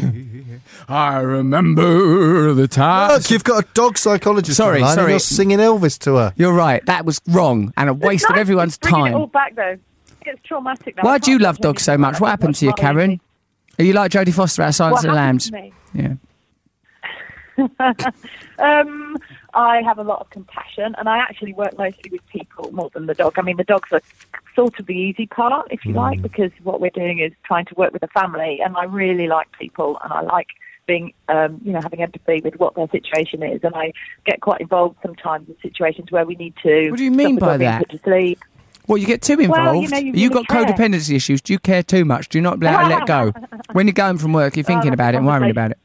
Speaker 6: I remember the time.
Speaker 3: Look, you've got a dog psychologist.
Speaker 6: Sorry,
Speaker 3: online and
Speaker 6: sorry.
Speaker 3: You're singing Elvis to her.
Speaker 6: You're right. That was wrong and a
Speaker 10: It's
Speaker 6: waste of
Speaker 10: nice
Speaker 6: everyone's
Speaker 10: bringing
Speaker 6: time.
Speaker 10: It all back though. It's traumatic. Now. I
Speaker 6: Why do you
Speaker 10: can't
Speaker 6: love
Speaker 10: watch
Speaker 6: dogs so much? What happened to you,
Speaker 10: What happened
Speaker 6: Karen? Are you like Jodie Foster out of
Speaker 10: What
Speaker 6: Silence of the Lambs?
Speaker 10: happened to me?
Speaker 6: Yeah.
Speaker 10: um, I have a lot of compassion, and I actually work mostly with people more than the dog. I mean, the dogs are sort of the easy part, if you
Speaker 6: Mm.
Speaker 10: like, because what we're doing is trying to work with a family, and I really like people, and I like being, um, you know, having empathy with what their situation is, and I get quite involved sometimes in situations where we need to.
Speaker 6: What do you mean
Speaker 10: stop the
Speaker 6: by
Speaker 10: dog being
Speaker 6: that?
Speaker 10: put to sleep.
Speaker 6: Well, you get too
Speaker 10: Well, you
Speaker 6: involved.
Speaker 10: know,
Speaker 6: you
Speaker 10: you
Speaker 6: have
Speaker 10: really
Speaker 6: got
Speaker 10: care.
Speaker 6: codependency issues. Do you care too much? Do you not be able to let go? When you're going from work, you're thinking about it and worrying about it.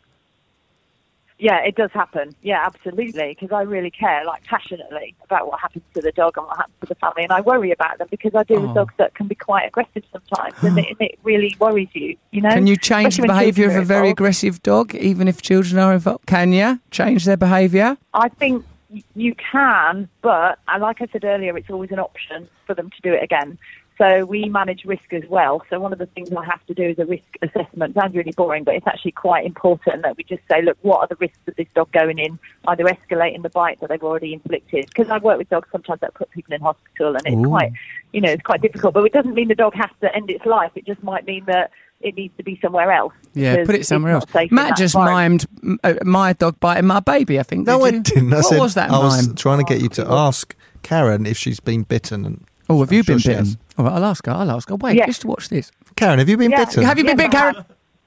Speaker 10: Yeah, it does happen. Yeah, absolutely. Because I really care, like passionately, about what happens to the dog and what happens to the family, and I worry about them because I deal
Speaker 6: Oh.
Speaker 10: with dogs that can be quite aggressive sometimes, and it, and it really worries you. You know,
Speaker 6: Can you change the
Speaker 10: Especially when
Speaker 6: behaviour of
Speaker 10: children
Speaker 6: a
Speaker 10: are
Speaker 6: very
Speaker 10: involved.
Speaker 6: aggressive dog, even if children are involved? Can you change their behaviour?
Speaker 10: I think y- you can, but and like I said earlier, it's always an option for them to do it again. So we manage risk as well. So one of the things I have to do is a risk assessment. Sounds really boring, but it's actually quite important that we just say, look, what are the risks of this dog going in, either escalating the bite that they've already inflicted? Because I work with dogs sometimes that put people in hospital, and it's
Speaker 13: Ooh.
Speaker 10: quite, you know, it's quite difficult. But it doesn't mean the dog has to end its life. It just might mean that it needs to be somewhere else.
Speaker 6: Yeah,
Speaker 10: because
Speaker 6: put it
Speaker 10: it's
Speaker 6: somewhere
Speaker 10: not
Speaker 6: else.
Speaker 10: safe in
Speaker 6: Matt
Speaker 10: that
Speaker 6: just
Speaker 10: environment.
Speaker 6: mimed mm, uh, my dog biting my baby. I think. No, did I
Speaker 3: didn't. I
Speaker 6: What
Speaker 3: said-
Speaker 6: was that
Speaker 3: I was
Speaker 6: mime?
Speaker 3: trying to get you to ask Karen if she's been bitten. And
Speaker 6: oh, have you been bitten?
Speaker 3: All
Speaker 6: right, I'll ask her. I'll ask her. Wait,
Speaker 10: Yeah.
Speaker 6: just watch this.
Speaker 3: Karen, have you been
Speaker 10: Yeah.
Speaker 3: bitten?
Speaker 6: Have you been
Speaker 10: Yes,
Speaker 6: bitten,
Speaker 10: I
Speaker 6: Karen?
Speaker 10: have.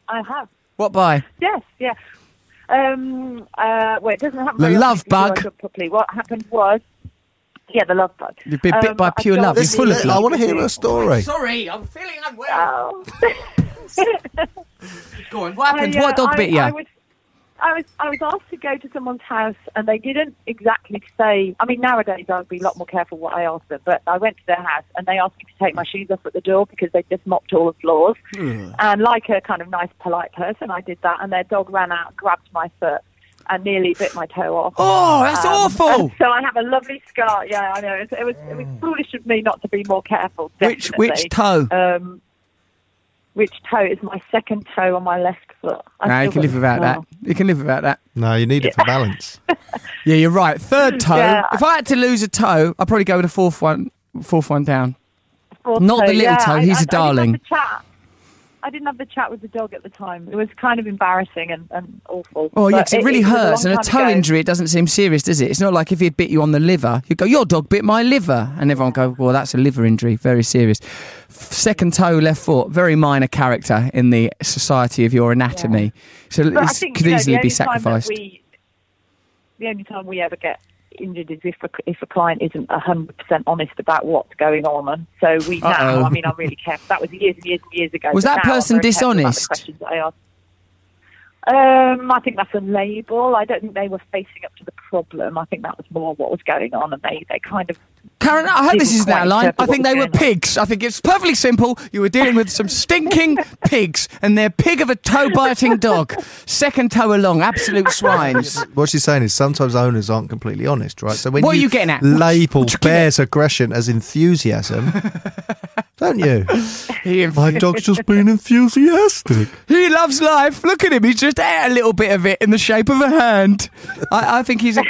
Speaker 10: I have.
Speaker 6: What by?
Speaker 10: Yes, yeah. Um, uh, well, it doesn't happen.
Speaker 6: The
Speaker 10: very often
Speaker 6: love
Speaker 10: because I
Speaker 6: bug.
Speaker 10: do it Properly. What happened was, yeah, the love bug. Um,
Speaker 6: You've been bit by
Speaker 10: I
Speaker 6: pure
Speaker 10: got
Speaker 6: love.
Speaker 10: the-
Speaker 6: It's full of love. I wanna hear her story.
Speaker 10: Sorry, I'm feeling unwell.
Speaker 6: Go on. What happened? What dog
Speaker 10: Oh, I,
Speaker 6: bit you?
Speaker 10: I was, I was I was asked to go to someone's house and they didn't exactly say. I mean, nowadays I'd be a lot more careful what I asked them, but I went to their house and they asked me to take my shoes off at the door because they would just mopped all the floors.
Speaker 6: Hmm.
Speaker 10: And like a kind of nice, polite person, I did that, and their dog ran out, grabbed my foot, and nearly bit my toe off. Um,
Speaker 6: Oh, that's awful. Hmm.
Speaker 10: and So I have a lovely scar. Yeah, I know. It was, it was, it was foolish of me not to be more careful.
Speaker 6: Which-
Speaker 10: definitely.
Speaker 6: which toe?
Speaker 10: Um, which toe is my second toe on my left foot? I
Speaker 6: Nah, you can
Speaker 10: still got
Speaker 6: live
Speaker 10: the
Speaker 6: without that.
Speaker 10: scar.
Speaker 6: You can live without that.
Speaker 3: No, you need it for balance.
Speaker 6: yeah, you're right. Third toe.
Speaker 10: Mm, Yeah.
Speaker 6: If I had to lose a toe, I'd probably go with a fourth one. Fourth one down.
Speaker 10: Fourth
Speaker 6: Not the little
Speaker 10: yeah,
Speaker 6: toe,
Speaker 10: I-
Speaker 6: he's
Speaker 10: I-
Speaker 6: a darling.
Speaker 10: I didn't have the chat. I didn't have the chat with the dog at the time. It was kind of embarrassing and, and awful.
Speaker 6: Oh,
Speaker 10: But
Speaker 6: yeah, 'cause it really
Speaker 10: was long
Speaker 6: hurts. And a
Speaker 10: time
Speaker 6: toe
Speaker 10: ago.
Speaker 6: injury, it doesn't seem serious, does it? It's not like if he'd bit you on the liver, you'd go, Your dog bit my liver. And everyone go, Well, that's a liver injury. Very serious. F- Second toe, left foot, very minor character in the society of your anatomy. So
Speaker 10: But I
Speaker 6: it
Speaker 10: think,
Speaker 6: could
Speaker 10: you know, the
Speaker 6: easily
Speaker 10: only
Speaker 6: be
Speaker 10: time that
Speaker 6: sacrificed.
Speaker 10: we- The only time we ever get injured is if a, if a client isn't 100% honest about what's going on. And so we
Speaker 6: Uh-oh.
Speaker 10: now, I mean, I'm really careful. That was years and years and years ago.
Speaker 6: Was
Speaker 10: but
Speaker 6: that
Speaker 10: now I'm
Speaker 6: person
Speaker 10: very careful about the
Speaker 6: dishonest?
Speaker 10: questions that I ask. Um, I think that's a label. I don't think they were facing up to the problem. I think that was more what was going on, and they, they kind of.
Speaker 6: Karen, I hope this
Speaker 10: didn't
Speaker 6: isn't out
Speaker 10: quite
Speaker 6: of line.
Speaker 10: interpret
Speaker 6: I
Speaker 10: what
Speaker 6: think
Speaker 10: was
Speaker 6: they were
Speaker 10: going on.
Speaker 6: pigs. I think it's perfectly simple. You were dealing with some stinking pigs and their pig of a toe biting dog. Second toe along, absolute swines.
Speaker 3: What she's saying is sometimes owners aren't completely honest, right? So when
Speaker 6: What are you getting at?
Speaker 3: label bears aggression as enthusiasm, don't you? My dog's just been enthusiastic.
Speaker 6: He loves life. Look at him. He's just ate a little bit of it in the shape of a hand. I, I think he's a.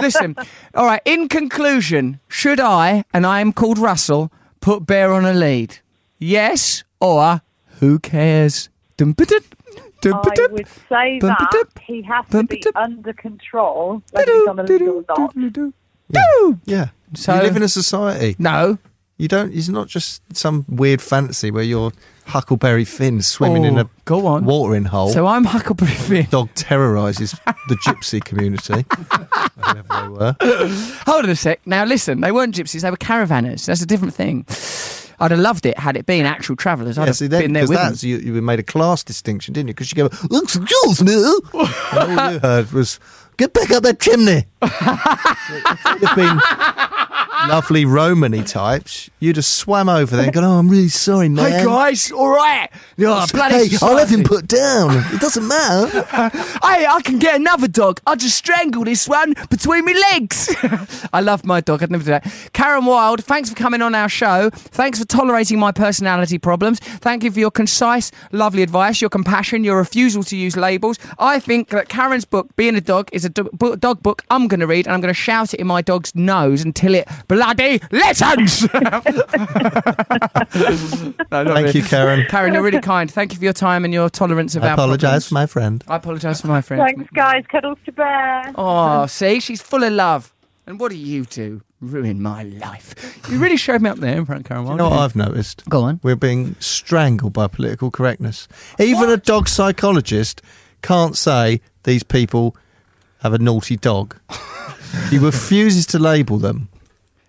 Speaker 6: Listen, all right. In conclusion, should I, and I am called Russell, put Bear on a lead? Yes or who cares? Dum-ba-dum,
Speaker 10: I
Speaker 6: dum-ba-dum.
Speaker 10: would say
Speaker 6: Bum, ba,
Speaker 10: that
Speaker 6: dup.
Speaker 10: he has to be under control, whether he's on the lead or not.
Speaker 3: Yeah.
Speaker 6: So-
Speaker 3: you live in a society.
Speaker 6: No.
Speaker 3: You don't. It's not just some weird fantasy where you're Huckleberry Finn swimming in
Speaker 6: Oh,
Speaker 3: a
Speaker 6: go on.
Speaker 3: watering hole.
Speaker 6: So I'm Huckleberry Finn.
Speaker 3: Dog terrorises the gypsy community. Whoever they were.
Speaker 6: Hold on a sec. Now, listen, they weren't gypsies, they were caravanners. That's a different thing. I'd have loved it had it been actual travellers. I'd
Speaker 3: Yeah,
Speaker 6: have
Speaker 3: see, then,
Speaker 6: been there
Speaker 3: because
Speaker 6: with
Speaker 3: that's,
Speaker 6: them.
Speaker 3: you, you made a class distinction, didn't you? Because you go, looks girls now. and all you heard was, get back up that chimney. if you'd have been lovely Romany types, you'd have swam over there and gone, oh, I'm really sorry, man.
Speaker 6: Hey guys, all right. Oh, bloody
Speaker 3: hey, I'll have
Speaker 6: society.
Speaker 3: him put down. It doesn't matter.
Speaker 6: hey, I can get another dog. I'll just strangle this one between my legs. I love my dog. I'd never do that. Karen Wilde, thanks for coming on our show. Thanks for tolerating my personality problems. Thank you for your concise, lovely advice, your compassion, your refusal to use labels. I think that Karen's book, Being a Dog, is a do- bo- dog book I'm going to read and I'm going to shout it in my dog's nose until it bloody listens.
Speaker 3: Thank you, Karen.
Speaker 6: Karen, you're really kind. Thank you for your time and your tolerance of
Speaker 3: I
Speaker 6: our
Speaker 3: apologise
Speaker 6: problems.
Speaker 3: for my friend.
Speaker 6: I apologise for my friend.
Speaker 10: Thanks, guys. Cuddles to bear.
Speaker 6: Oh, see, she's full of love. And what do you do? Ruin my life. You really showed me up there in front, Karen.
Speaker 3: You know what I've noticed?
Speaker 6: Go on.
Speaker 3: We're being strangled by political correctness. Even a dog psychologist can't say these people have a naughty dog. he refuses to label them.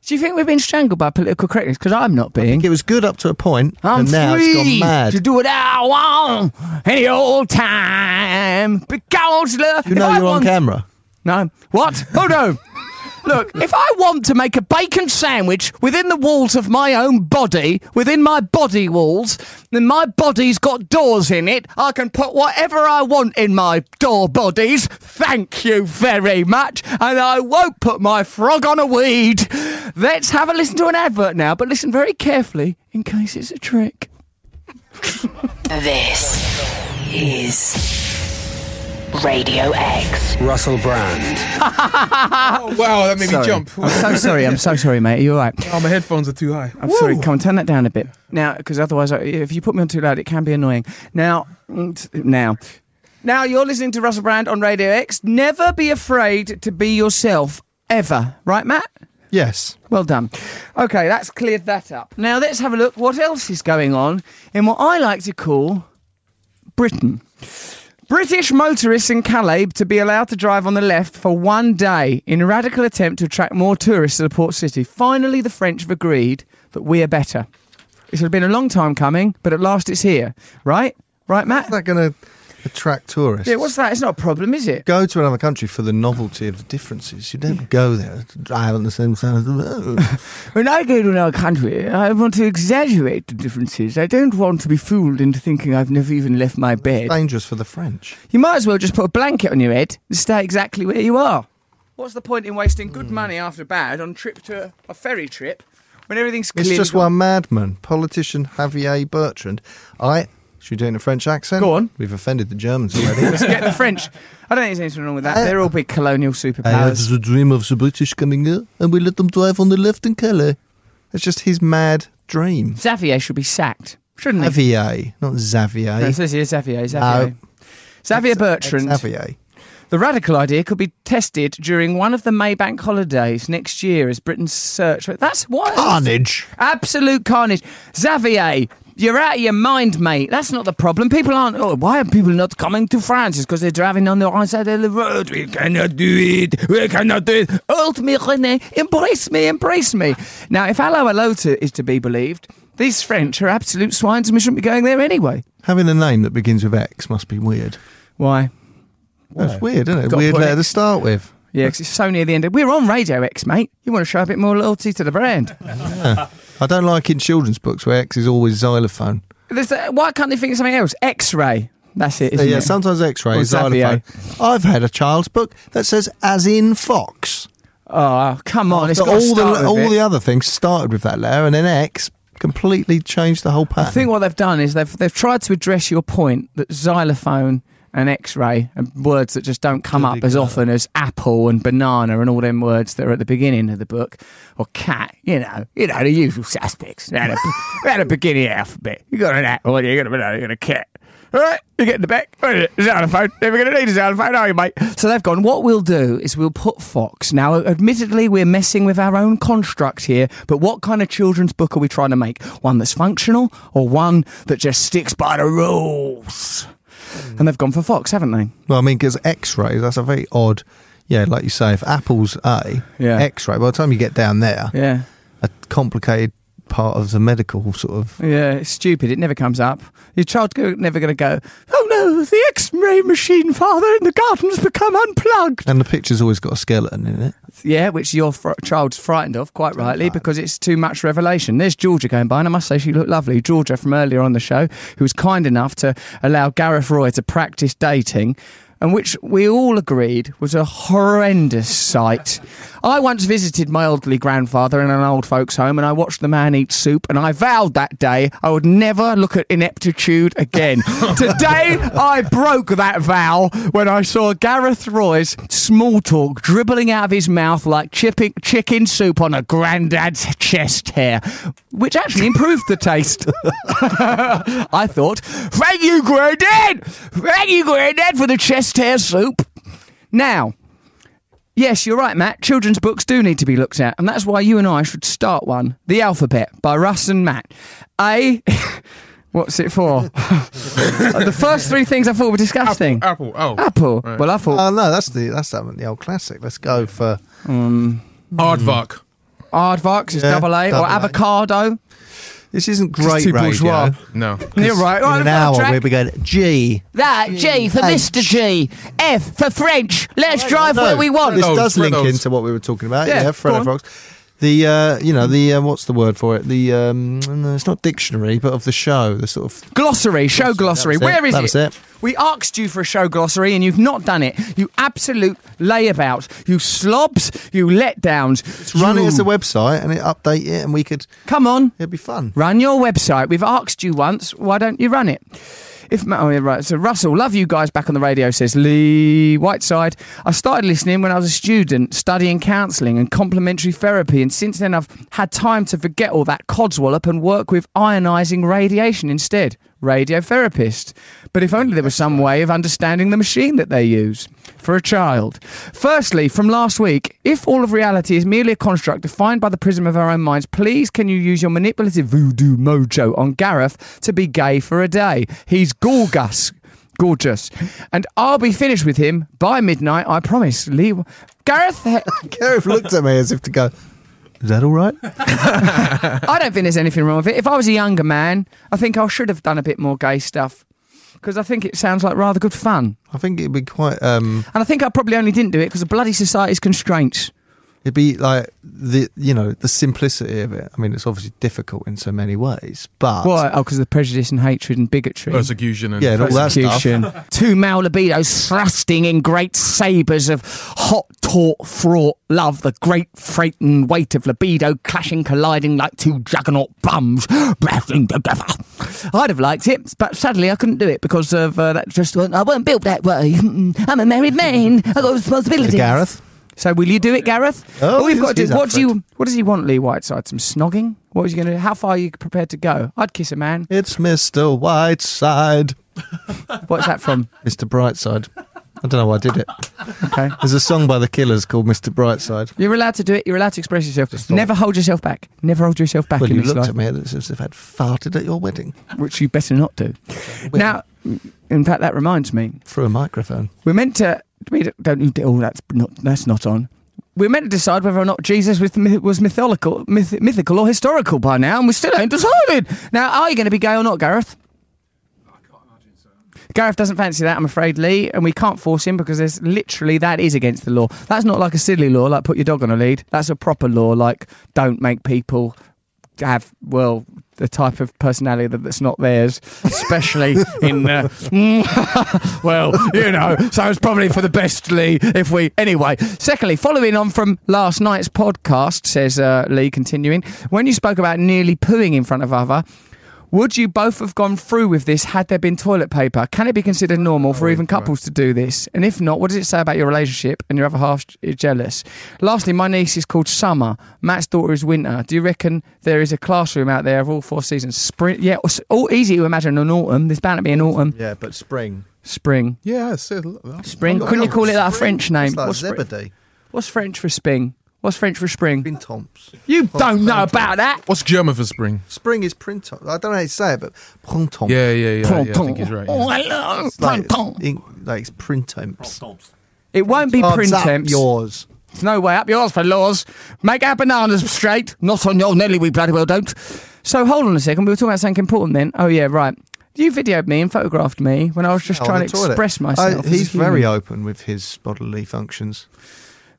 Speaker 6: Do you think we've been strangled by political correctness? Because I'm not being.
Speaker 3: it was good up to a point,
Speaker 6: I'm
Speaker 3: and now
Speaker 6: free
Speaker 3: it's gone mad.
Speaker 6: to do what I want any old time because look,
Speaker 3: You know
Speaker 6: if I
Speaker 3: you're on
Speaker 6: want-
Speaker 3: camera.
Speaker 6: No, what? Oh no! Look, if I want to make a bacon sandwich within the walls of my own body, within my body walls, then my body's got doors in it. I can put whatever I want in my door bodies. Thank you very much. And I won't put my frog on a weed. Let's have a listen to an advert now, but listen very carefully in case it's a trick.
Speaker 5: This is Radio X.
Speaker 2: Russell Brand.
Speaker 4: oh, wow, that made
Speaker 6: Sorry.
Speaker 4: me jump.
Speaker 6: I'm so sorry. I'm so sorry, mate. Are you all right?
Speaker 4: Oh, my headphones are too high.
Speaker 6: I'm sorry. Come on, turn that down a bit now, because otherwise, I- if you put me on too loud, it can be annoying. Now, mm, t- now, now, you're listening to Russell Brand on Radio X. Never be afraid to be yourself, ever. Right, Matt?
Speaker 3: Yes.
Speaker 6: Well done. Okay, that's cleared that up. Now let's have a look. What else is going on in what I like to call Britain? British motorists in Calais to be allowed to drive on the left for one day in a radical attempt to attract more tourists to the port city. Finally, the French have agreed that we are better. It's been a long time coming, but at last it's here. Right? Right, Matt?
Speaker 3: that going to attract tourists?
Speaker 6: Yeah, what's that? It's not a problem, is it?
Speaker 3: Go to another country for the novelty of the differences. You don't go there to drive on the same side of the road.
Speaker 1: When I go to another country, I want to exaggerate the differences. I don't want to be fooled into thinking I've never even left my bed.
Speaker 3: dangerous for the French.
Speaker 6: You might as well just put a blanket on your head and stay exactly where you are. What's the point in wasting good
Speaker 3: Hmm.
Speaker 6: money after bad on trip to a, a ferry trip when everything's
Speaker 3: It's
Speaker 6: clearly
Speaker 3: just
Speaker 6: gone-
Speaker 3: one madman, politician Javier Bertrand. I should we do it in a French accent? Go on. We've offended the Germans already.
Speaker 6: Let's get the French. I don't think there's anything wrong with that. They're all big colonial
Speaker 3: Uh, I had
Speaker 6: superpowers.
Speaker 3: the dream of the British coming here, and we let them drive on the left in Calais. It's just his mad dream.
Speaker 6: Xavier should be sacked, shouldn't he?
Speaker 3: Xavier, not Xavier.
Speaker 6: No, it says here Xavier. Xavier.
Speaker 3: No.
Speaker 6: Xavier Bertrand.
Speaker 3: Xavier.
Speaker 6: The radical idea could be tested during one of the Maybank holidays next year as Britain's search. for- That's what
Speaker 3: carnage.
Speaker 6: Absolute carnage. Xavier, you're out of your mind, mate. That's not the problem. People aren't. Oh, why are people not coming to France? It's because they're driving on the wrong side of the road. We cannot do it. We cannot do it. Hold me, René. Embrace me. Embrace me. Now, if hello, hello to, is to be believed, these French are absolute swines and we shouldn't be going there anyway.
Speaker 3: Having a name that begins with X must be weird.
Speaker 6: Why?
Speaker 3: That's weird, isn't it?
Speaker 6: Gotta
Speaker 3: Weird
Speaker 6: put
Speaker 3: letter
Speaker 6: it-
Speaker 3: to start with.
Speaker 6: Yeah, 'cause it's so near the end. of- We're on Radio X, mate. You want to show a bit more loyalty to the brand.
Speaker 3: Yeah. I don't like in children's books where X is always xylophone.
Speaker 6: There's, uh, why can't they think of something else? X-ray. That's it, isn't
Speaker 3: yeah,
Speaker 6: it?
Speaker 3: sometimes X-ray
Speaker 6: Or
Speaker 3: is
Speaker 6: Xavier.
Speaker 3: xylophone. I've had a child's book that says "as in fox."
Speaker 6: Oh, come on! It's
Speaker 3: But
Speaker 6: got to
Speaker 3: all the
Speaker 6: start with
Speaker 3: all
Speaker 6: it.
Speaker 3: the other things started with that letter, and then X completely changed the whole
Speaker 6: I
Speaker 3: pattern.
Speaker 6: think what they've done is they've they've tried to address your point that xylophone and X-ray and words that just don't come up as often as apple and banana and all them words that are at the beginning of the book or cat. You know, you know the usual suspects. They're at the- they're at the beginning alphabet. You got an apple, you got a banana, you got a cat. All right, you get in the back. What is it? Xylophone. Never going to need a xylophone, are you, mate? So they've gone, what we'll do is we'll put Fox. Now, admittedly, we're messing with our own construct here, but what kind of children's book are we trying to make? One that's functional or one that just sticks by the rules? And they've gone for Fox, haven't they?
Speaker 3: Well, I mean, because X-rays, that's a very odd. Yeah, like you say, if Apple's A,
Speaker 6: Yeah.
Speaker 3: X-ray. By the time you get down there,
Speaker 6: Yeah.
Speaker 3: a complicated part of the medical sort of.
Speaker 6: Yeah, it's stupid. It never comes up. Your child's go- never going to go, oh no, the X ray machine, father, in the garden's become unplugged.
Speaker 3: And the picture's always got a skeleton in it.
Speaker 6: Yeah, which your fr- child's frightened of, quite rightly, because it's too much revelation. There's Georgia going by, and I must say she looked lovely. Georgia from earlier on the show, who was kind enough to allow Gareth Roy to practice dating. And which we all agreed was a horrendous sight. I once visited my elderly grandfather in an old folks' home and I watched the man eat soup, and I vowed that day I would never look at ineptitude again. Today, I broke that vow when I saw Gareth Roy's small talk dribbling out of his mouth like chipping chicken soup on a granddad's chest hair, which actually improved the taste. I thought, thank you, granddad! Thank you, granddad, for the chest hair soup. Now, Yes, you're right, Matt. Children's books do need to be looked at, and that's why you and I should start one The Alphabet by Russ and Matt. A. What's it for? the first three things I thought were disgusting.
Speaker 4: Apple. Oh.
Speaker 6: Apple. Well, I thought. mm.
Speaker 3: Oh no, that's the that's that one, the old classic. Let's go for
Speaker 4: Aardvark.
Speaker 6: Aardvark is
Speaker 3: Yeah,
Speaker 6: double A,
Speaker 3: double
Speaker 6: or
Speaker 3: A.
Speaker 6: avocado.
Speaker 3: This isn't
Speaker 6: Just
Speaker 3: great
Speaker 6: too
Speaker 3: radio.
Speaker 6: bourgeois.
Speaker 4: No.
Speaker 6: You're right.
Speaker 3: In
Speaker 6: Well,
Speaker 3: an
Speaker 6: I've got a
Speaker 3: hour,
Speaker 6: track.
Speaker 3: we'll be going, G.
Speaker 1: That G for Mr. G, F for French. Let's drive
Speaker 3: No,
Speaker 1: where we want.
Speaker 3: This does link into what we were talking about.
Speaker 1: Yeah,
Speaker 3: Yeah,
Speaker 1: go
Speaker 3: Freddo
Speaker 1: on.
Speaker 3: Frogs. The uh, you know the uh, what's the word for it? The um, no, it's not dictionary, but of the show, the sort of
Speaker 6: glossary, show glossary.
Speaker 3: that was it,
Speaker 6: Where is
Speaker 3: that was it.
Speaker 6: We asked you for a show glossary and you've not done it. You absolute layabout. You slobs. You letdowns. It's
Speaker 3: run it
Speaker 6: you...
Speaker 3: as a website and it update it, and we could
Speaker 6: come on.
Speaker 3: It'd be fun.
Speaker 6: Run your website. We've asked you once. Why don't you run it? If ma- oh, yeah, right. So Russell, love you guys back on the radio. Says Lee Whiteside. I started listening when I was a student, studying counselling and complementary therapy, and since then I've had time to forget all that codswallop and work with ionising radiation instead. Radiotherapist. But if only there was some way of understanding the machine that they use for a child. Firstly, from last week, if all of reality is merely a construct defined by the prism of our own minds, please can you use your manipulative voodoo mojo on Gareth to be gay for a day? He's gorgas. Gorgeous. And I'll be finished with him by midnight, I promise. Lee. Gareth.
Speaker 3: Gareth looked at me as if to go, Is that all right?
Speaker 6: I don't think there's anything wrong with it. If I was a younger man, I think I should have done a bit more gay stuff because I think it sounds like rather good fun.
Speaker 3: I think it'd be quite. Um,
Speaker 6: and I think I probably only didn't do it because of bloody society's constraints.
Speaker 3: It'd be like the you know the simplicity of it. I mean, it's obviously difficult in so many ways, but
Speaker 6: Why? Oh, because of the prejudice and hatred and bigotry.
Speaker 4: Oh, Persecution and-
Speaker 3: yeah, and all that stuff.
Speaker 6: Persecution. Two male libidos thrusting in great sabres of hot, taut, fraught love, the great freight and weight of libido clashing, colliding like two juggernaut bums, blasting together. I'd have liked it, but sadly I couldn't do it because of uh, that. Just weren't- I weren't built that way. I'm a married man. I got responsibilities.
Speaker 3: Uh, Gareth?
Speaker 6: So will you do it, Gareth?
Speaker 3: Oh,
Speaker 6: All you've
Speaker 3: he's-
Speaker 6: got to
Speaker 3: he's
Speaker 6: do.
Speaker 3: up
Speaker 6: What
Speaker 3: for
Speaker 6: do you? What does he want, Lee Whiteside? Some snogging? What was he going to? How far are you prepared to go? I'd kiss a man.
Speaker 3: It's Mr. Whiteside.
Speaker 6: What's that from?
Speaker 3: Mr. Brightside. I don't know why I did it.
Speaker 6: Okay.
Speaker 3: There's a song by the Killers called Mr. Brightside.
Speaker 6: You're allowed to do it. You're allowed to express yourself. Never hold yourself back. Never hold yourself back
Speaker 3: well,
Speaker 6: in
Speaker 3: you
Speaker 6: this
Speaker 3: looked
Speaker 6: life,
Speaker 3: at me as if I'd farted at your wedding
Speaker 6: which you better not do. Now, in fact, that reminds me.
Speaker 3: through a microphone.
Speaker 6: We're meant to. We don't- don't need. Oh, that's not. That's not on. We're meant to decide whether or not Jesus was, myth- was mythological, myth, mythical or historical by now, and we still ain't decided. Now, are you going to be gay or not, Gareth? Gareth doesn't fancy that, I'm afraid, Lee, and we can't force him because there's literally that is against the law. That's not like a silly law, like put your dog on a lead. That's a proper law, like don't make people have well the type of personality that, that's not theirs, especially in uh, the well, you know. So it's probably for the best, Lee. If we anyway. Secondly, following on from last night's podcast, says uh, Lee, continuing when you spoke about nearly pooing in front of other. Would you both have gone through with this had there been toilet paper? Can it be considered normal for even couples to do this? And if not, what does it say about your relationship and your other half is jealous? Lastly, my niece is called Summer. Matt's daughter is Winter. Do you reckon there is a classroom out there of all four seasons? Spring, yeah, it's all easy to imagine an autumn. There's bound to be an autumn.
Speaker 3: Yeah, but spring. Oh,
Speaker 6: Spring.
Speaker 4: Yeah, I said that.
Speaker 6: Spring. Couldn't you call it that French name?
Speaker 3: It's like
Speaker 6: What's spring?
Speaker 3: Zebedee.
Speaker 6: What's French for spring? What's French for spring?
Speaker 3: Printemps.
Speaker 6: You don't know about that.
Speaker 4: Oh, What's German for spring?
Speaker 3: Spring is printemps. I don't know how to say it, but printemps.
Speaker 4: Yeah, yeah, yeah. yeah, I think he's right.
Speaker 6: Oh,
Speaker 4: yeah.
Speaker 6: hello.
Speaker 3: It's like, in, like it's printemps.
Speaker 6: It won't be
Speaker 3: Odds up
Speaker 6: printemps.
Speaker 3: yours.
Speaker 6: There's no way up yours for laws. Make our bananas straight. Not on your Nelly, we bloody well don't. So hold on a second. We were talking about something important then. Oh, yeah, right. You videoed me and photographed me when I was just
Speaker 3: Oh,
Speaker 6: trying
Speaker 3: on
Speaker 6: to
Speaker 3: the toilet.
Speaker 6: express myself. as
Speaker 3: I-
Speaker 6: a
Speaker 3: he's very
Speaker 6: human.
Speaker 3: open with his bodily functions.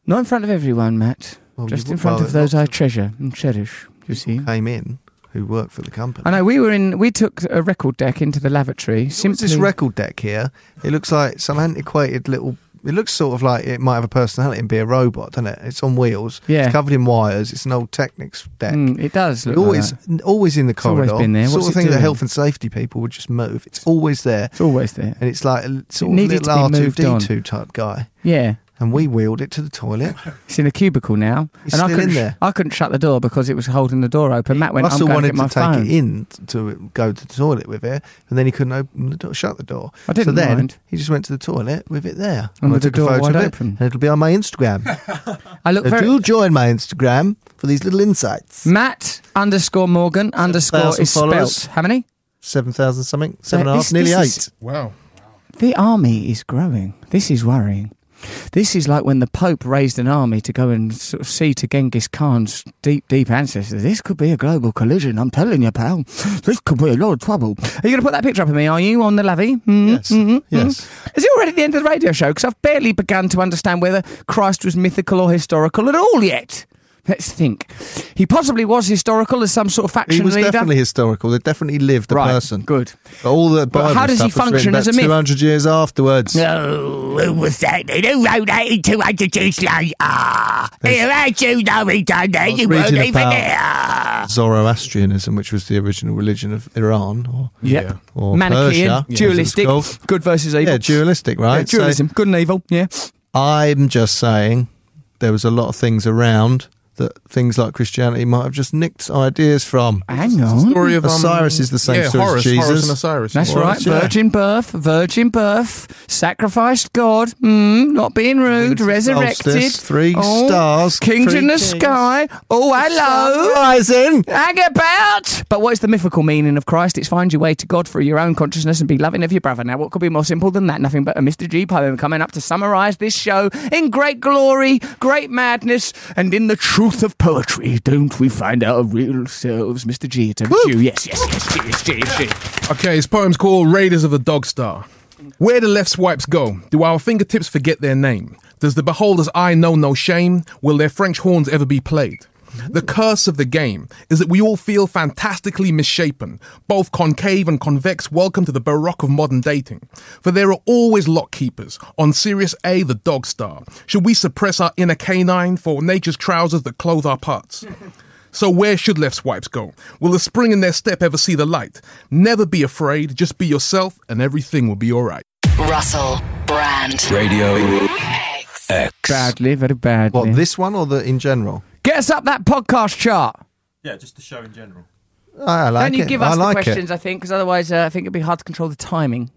Speaker 6: Not in front of everyone, Matt.
Speaker 3: Well,
Speaker 6: just
Speaker 3: you-
Speaker 6: in front
Speaker 3: well,
Speaker 6: of those I treasure and cherish. You see?
Speaker 3: Came in who worked for the company.
Speaker 6: I know we were in. We took a record deck into the lavatory.
Speaker 3: What's
Speaker 6: Simply,
Speaker 3: this record deck here? It looks like some antiquated little. It looks sort of like it might have a personality and be a robot, doesn't it? It's on wheels.
Speaker 6: Yeah.
Speaker 3: It's covered in wires. It's an old Technics deck.
Speaker 6: Mm, it does. Look like
Speaker 3: always,
Speaker 6: that.
Speaker 3: n- always in the
Speaker 6: always
Speaker 3: corridor.
Speaker 6: been there.
Speaker 3: Sort
Speaker 6: What's
Speaker 3: of
Speaker 6: it
Speaker 3: thing that
Speaker 6: doing?
Speaker 3: health and safety people would just move. It's always there,
Speaker 6: It's always there.
Speaker 3: and it's like a l- sort of
Speaker 6: needed to
Speaker 3: little R
Speaker 6: be
Speaker 3: two
Speaker 6: moved
Speaker 3: D two type guy.
Speaker 6: Yeah.
Speaker 3: And we wheeled it to the toilet.
Speaker 6: It's in a cubicle now,
Speaker 3: It's
Speaker 6: and I
Speaker 3: still
Speaker 6: couldn't.
Speaker 3: in
Speaker 6: sh-
Speaker 3: there.
Speaker 6: I couldn't shut the door because it was holding the door open. Matt went. I'm
Speaker 3: Russell
Speaker 6: going
Speaker 3: wanted
Speaker 6: to, get my
Speaker 3: to take
Speaker 6: phone.
Speaker 3: it in t- to go to the toilet with it, and then he couldn't open the door, shut the door.
Speaker 6: I didn't
Speaker 3: so then
Speaker 6: mind.
Speaker 3: he just went to the toilet with it there.
Speaker 6: And
Speaker 3: I
Speaker 6: with the
Speaker 3: took a
Speaker 6: door
Speaker 3: photo
Speaker 6: wide
Speaker 3: of it,
Speaker 6: open.
Speaker 3: and it'll be on my Instagram.
Speaker 6: I look
Speaker 3: So
Speaker 6: very.
Speaker 3: do join my Instagram for these little insights.
Speaker 6: Matt underscore Morgan underscore
Speaker 3: 7,000
Speaker 6: is
Speaker 3: followers.
Speaker 6: spelt. How many?
Speaker 3: Seven thousand something, seven and a half,
Speaker 6: this- mm-hmm, this
Speaker 3: nearly
Speaker 6: is-
Speaker 3: eight.
Speaker 4: Wow.
Speaker 6: The army is growing. This is worrying. This is like when the Pope raised an army to go and sort of see to Genghis Khan's deep, deep ancestors. This could be a global collision, I'm telling you, pal. This could be a lot of trouble. Are you going to put that picture up of me, are you, on the lavvy? Mm, yes.
Speaker 3: yes.
Speaker 6: Is it already the end of the radio show? Because I've barely begun to understand whether Christ was mythical or historical at all yet. Let's think. He possibly was historical as some sort of faction
Speaker 3: He was
Speaker 6: leader.
Speaker 3: definitely historical. They definitely lived the
Speaker 6: Right,
Speaker 3: person.
Speaker 6: Good.
Speaker 3: But all the Bible
Speaker 6: how does he
Speaker 3: stuff was written
Speaker 6: function
Speaker 3: about
Speaker 6: as a myth?
Speaker 3: 200 years afterwards.
Speaker 1: No, who was that? Who wrote that in 200 years later? How'd you know he done that? You weren't
Speaker 3: reading
Speaker 1: even
Speaker 3: about-
Speaker 1: there.
Speaker 3: Zoroastrianism, which was the original religion of Iran or
Speaker 6: Yep.
Speaker 3: or
Speaker 6: Manichaean,
Speaker 3: Persia, as
Speaker 6: dualistic,
Speaker 3: it's called.
Speaker 6: good versus evil.
Speaker 3: Yeah, dualistic, right?
Speaker 6: Yeah, dualism,
Speaker 3: So
Speaker 6: good and evil. Yeah.
Speaker 3: I'm just saying there was a lot of things around that things like Christianity might have just nicked ideas from.
Speaker 6: Hang on.
Speaker 4: Story of, um,
Speaker 3: Osiris is the same
Speaker 4: yeah,
Speaker 3: story
Speaker 4: Horus,
Speaker 3: as Jesus.
Speaker 4: Horus and Osiris.
Speaker 6: That's
Speaker 3: Horus,
Speaker 6: right.
Speaker 3: yeah.
Speaker 6: Virgin birth, virgin birth, sacrificed God, mm, not being rude, resurrected.
Speaker 3: solstice, three
Speaker 6: Oh,
Speaker 3: stars,
Speaker 6: Kings
Speaker 3: three
Speaker 6: in the
Speaker 3: kings.
Speaker 6: sky. Oh, hello.
Speaker 3: Rising.
Speaker 6: Hang about. But what is the mythical meaning of Christ? It's find your way to God through your own consciousness and be loving of your brother. Now, what could be more simple than that? Nothing but a Mr. G poem coming up to summarise this show in great glory, great madness, and in the truth of poetry. Don't we find our real selves, Mr. G? It's over to you. Yes, yes, yes, G, yes, G, yes, G.
Speaker 4: Okay, his poem's called Raiders of the Dog Star. Where the left swipes go, do our fingertips forget their name? Does the beholder's eye know no shame? Will their French horns ever be played? The curse of the game is that we all feel fantastically misshapen, both concave and convex. Welcome to the baroque of modern dating. For there are always lock keepers. On Sirius A, the dog star. Should we suppress our inner canine for nature's trousers that clothe our parts? So where should left swipes go? Will the spring in their step ever see the light? Never be afraid, just be yourself and everything will be alright.
Speaker 5: Russell Brand.
Speaker 2: Radio X.
Speaker 6: Badly, very badly.
Speaker 3: What, this one or the in general?
Speaker 6: Get us up that podcast chart.
Speaker 13: Yeah, just the show in general.
Speaker 3: I like
Speaker 6: Don't you
Speaker 3: it.
Speaker 6: give
Speaker 3: I
Speaker 6: us the
Speaker 3: like
Speaker 6: questions,
Speaker 3: It.
Speaker 6: I think, because otherwise uh, I think it'd be hard to control the timing.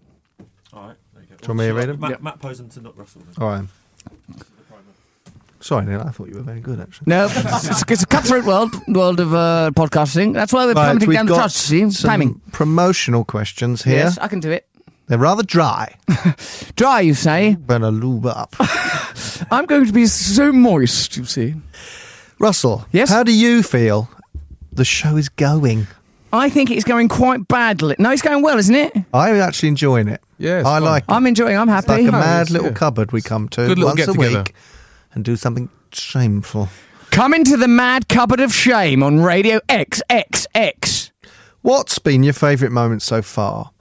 Speaker 13: All right. There you go.
Speaker 3: Do you want me to read them?
Speaker 13: Matt, Matt Posington, not Russell. then.
Speaker 3: All right. Sorry, Neil. I thought you were very good, actually.
Speaker 6: No, it's, it's a cutthroat world world of uh, podcasting. That's why we're
Speaker 3: Right,
Speaker 6: plummeting
Speaker 3: we've
Speaker 6: down the
Speaker 3: got
Speaker 6: charts. See,
Speaker 3: some
Speaker 6: timing.
Speaker 3: Promotional questions here.
Speaker 6: Yes, I can do it.
Speaker 3: They're rather dry.
Speaker 6: Dry, you say?
Speaker 3: Better lube up.
Speaker 6: I'm going to be so moist, you see.
Speaker 3: Russell,
Speaker 6: Yes?
Speaker 3: how do you feel the show is going?
Speaker 6: I think it's going quite badly. No, it's going well, isn't it?
Speaker 3: I'm actually enjoying it.
Speaker 4: Yes,
Speaker 3: I
Speaker 4: fun.
Speaker 3: like it.
Speaker 6: I'm enjoying. I'm happy.
Speaker 3: It's like a mad
Speaker 4: it's-
Speaker 3: little
Speaker 4: yeah.
Speaker 3: cupboard we come to
Speaker 4: Good little
Speaker 3: once a
Speaker 4: get-together.
Speaker 3: week and do something shameful.
Speaker 6: Come into the mad cupboard of shame on Radio XXX.
Speaker 3: What's been your favourite moment so far?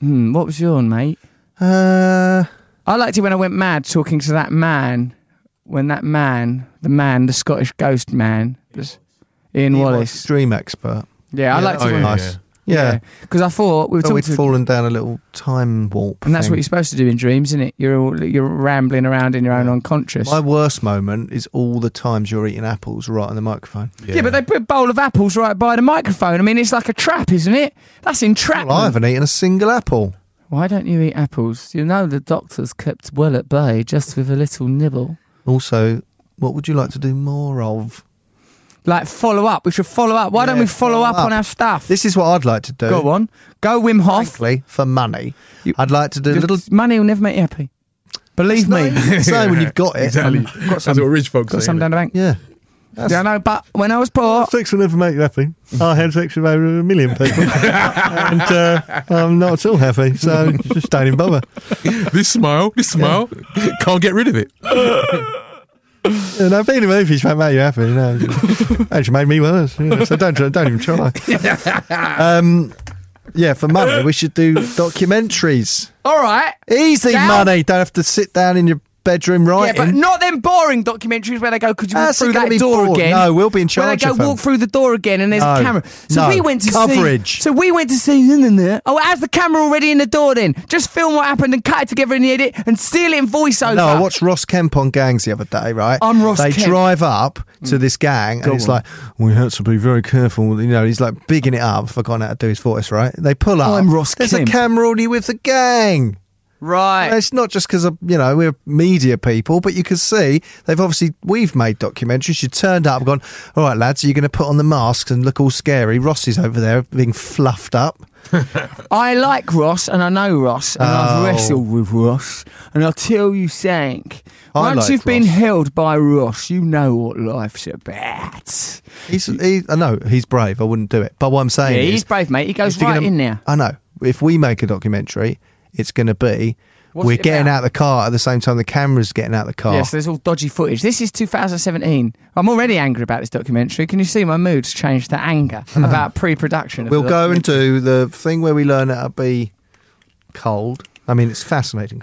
Speaker 6: Hmm, what was yours, mate?
Speaker 3: Uh,
Speaker 6: I liked it when I went mad talking to that man. When that man, the man, the Scottish ghost man, was Ian Wallace.
Speaker 3: Dream Expert.
Speaker 6: Yeah, I liked
Speaker 4: Oh,
Speaker 3: that
Speaker 6: it.
Speaker 3: was
Speaker 6: when-
Speaker 3: nice. Oh, Yeah.
Speaker 6: Because I thought we were
Speaker 3: Thought
Speaker 6: talking
Speaker 3: we'd
Speaker 6: to
Speaker 3: fallen down a little time warp.
Speaker 6: And that's
Speaker 3: thing.
Speaker 6: what you're supposed to do in dreams, isn't it? You're all, you're rambling around in your own unconscious.
Speaker 3: My worst moment is all the times you're eating apples right on the microphone.
Speaker 6: yeah. but they put a bowl of apples right by the microphone. I mean, it's like a trap, isn't it? That's entrapment.
Speaker 3: Well, I haven't eaten a single apple.
Speaker 6: Why don't you eat apples? You know the doctor's kept well at bay just with a little nibble.
Speaker 3: Also, what would you like to do more of?
Speaker 6: Like follow up. We should follow up. Why don't
Speaker 3: Yeah,
Speaker 6: we follow,
Speaker 3: follow
Speaker 6: up, on
Speaker 3: up.
Speaker 6: our stuff?
Speaker 3: This is what I'd like to do.
Speaker 6: Go on. Go Wim Hof.
Speaker 3: Frankly, for money, I'd like to do a
Speaker 6: Just-
Speaker 3: little.
Speaker 6: Money will never make you happy. Believe me.
Speaker 3: so when you've got it,
Speaker 4: Exactly.
Speaker 6: got
Speaker 4: That's
Speaker 6: some,
Speaker 4: what rich folks
Speaker 6: got
Speaker 4: say.
Speaker 6: some down the bank.
Speaker 3: yeah.
Speaker 6: Yeah, I know, but when I was poor,
Speaker 3: Sex will never make you happy. I had sex with over a million people, and uh, I'm not at all happy. So just don't even bother.
Speaker 4: this smile, this smile, can't get rid of it.
Speaker 3: And I've been in movies that make you happy. You know, actually made me worse. you know, so don't try- don't even try. Um, yeah, for money we should do documentaries.
Speaker 6: all right.
Speaker 3: Easy
Speaker 6: Now-
Speaker 3: money. Don't have to sit down in your bedroom
Speaker 6: Yeah,
Speaker 3: writing.
Speaker 6: but not them boring documentaries where they go, could you walk
Speaker 3: That's
Speaker 6: through
Speaker 3: gonna
Speaker 6: that
Speaker 3: be
Speaker 6: door
Speaker 3: boring.
Speaker 6: again?
Speaker 3: No, we'll be in
Speaker 6: Where they
Speaker 3: charge
Speaker 6: go,
Speaker 3: of 'em.
Speaker 6: walk through the door again and there's a
Speaker 3: No,
Speaker 6: camera. So
Speaker 3: no,
Speaker 6: we went to
Speaker 3: coverage.
Speaker 6: See, so we went to see. Oh, has the camera already in the door then? Just film what happened and cut it together in the edit and seal it in voiceover.
Speaker 3: No, I watched Ross Kemp on Gangs the other day, right?
Speaker 6: I'm Oh, Ross
Speaker 3: They
Speaker 6: Kemp. Mm.
Speaker 3: drive up to this gang and it's like, we have to be very careful. You know, he's like bigging it up. I've forgotten how to do his voice, right? They pull up.
Speaker 6: I'm Ross
Speaker 3: There's
Speaker 6: Kemp. Eh.
Speaker 3: a camera already with the gang.
Speaker 6: Right.
Speaker 3: It's not just because, you know, we're media people, but you can see they've obviously, we've made documentaries. You turned up and gone, all right, lads, are you going to put on the masks and look all scary? Ross is over there being fluffed up.
Speaker 6: I like Ross and I know Ross and I've
Speaker 1: Oh.
Speaker 6: wrestled with Ross and I'll tell you something.
Speaker 1: I
Speaker 6: Once
Speaker 1: like
Speaker 6: you've been held by Ross, you know what life's about.
Speaker 3: He's, he, I know he's brave. I wouldn't do it. But what I'm saying
Speaker 6: Yeah,
Speaker 3: is,
Speaker 6: he's brave, mate. He goes
Speaker 3: if you're
Speaker 6: right
Speaker 3: gonna-
Speaker 6: in there.
Speaker 3: I know. If we make a documentary, it's going to be
Speaker 6: What's
Speaker 3: we're
Speaker 6: it
Speaker 3: getting
Speaker 6: about?
Speaker 3: out the car at the same time the camera's getting out the car.
Speaker 6: Yes, there's all dodgy footage. This is 2017. I'm already angry about this documentary. Can you see my mood's changed to anger about pre-production? of
Speaker 3: we'll
Speaker 6: the
Speaker 3: go and
Speaker 6: documentary?
Speaker 3: do the thing where we learn how to be cold. I mean, it's fascinating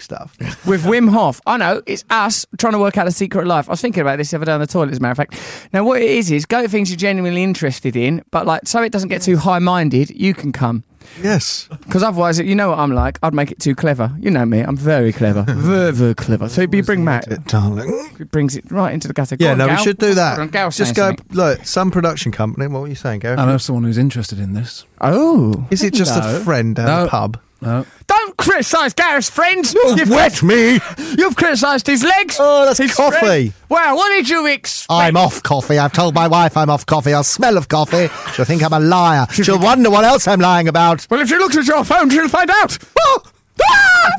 Speaker 3: stuff.
Speaker 6: with Wim Hof. I know it's us trying to work out a secret life. I was thinking about this the other day on the toilet, as a matter of fact. Now, what it is is go at things you're genuinely interested in, but like so it doesn't get too high-minded. You can come.
Speaker 3: Yes.
Speaker 6: Because otherwise, you know what I'm like. I'd make it too clever. You know me. I'm very clever, very, very clever. So you bring Matt,
Speaker 3: darling.
Speaker 6: It brings it right into the gutter. Go
Speaker 3: yeah,
Speaker 6: on,
Speaker 3: no, we
Speaker 6: Gal. Uh,
Speaker 3: should do that.
Speaker 6: Go on, Gal's
Speaker 3: Just go
Speaker 6: saying
Speaker 3: look. Some production company. What were you saying, Gary?
Speaker 8: I know someone who's interested in this.
Speaker 6: Oh,
Speaker 3: Is it just a friend down the pub?
Speaker 8: No.
Speaker 6: Don't criticise Gareth's friends. You've-
Speaker 3: wet me.
Speaker 6: You've criticised his legs.
Speaker 3: Oh, that's
Speaker 6: his
Speaker 3: coffee.
Speaker 6: friend. Well, what did you expect?
Speaker 3: I'm off coffee. I've told my wife I'm off coffee. I smell of coffee. She'll think I'm a liar. She'll wonder what else I'm lying about.
Speaker 6: Well, if she looks at your phone, she'll find out. Oh! Ah!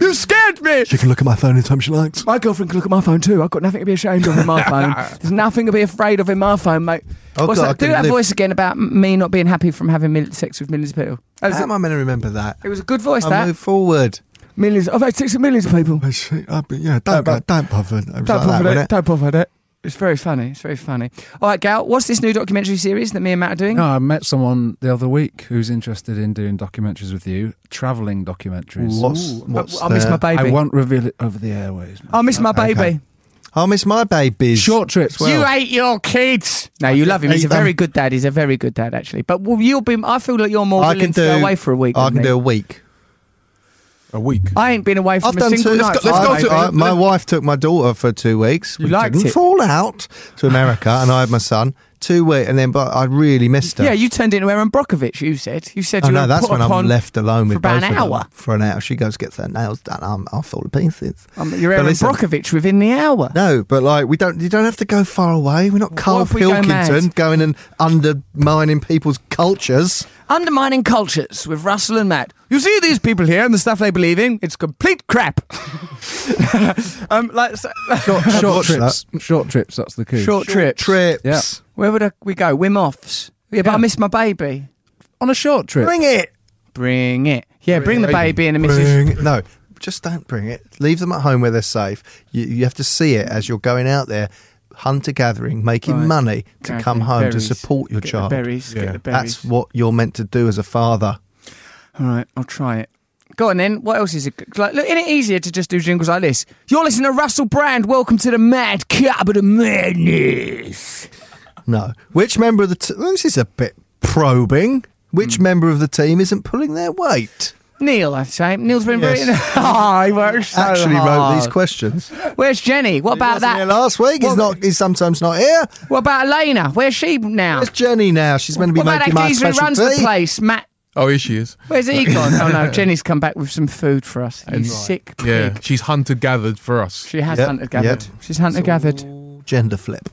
Speaker 6: you scared me.
Speaker 3: She can look at my phone anytime she likes.
Speaker 6: My girlfriend can look at my phone too. I've got nothing to be ashamed of in my phone. There's nothing to be afraid of in my phone, mate.
Speaker 3: Oh,
Speaker 6: What's
Speaker 3: God, I
Speaker 6: that? Do
Speaker 3: couldn't
Speaker 6: that
Speaker 3: live-
Speaker 6: voice again about m- me not being happy from having mil- sex with millions of people. That was
Speaker 3: How
Speaker 6: it.
Speaker 3: am I meant to remember that?
Speaker 6: It was a good voice,
Speaker 3: I
Speaker 6: that.
Speaker 3: move forward.
Speaker 6: Millions. I've had sex with millions of people.
Speaker 3: yeah, don't,
Speaker 6: bother-
Speaker 3: don't bother. Don't
Speaker 6: Don't bother it. Don't bother it. It's very funny. It's very funny. All right, Gal, what's this new documentary series that me and Matt are doing?
Speaker 3: Oh,
Speaker 8: No, I met someone the other week who's interested in doing documentaries with you, travelling documentaries.
Speaker 3: What's- Ooh. what's
Speaker 6: I miss my
Speaker 3: there?
Speaker 6: baby.
Speaker 8: I won't reveal it over the airways.
Speaker 6: I miss my baby.
Speaker 3: I'll miss my babies.
Speaker 8: Short trips. Well,
Speaker 6: You ate your Oh, kids. No, you love him. He's
Speaker 3: hate
Speaker 6: a very
Speaker 3: them.
Speaker 6: good dad. He's a very good dad, actually. But well, you'll be. I feel like you're more
Speaker 3: I
Speaker 6: willing
Speaker 3: can
Speaker 6: to go
Speaker 3: do.
Speaker 6: away for a week.
Speaker 3: I
Speaker 6: than
Speaker 3: can
Speaker 6: me.
Speaker 3: do a week.
Speaker 4: A week.
Speaker 6: I ain't been away from
Speaker 3: I've
Speaker 6: a
Speaker 3: done
Speaker 6: single
Speaker 3: two.
Speaker 6: night.
Speaker 3: I- I- uh, my wife took my daughter for two weeks.
Speaker 6: You
Speaker 3: we
Speaker 6: liked
Speaker 3: didn't
Speaker 6: it.
Speaker 3: fall out to America, and I had my son two weeks, and then but I really missed her.
Speaker 6: yeah, you turned into Aaron Brockovich. You said. You said
Speaker 3: Oh
Speaker 6: you
Speaker 3: no,
Speaker 6: were
Speaker 3: that's
Speaker 6: put
Speaker 3: when
Speaker 6: upon-
Speaker 3: I'm left alone with
Speaker 6: for about
Speaker 3: both
Speaker 6: an
Speaker 3: of them
Speaker 6: hour.
Speaker 3: for an hour. She goes gets her nails done. I'm I fall to pieces.
Speaker 6: Um, you're
Speaker 3: But
Speaker 6: Aaron
Speaker 3: listen-
Speaker 6: Brockovich within the hour.
Speaker 3: No, but like we don't. You don't have to go far away. We're not Carl
Speaker 6: if we go
Speaker 3: Pilkington
Speaker 6: mad?
Speaker 3: going and undermining people's cultures.
Speaker 6: Undermining cultures with Russell and Matt. You see these people here and the stuff they believe in. It's complete crap. um, like so,
Speaker 8: short, short
Speaker 3: Watch
Speaker 8: trips. Short trips. That's the key.
Speaker 6: short, trips.
Speaker 3: Trips.
Speaker 8: Yeah.
Speaker 6: Where would I, we go? Wim Hofs. Yeah, but I miss my baby.
Speaker 8: On a short trip.
Speaker 3: Bring it.
Speaker 6: Bring it. Yeah, bring,
Speaker 4: Bring
Speaker 6: the
Speaker 4: it.
Speaker 6: baby and the missus.
Speaker 3: Bring it. No, just don't bring it. Leave them at home where they're safe. You, you have to see it as you're going out there, hunter gathering, making
Speaker 6: Right.
Speaker 3: money to
Speaker 6: Gathering
Speaker 3: come home
Speaker 6: berries.
Speaker 3: to support your
Speaker 6: Get the
Speaker 3: child.
Speaker 6: berries, get the berries.
Speaker 3: That's what you're meant to do as a father.
Speaker 6: All right, I'll try it. Go on then. What else is it? Like, look, isn't it easier to just do jingles like this? You're listening to Russell Brand. Welcome to the Mad Cab of the Madness.
Speaker 3: No. Which member of the t- well, this is a bit probing. Which
Speaker 6: Hmm.
Speaker 3: member of the team isn't pulling their weight?
Speaker 6: Neil, I'd say. Neil's been
Speaker 3: Yes.
Speaker 6: very. Ah, he works so
Speaker 3: Actually, wrote these
Speaker 6: hard.
Speaker 3: questions.
Speaker 6: Where's Jenny? What about
Speaker 3: Wasn't here
Speaker 6: that?
Speaker 3: last week. He's
Speaker 6: What-
Speaker 3: not. He's sometimes not here.
Speaker 6: What about Elena? Where's she now?
Speaker 3: Where's Jenny now? She's meant to be
Speaker 6: Oh. What about
Speaker 3: making
Speaker 6: that
Speaker 3: my
Speaker 6: geezer who
Speaker 3: special
Speaker 6: runs the
Speaker 3: tea.
Speaker 6: place, Matt?
Speaker 4: Oh, here she is.
Speaker 6: Where's he gone? Oh no, Jenny's come back with some food for us. You sick pig.
Speaker 4: Yeah, she's hunter gathered for us.
Speaker 6: She has
Speaker 3: Yep,
Speaker 6: hunter gathered.
Speaker 3: yep.
Speaker 6: She's hunter gathered.
Speaker 3: Gender flip.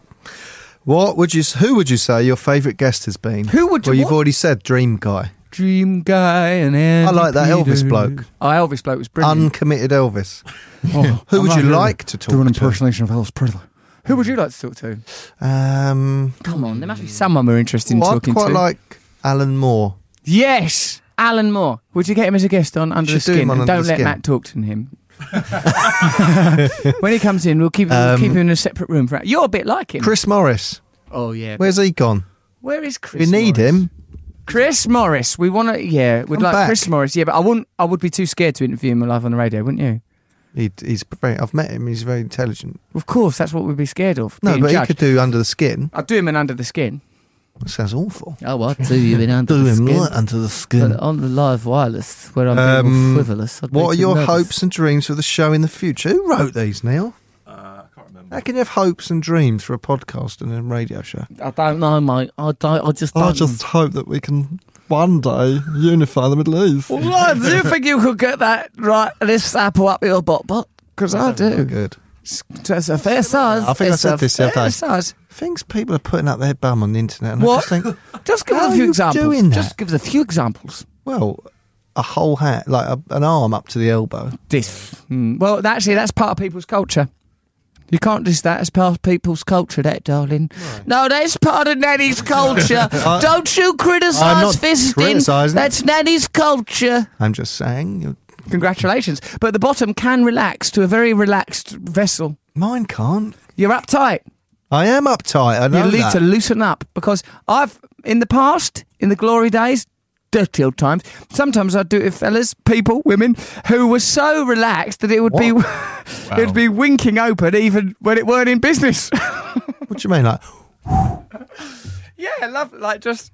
Speaker 3: What would you? Who would you say your favourite guest has been?
Speaker 6: Who would you-
Speaker 3: Well, you've
Speaker 6: what?
Speaker 3: already said Dream Guy.
Speaker 6: Dream guy and Andy
Speaker 3: I like that
Speaker 6: Peters.
Speaker 3: Elvis bloke.
Speaker 6: Oh, Elvis bloke was brilliant.
Speaker 3: Uncommitted Elvis.
Speaker 6: Oh,
Speaker 3: Who would
Speaker 6: I'm
Speaker 3: you
Speaker 6: not
Speaker 3: like to talk to?
Speaker 6: of Elvis Presley. Who would you like to talk to?
Speaker 3: Um,
Speaker 6: Come on, there must be someone we're interested in
Speaker 3: well, I'd
Speaker 6: talking
Speaker 3: quite
Speaker 6: to.
Speaker 3: like Alan Moore.
Speaker 6: yes, Alan Moore. Would you get him as a guest on Under
Speaker 3: Should
Speaker 6: the
Speaker 3: do him
Speaker 6: Skin?
Speaker 3: on
Speaker 6: And
Speaker 3: Under
Speaker 6: don't
Speaker 3: the
Speaker 6: let
Speaker 3: Skin.
Speaker 6: Matt talk to him. when he comes in, we'll keep, we'll
Speaker 3: Um,
Speaker 6: keep him in a separate room. For you're a bit like him.
Speaker 3: Chris Morris.
Speaker 6: oh yeah.
Speaker 3: Where's he gone?
Speaker 6: Where is Chris?
Speaker 3: We need
Speaker 6: Morris?
Speaker 3: him.
Speaker 6: Chris Morris. We want to. Yeah, we'd
Speaker 3: Come
Speaker 6: like
Speaker 3: back.
Speaker 6: Chris Morris. Yeah, but I wouldn't. I would be too scared to interview him live on the radio, wouldn't you?
Speaker 3: He, he's very, I've met him. He's very intelligent.
Speaker 6: Of course, that's what we'd be scared of.
Speaker 3: No,
Speaker 6: being
Speaker 3: but he
Speaker 6: judged.
Speaker 3: could do Under the Skin.
Speaker 6: I'd do him in Under the Skin.
Speaker 3: That sounds awful.
Speaker 6: Oh, well, do you in Under
Speaker 3: Do him right under the skin.
Speaker 6: But on the live wireless, where I'm
Speaker 3: Um,
Speaker 6: being all frivolous. I'd be
Speaker 3: What are
Speaker 6: too
Speaker 3: your
Speaker 6: nervous.
Speaker 3: hopes and dreams for the show in the future? Who wrote these, Neil?
Speaker 13: Uh, I can't remember.
Speaker 3: How can you have hopes and dreams for a podcast and a radio show?
Speaker 6: I don't know, mate. I don't. I just don't.
Speaker 3: I Oh, just hope that we can one day unify the Middle East.
Speaker 6: Well, I do think you could get that right. This apple up your butt, but because I do.
Speaker 3: Good.
Speaker 6: It's a fair size.
Speaker 3: I think I
Speaker 6: It's
Speaker 3: said
Speaker 6: a
Speaker 3: this the other
Speaker 6: fair
Speaker 3: day.
Speaker 6: size.
Speaker 3: Things people are putting up their bum on the internet. And
Speaker 6: What?
Speaker 3: I just think,
Speaker 6: Just give
Speaker 3: How
Speaker 6: us a
Speaker 3: are
Speaker 6: few
Speaker 3: you
Speaker 6: examples.
Speaker 3: doing that?
Speaker 6: Just give us a few examples.
Speaker 3: Well, a whole hand, like a, an arm up to the elbow.
Speaker 6: This. Hmm. Well, actually, that's part of people's culture. You can't just that. That's part of people's culture, that, darling. No, that's part of Nanny's culture.
Speaker 3: I-
Speaker 6: Don't you
Speaker 3: I'm not
Speaker 6: criticise fisting.
Speaker 3: criticising it.
Speaker 6: That's Nanny's culture.
Speaker 3: I'm just saying. you-
Speaker 6: Congratulations. But the bottom can relax to a very relaxed vessel.
Speaker 3: Mine can't.
Speaker 6: You're uptight.
Speaker 3: I am uptight. I know
Speaker 6: you need
Speaker 3: that.
Speaker 6: to loosen up because I've in the past, in the glory days, dirty old times. Sometimes I'd do it with fellas, people, women who were so relaxed that it would be it would be winking open even when it weren't in business.
Speaker 3: What do you mean, like?
Speaker 6: yeah, I love like just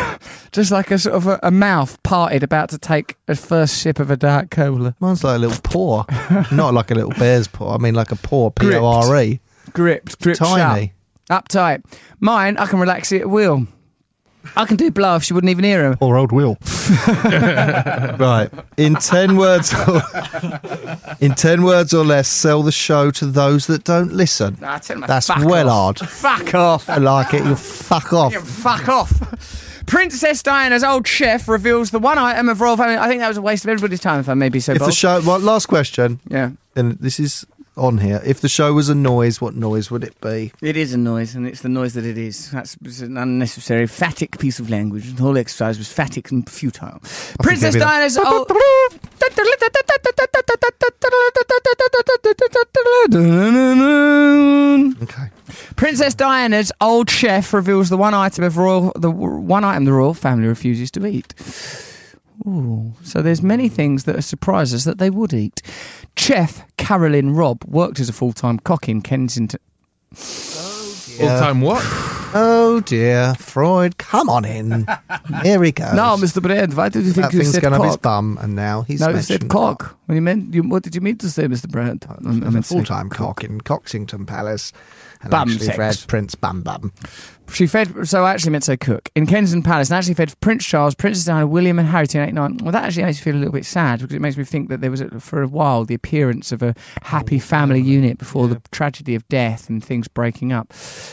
Speaker 6: just like a sort of a, a mouth parted about to take a first sip of a dark cola.
Speaker 3: Mine's like a little paw, not like a little bear's paw. I mean, like a paw, P
Speaker 6: Gripped.
Speaker 3: O R E.
Speaker 6: gripped, gripped
Speaker 3: Tiny.
Speaker 6: shut. uptight. Mine, I can relax it at will. I can do blow if she wouldn't even hear him.
Speaker 3: Or old Will. right. In ten words, or, in ten words or less, sell the show to those that don't listen.
Speaker 6: Nah, Ah, tell 'em to
Speaker 3: That's
Speaker 6: fuck
Speaker 3: well
Speaker 6: off.
Speaker 3: hard.
Speaker 6: Fuck off.
Speaker 3: I like it. You fuck off.
Speaker 6: Yeah, fuck off. Princess Diana's old chef reveals the one item of royal family. I think that was a waste of everybody's time, if I may be so
Speaker 3: if the
Speaker 6: bold.
Speaker 3: show, well, last question.
Speaker 6: Yeah.
Speaker 3: And this is on here. If the show was a noise, what noise would it be?
Speaker 6: it is a noise, and it's the noise that it is. That's it's an unnecessary, phatic piece of language. The whole exercise was phatic and futile. Princess
Speaker 3: it'd be the-
Speaker 6: Diana's old.
Speaker 3: Okay.
Speaker 6: Princess Diana's old chef reveals the one item of royal, the w- one item the royal family refuses to eat. Ooh, so there's many things that are surprises that they would eat. Chef Carolyn Robb worked as a full-time cock in Kensington.
Speaker 4: All time what?
Speaker 3: Oh dear, Freud, come on in. Here he goes.
Speaker 6: No, Mr. Brand, why did you think
Speaker 3: that
Speaker 6: you
Speaker 3: thing's
Speaker 6: said
Speaker 3: going up his
Speaker 6: cock?
Speaker 3: bum, and now he's
Speaker 6: No, you
Speaker 3: mentioned
Speaker 6: said cock. When you meant, you, what did you mean to say, Mr. Brand? Mm, I
Speaker 3: I
Speaker 6: meant to say-
Speaker 3: full time cock in Coxington Palace. And
Speaker 6: Bum
Speaker 3: actually
Speaker 6: sex.
Speaker 3: read Prince Bum Bum.
Speaker 6: She fed, so I actually meant to say cook, in Kensington Palace and actually fed Prince Charles, Princess Diana, William, and Harry in 89. Well, that actually makes me feel a little bit sad because it makes me think that there was, a, for a while, the appearance of a happy family unit before the tragedy of death and things breaking up.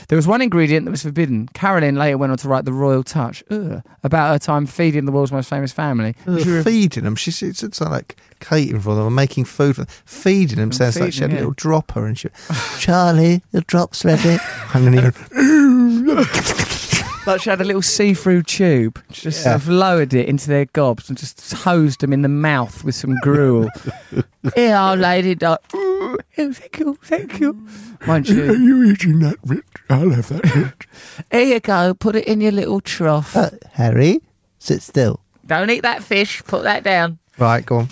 Speaker 6: There was one ingredient that was forbidden. Caroline later went on to write The Royal Touch ugh, about her time feeding the world's most famous family.
Speaker 3: Ugh,
Speaker 6: She re-
Speaker 3: feeding them. She said it's like catering for them or making food for them. Feeding them sounds like she had
Speaker 6: feeding,
Speaker 3: a little
Speaker 6: yeah.
Speaker 3: dropper and she Charlie, the drop's ready. and then he went,
Speaker 6: Like she had a little see-through tube, just
Speaker 3: Yeah.
Speaker 6: sort of lowered it into their gobs and just hosed them in the mouth with some gruel. Here, old lady, doll. Ooh, oh, thank you, thank you. Mind you,
Speaker 3: you eating that rich? I'll have that rich.
Speaker 6: here you go. Put it in your little trough.
Speaker 3: Harry, sit still.
Speaker 6: Don't eat that fish. Put that down.
Speaker 3: Right, go on.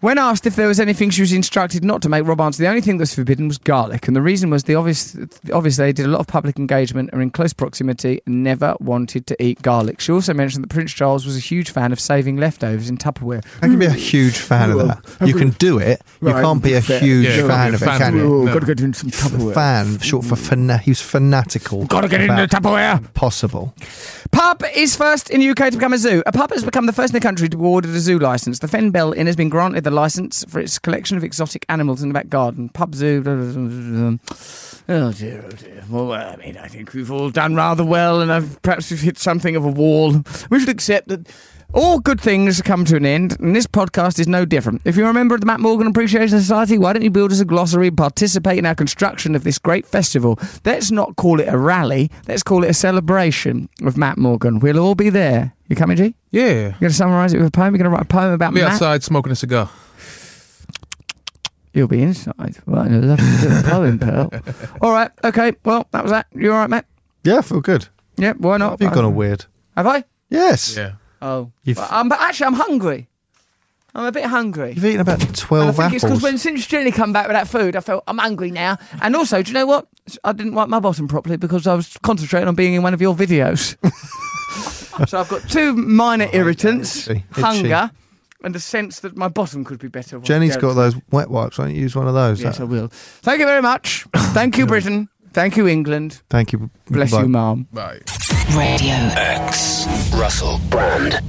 Speaker 6: When asked if there was anything she was instructed not to make, Rob answered the only thing that was forbidden was garlic, and the reason was the obvious. Obviously, they did a lot of public engagement and are in close proximity, and never wanted to eat garlic. She also mentioned that Prince Charles was a huge fan of saving leftovers in Tupperware.
Speaker 3: I can be a huge fan of that. You can do it. You
Speaker 6: Right.
Speaker 3: can't be a
Speaker 6: Fair.
Speaker 3: huge
Speaker 4: Yeah, you can't
Speaker 3: fan
Speaker 4: be a
Speaker 3: of it,
Speaker 4: fan
Speaker 3: can
Speaker 4: of it.
Speaker 3: you?
Speaker 4: No. Gotta
Speaker 6: get in some Tupperware.
Speaker 3: Fan, short for fana- he was fanatical.
Speaker 6: Gotta get in the
Speaker 3: about
Speaker 6: Tupperware.
Speaker 3: Possible.
Speaker 6: Pub is first in the UK to become a zoo. A pub has become the first in the country to be awarded a zoo licence. The Fen Bell Inn has been granted the licence for its collection of exotic animals in the back garden. Pub zoo. blah, blah, blah, blah, blah. Oh dear, oh dear. Well, I mean, I think we've all done rather well, and I've, perhaps we've hit something of a wall. We should accept that all good things come to an end, and this podcast is no different. If you're a member of the Matt Morgan Appreciation Society, why don't you build us a glossary and participate in our construction of this great festival? Let's not call it a rally, let's call it a celebration of Matt Morgan. We'll all be there. You coming, G? You're
Speaker 4: Yeah.
Speaker 6: going to summarise it with a poem? You're going to write a poem about
Speaker 4: Be
Speaker 6: Matt?
Speaker 4: outside smoking a cigar.
Speaker 6: You'll be inside. Well, I love to do a poem, pal. All right, okay, well, that was that. You all right, Matt?
Speaker 3: Yeah, I feel good.
Speaker 6: Yep, why not?
Speaker 3: You've gone a weird.
Speaker 6: Have I?
Speaker 3: Yes.
Speaker 4: Yeah.
Speaker 6: Oh,
Speaker 3: You've-
Speaker 6: Well, I'm, but actually, I'm hungry. I'm a bit hungry.
Speaker 3: You've eaten about
Speaker 6: And I
Speaker 3: 12
Speaker 6: think it's because
Speaker 3: apples.
Speaker 6: when since Jenny come back with that food, I felt I'm hungry now. And also, do you know what? I didn't wipe my bottom properly because I was concentrating on being in one of your videos. so I've got two minor irritants:
Speaker 3: itchy, itchy.
Speaker 6: hunger and a sense that my bottom could be better. while
Speaker 3: Jenny's
Speaker 6: I
Speaker 3: got
Speaker 6: go.
Speaker 3: those wet wipes. Why don't you use one of those? uh,
Speaker 6: Yes,
Speaker 3: That-
Speaker 6: I will. Thank you very much. Thank you, Britain. Thank you, England.
Speaker 3: Thank you.
Speaker 6: Bless
Speaker 3: Bye.
Speaker 6: you, ma'am.
Speaker 4: Bye.
Speaker 5: Radio X. Russell Brand.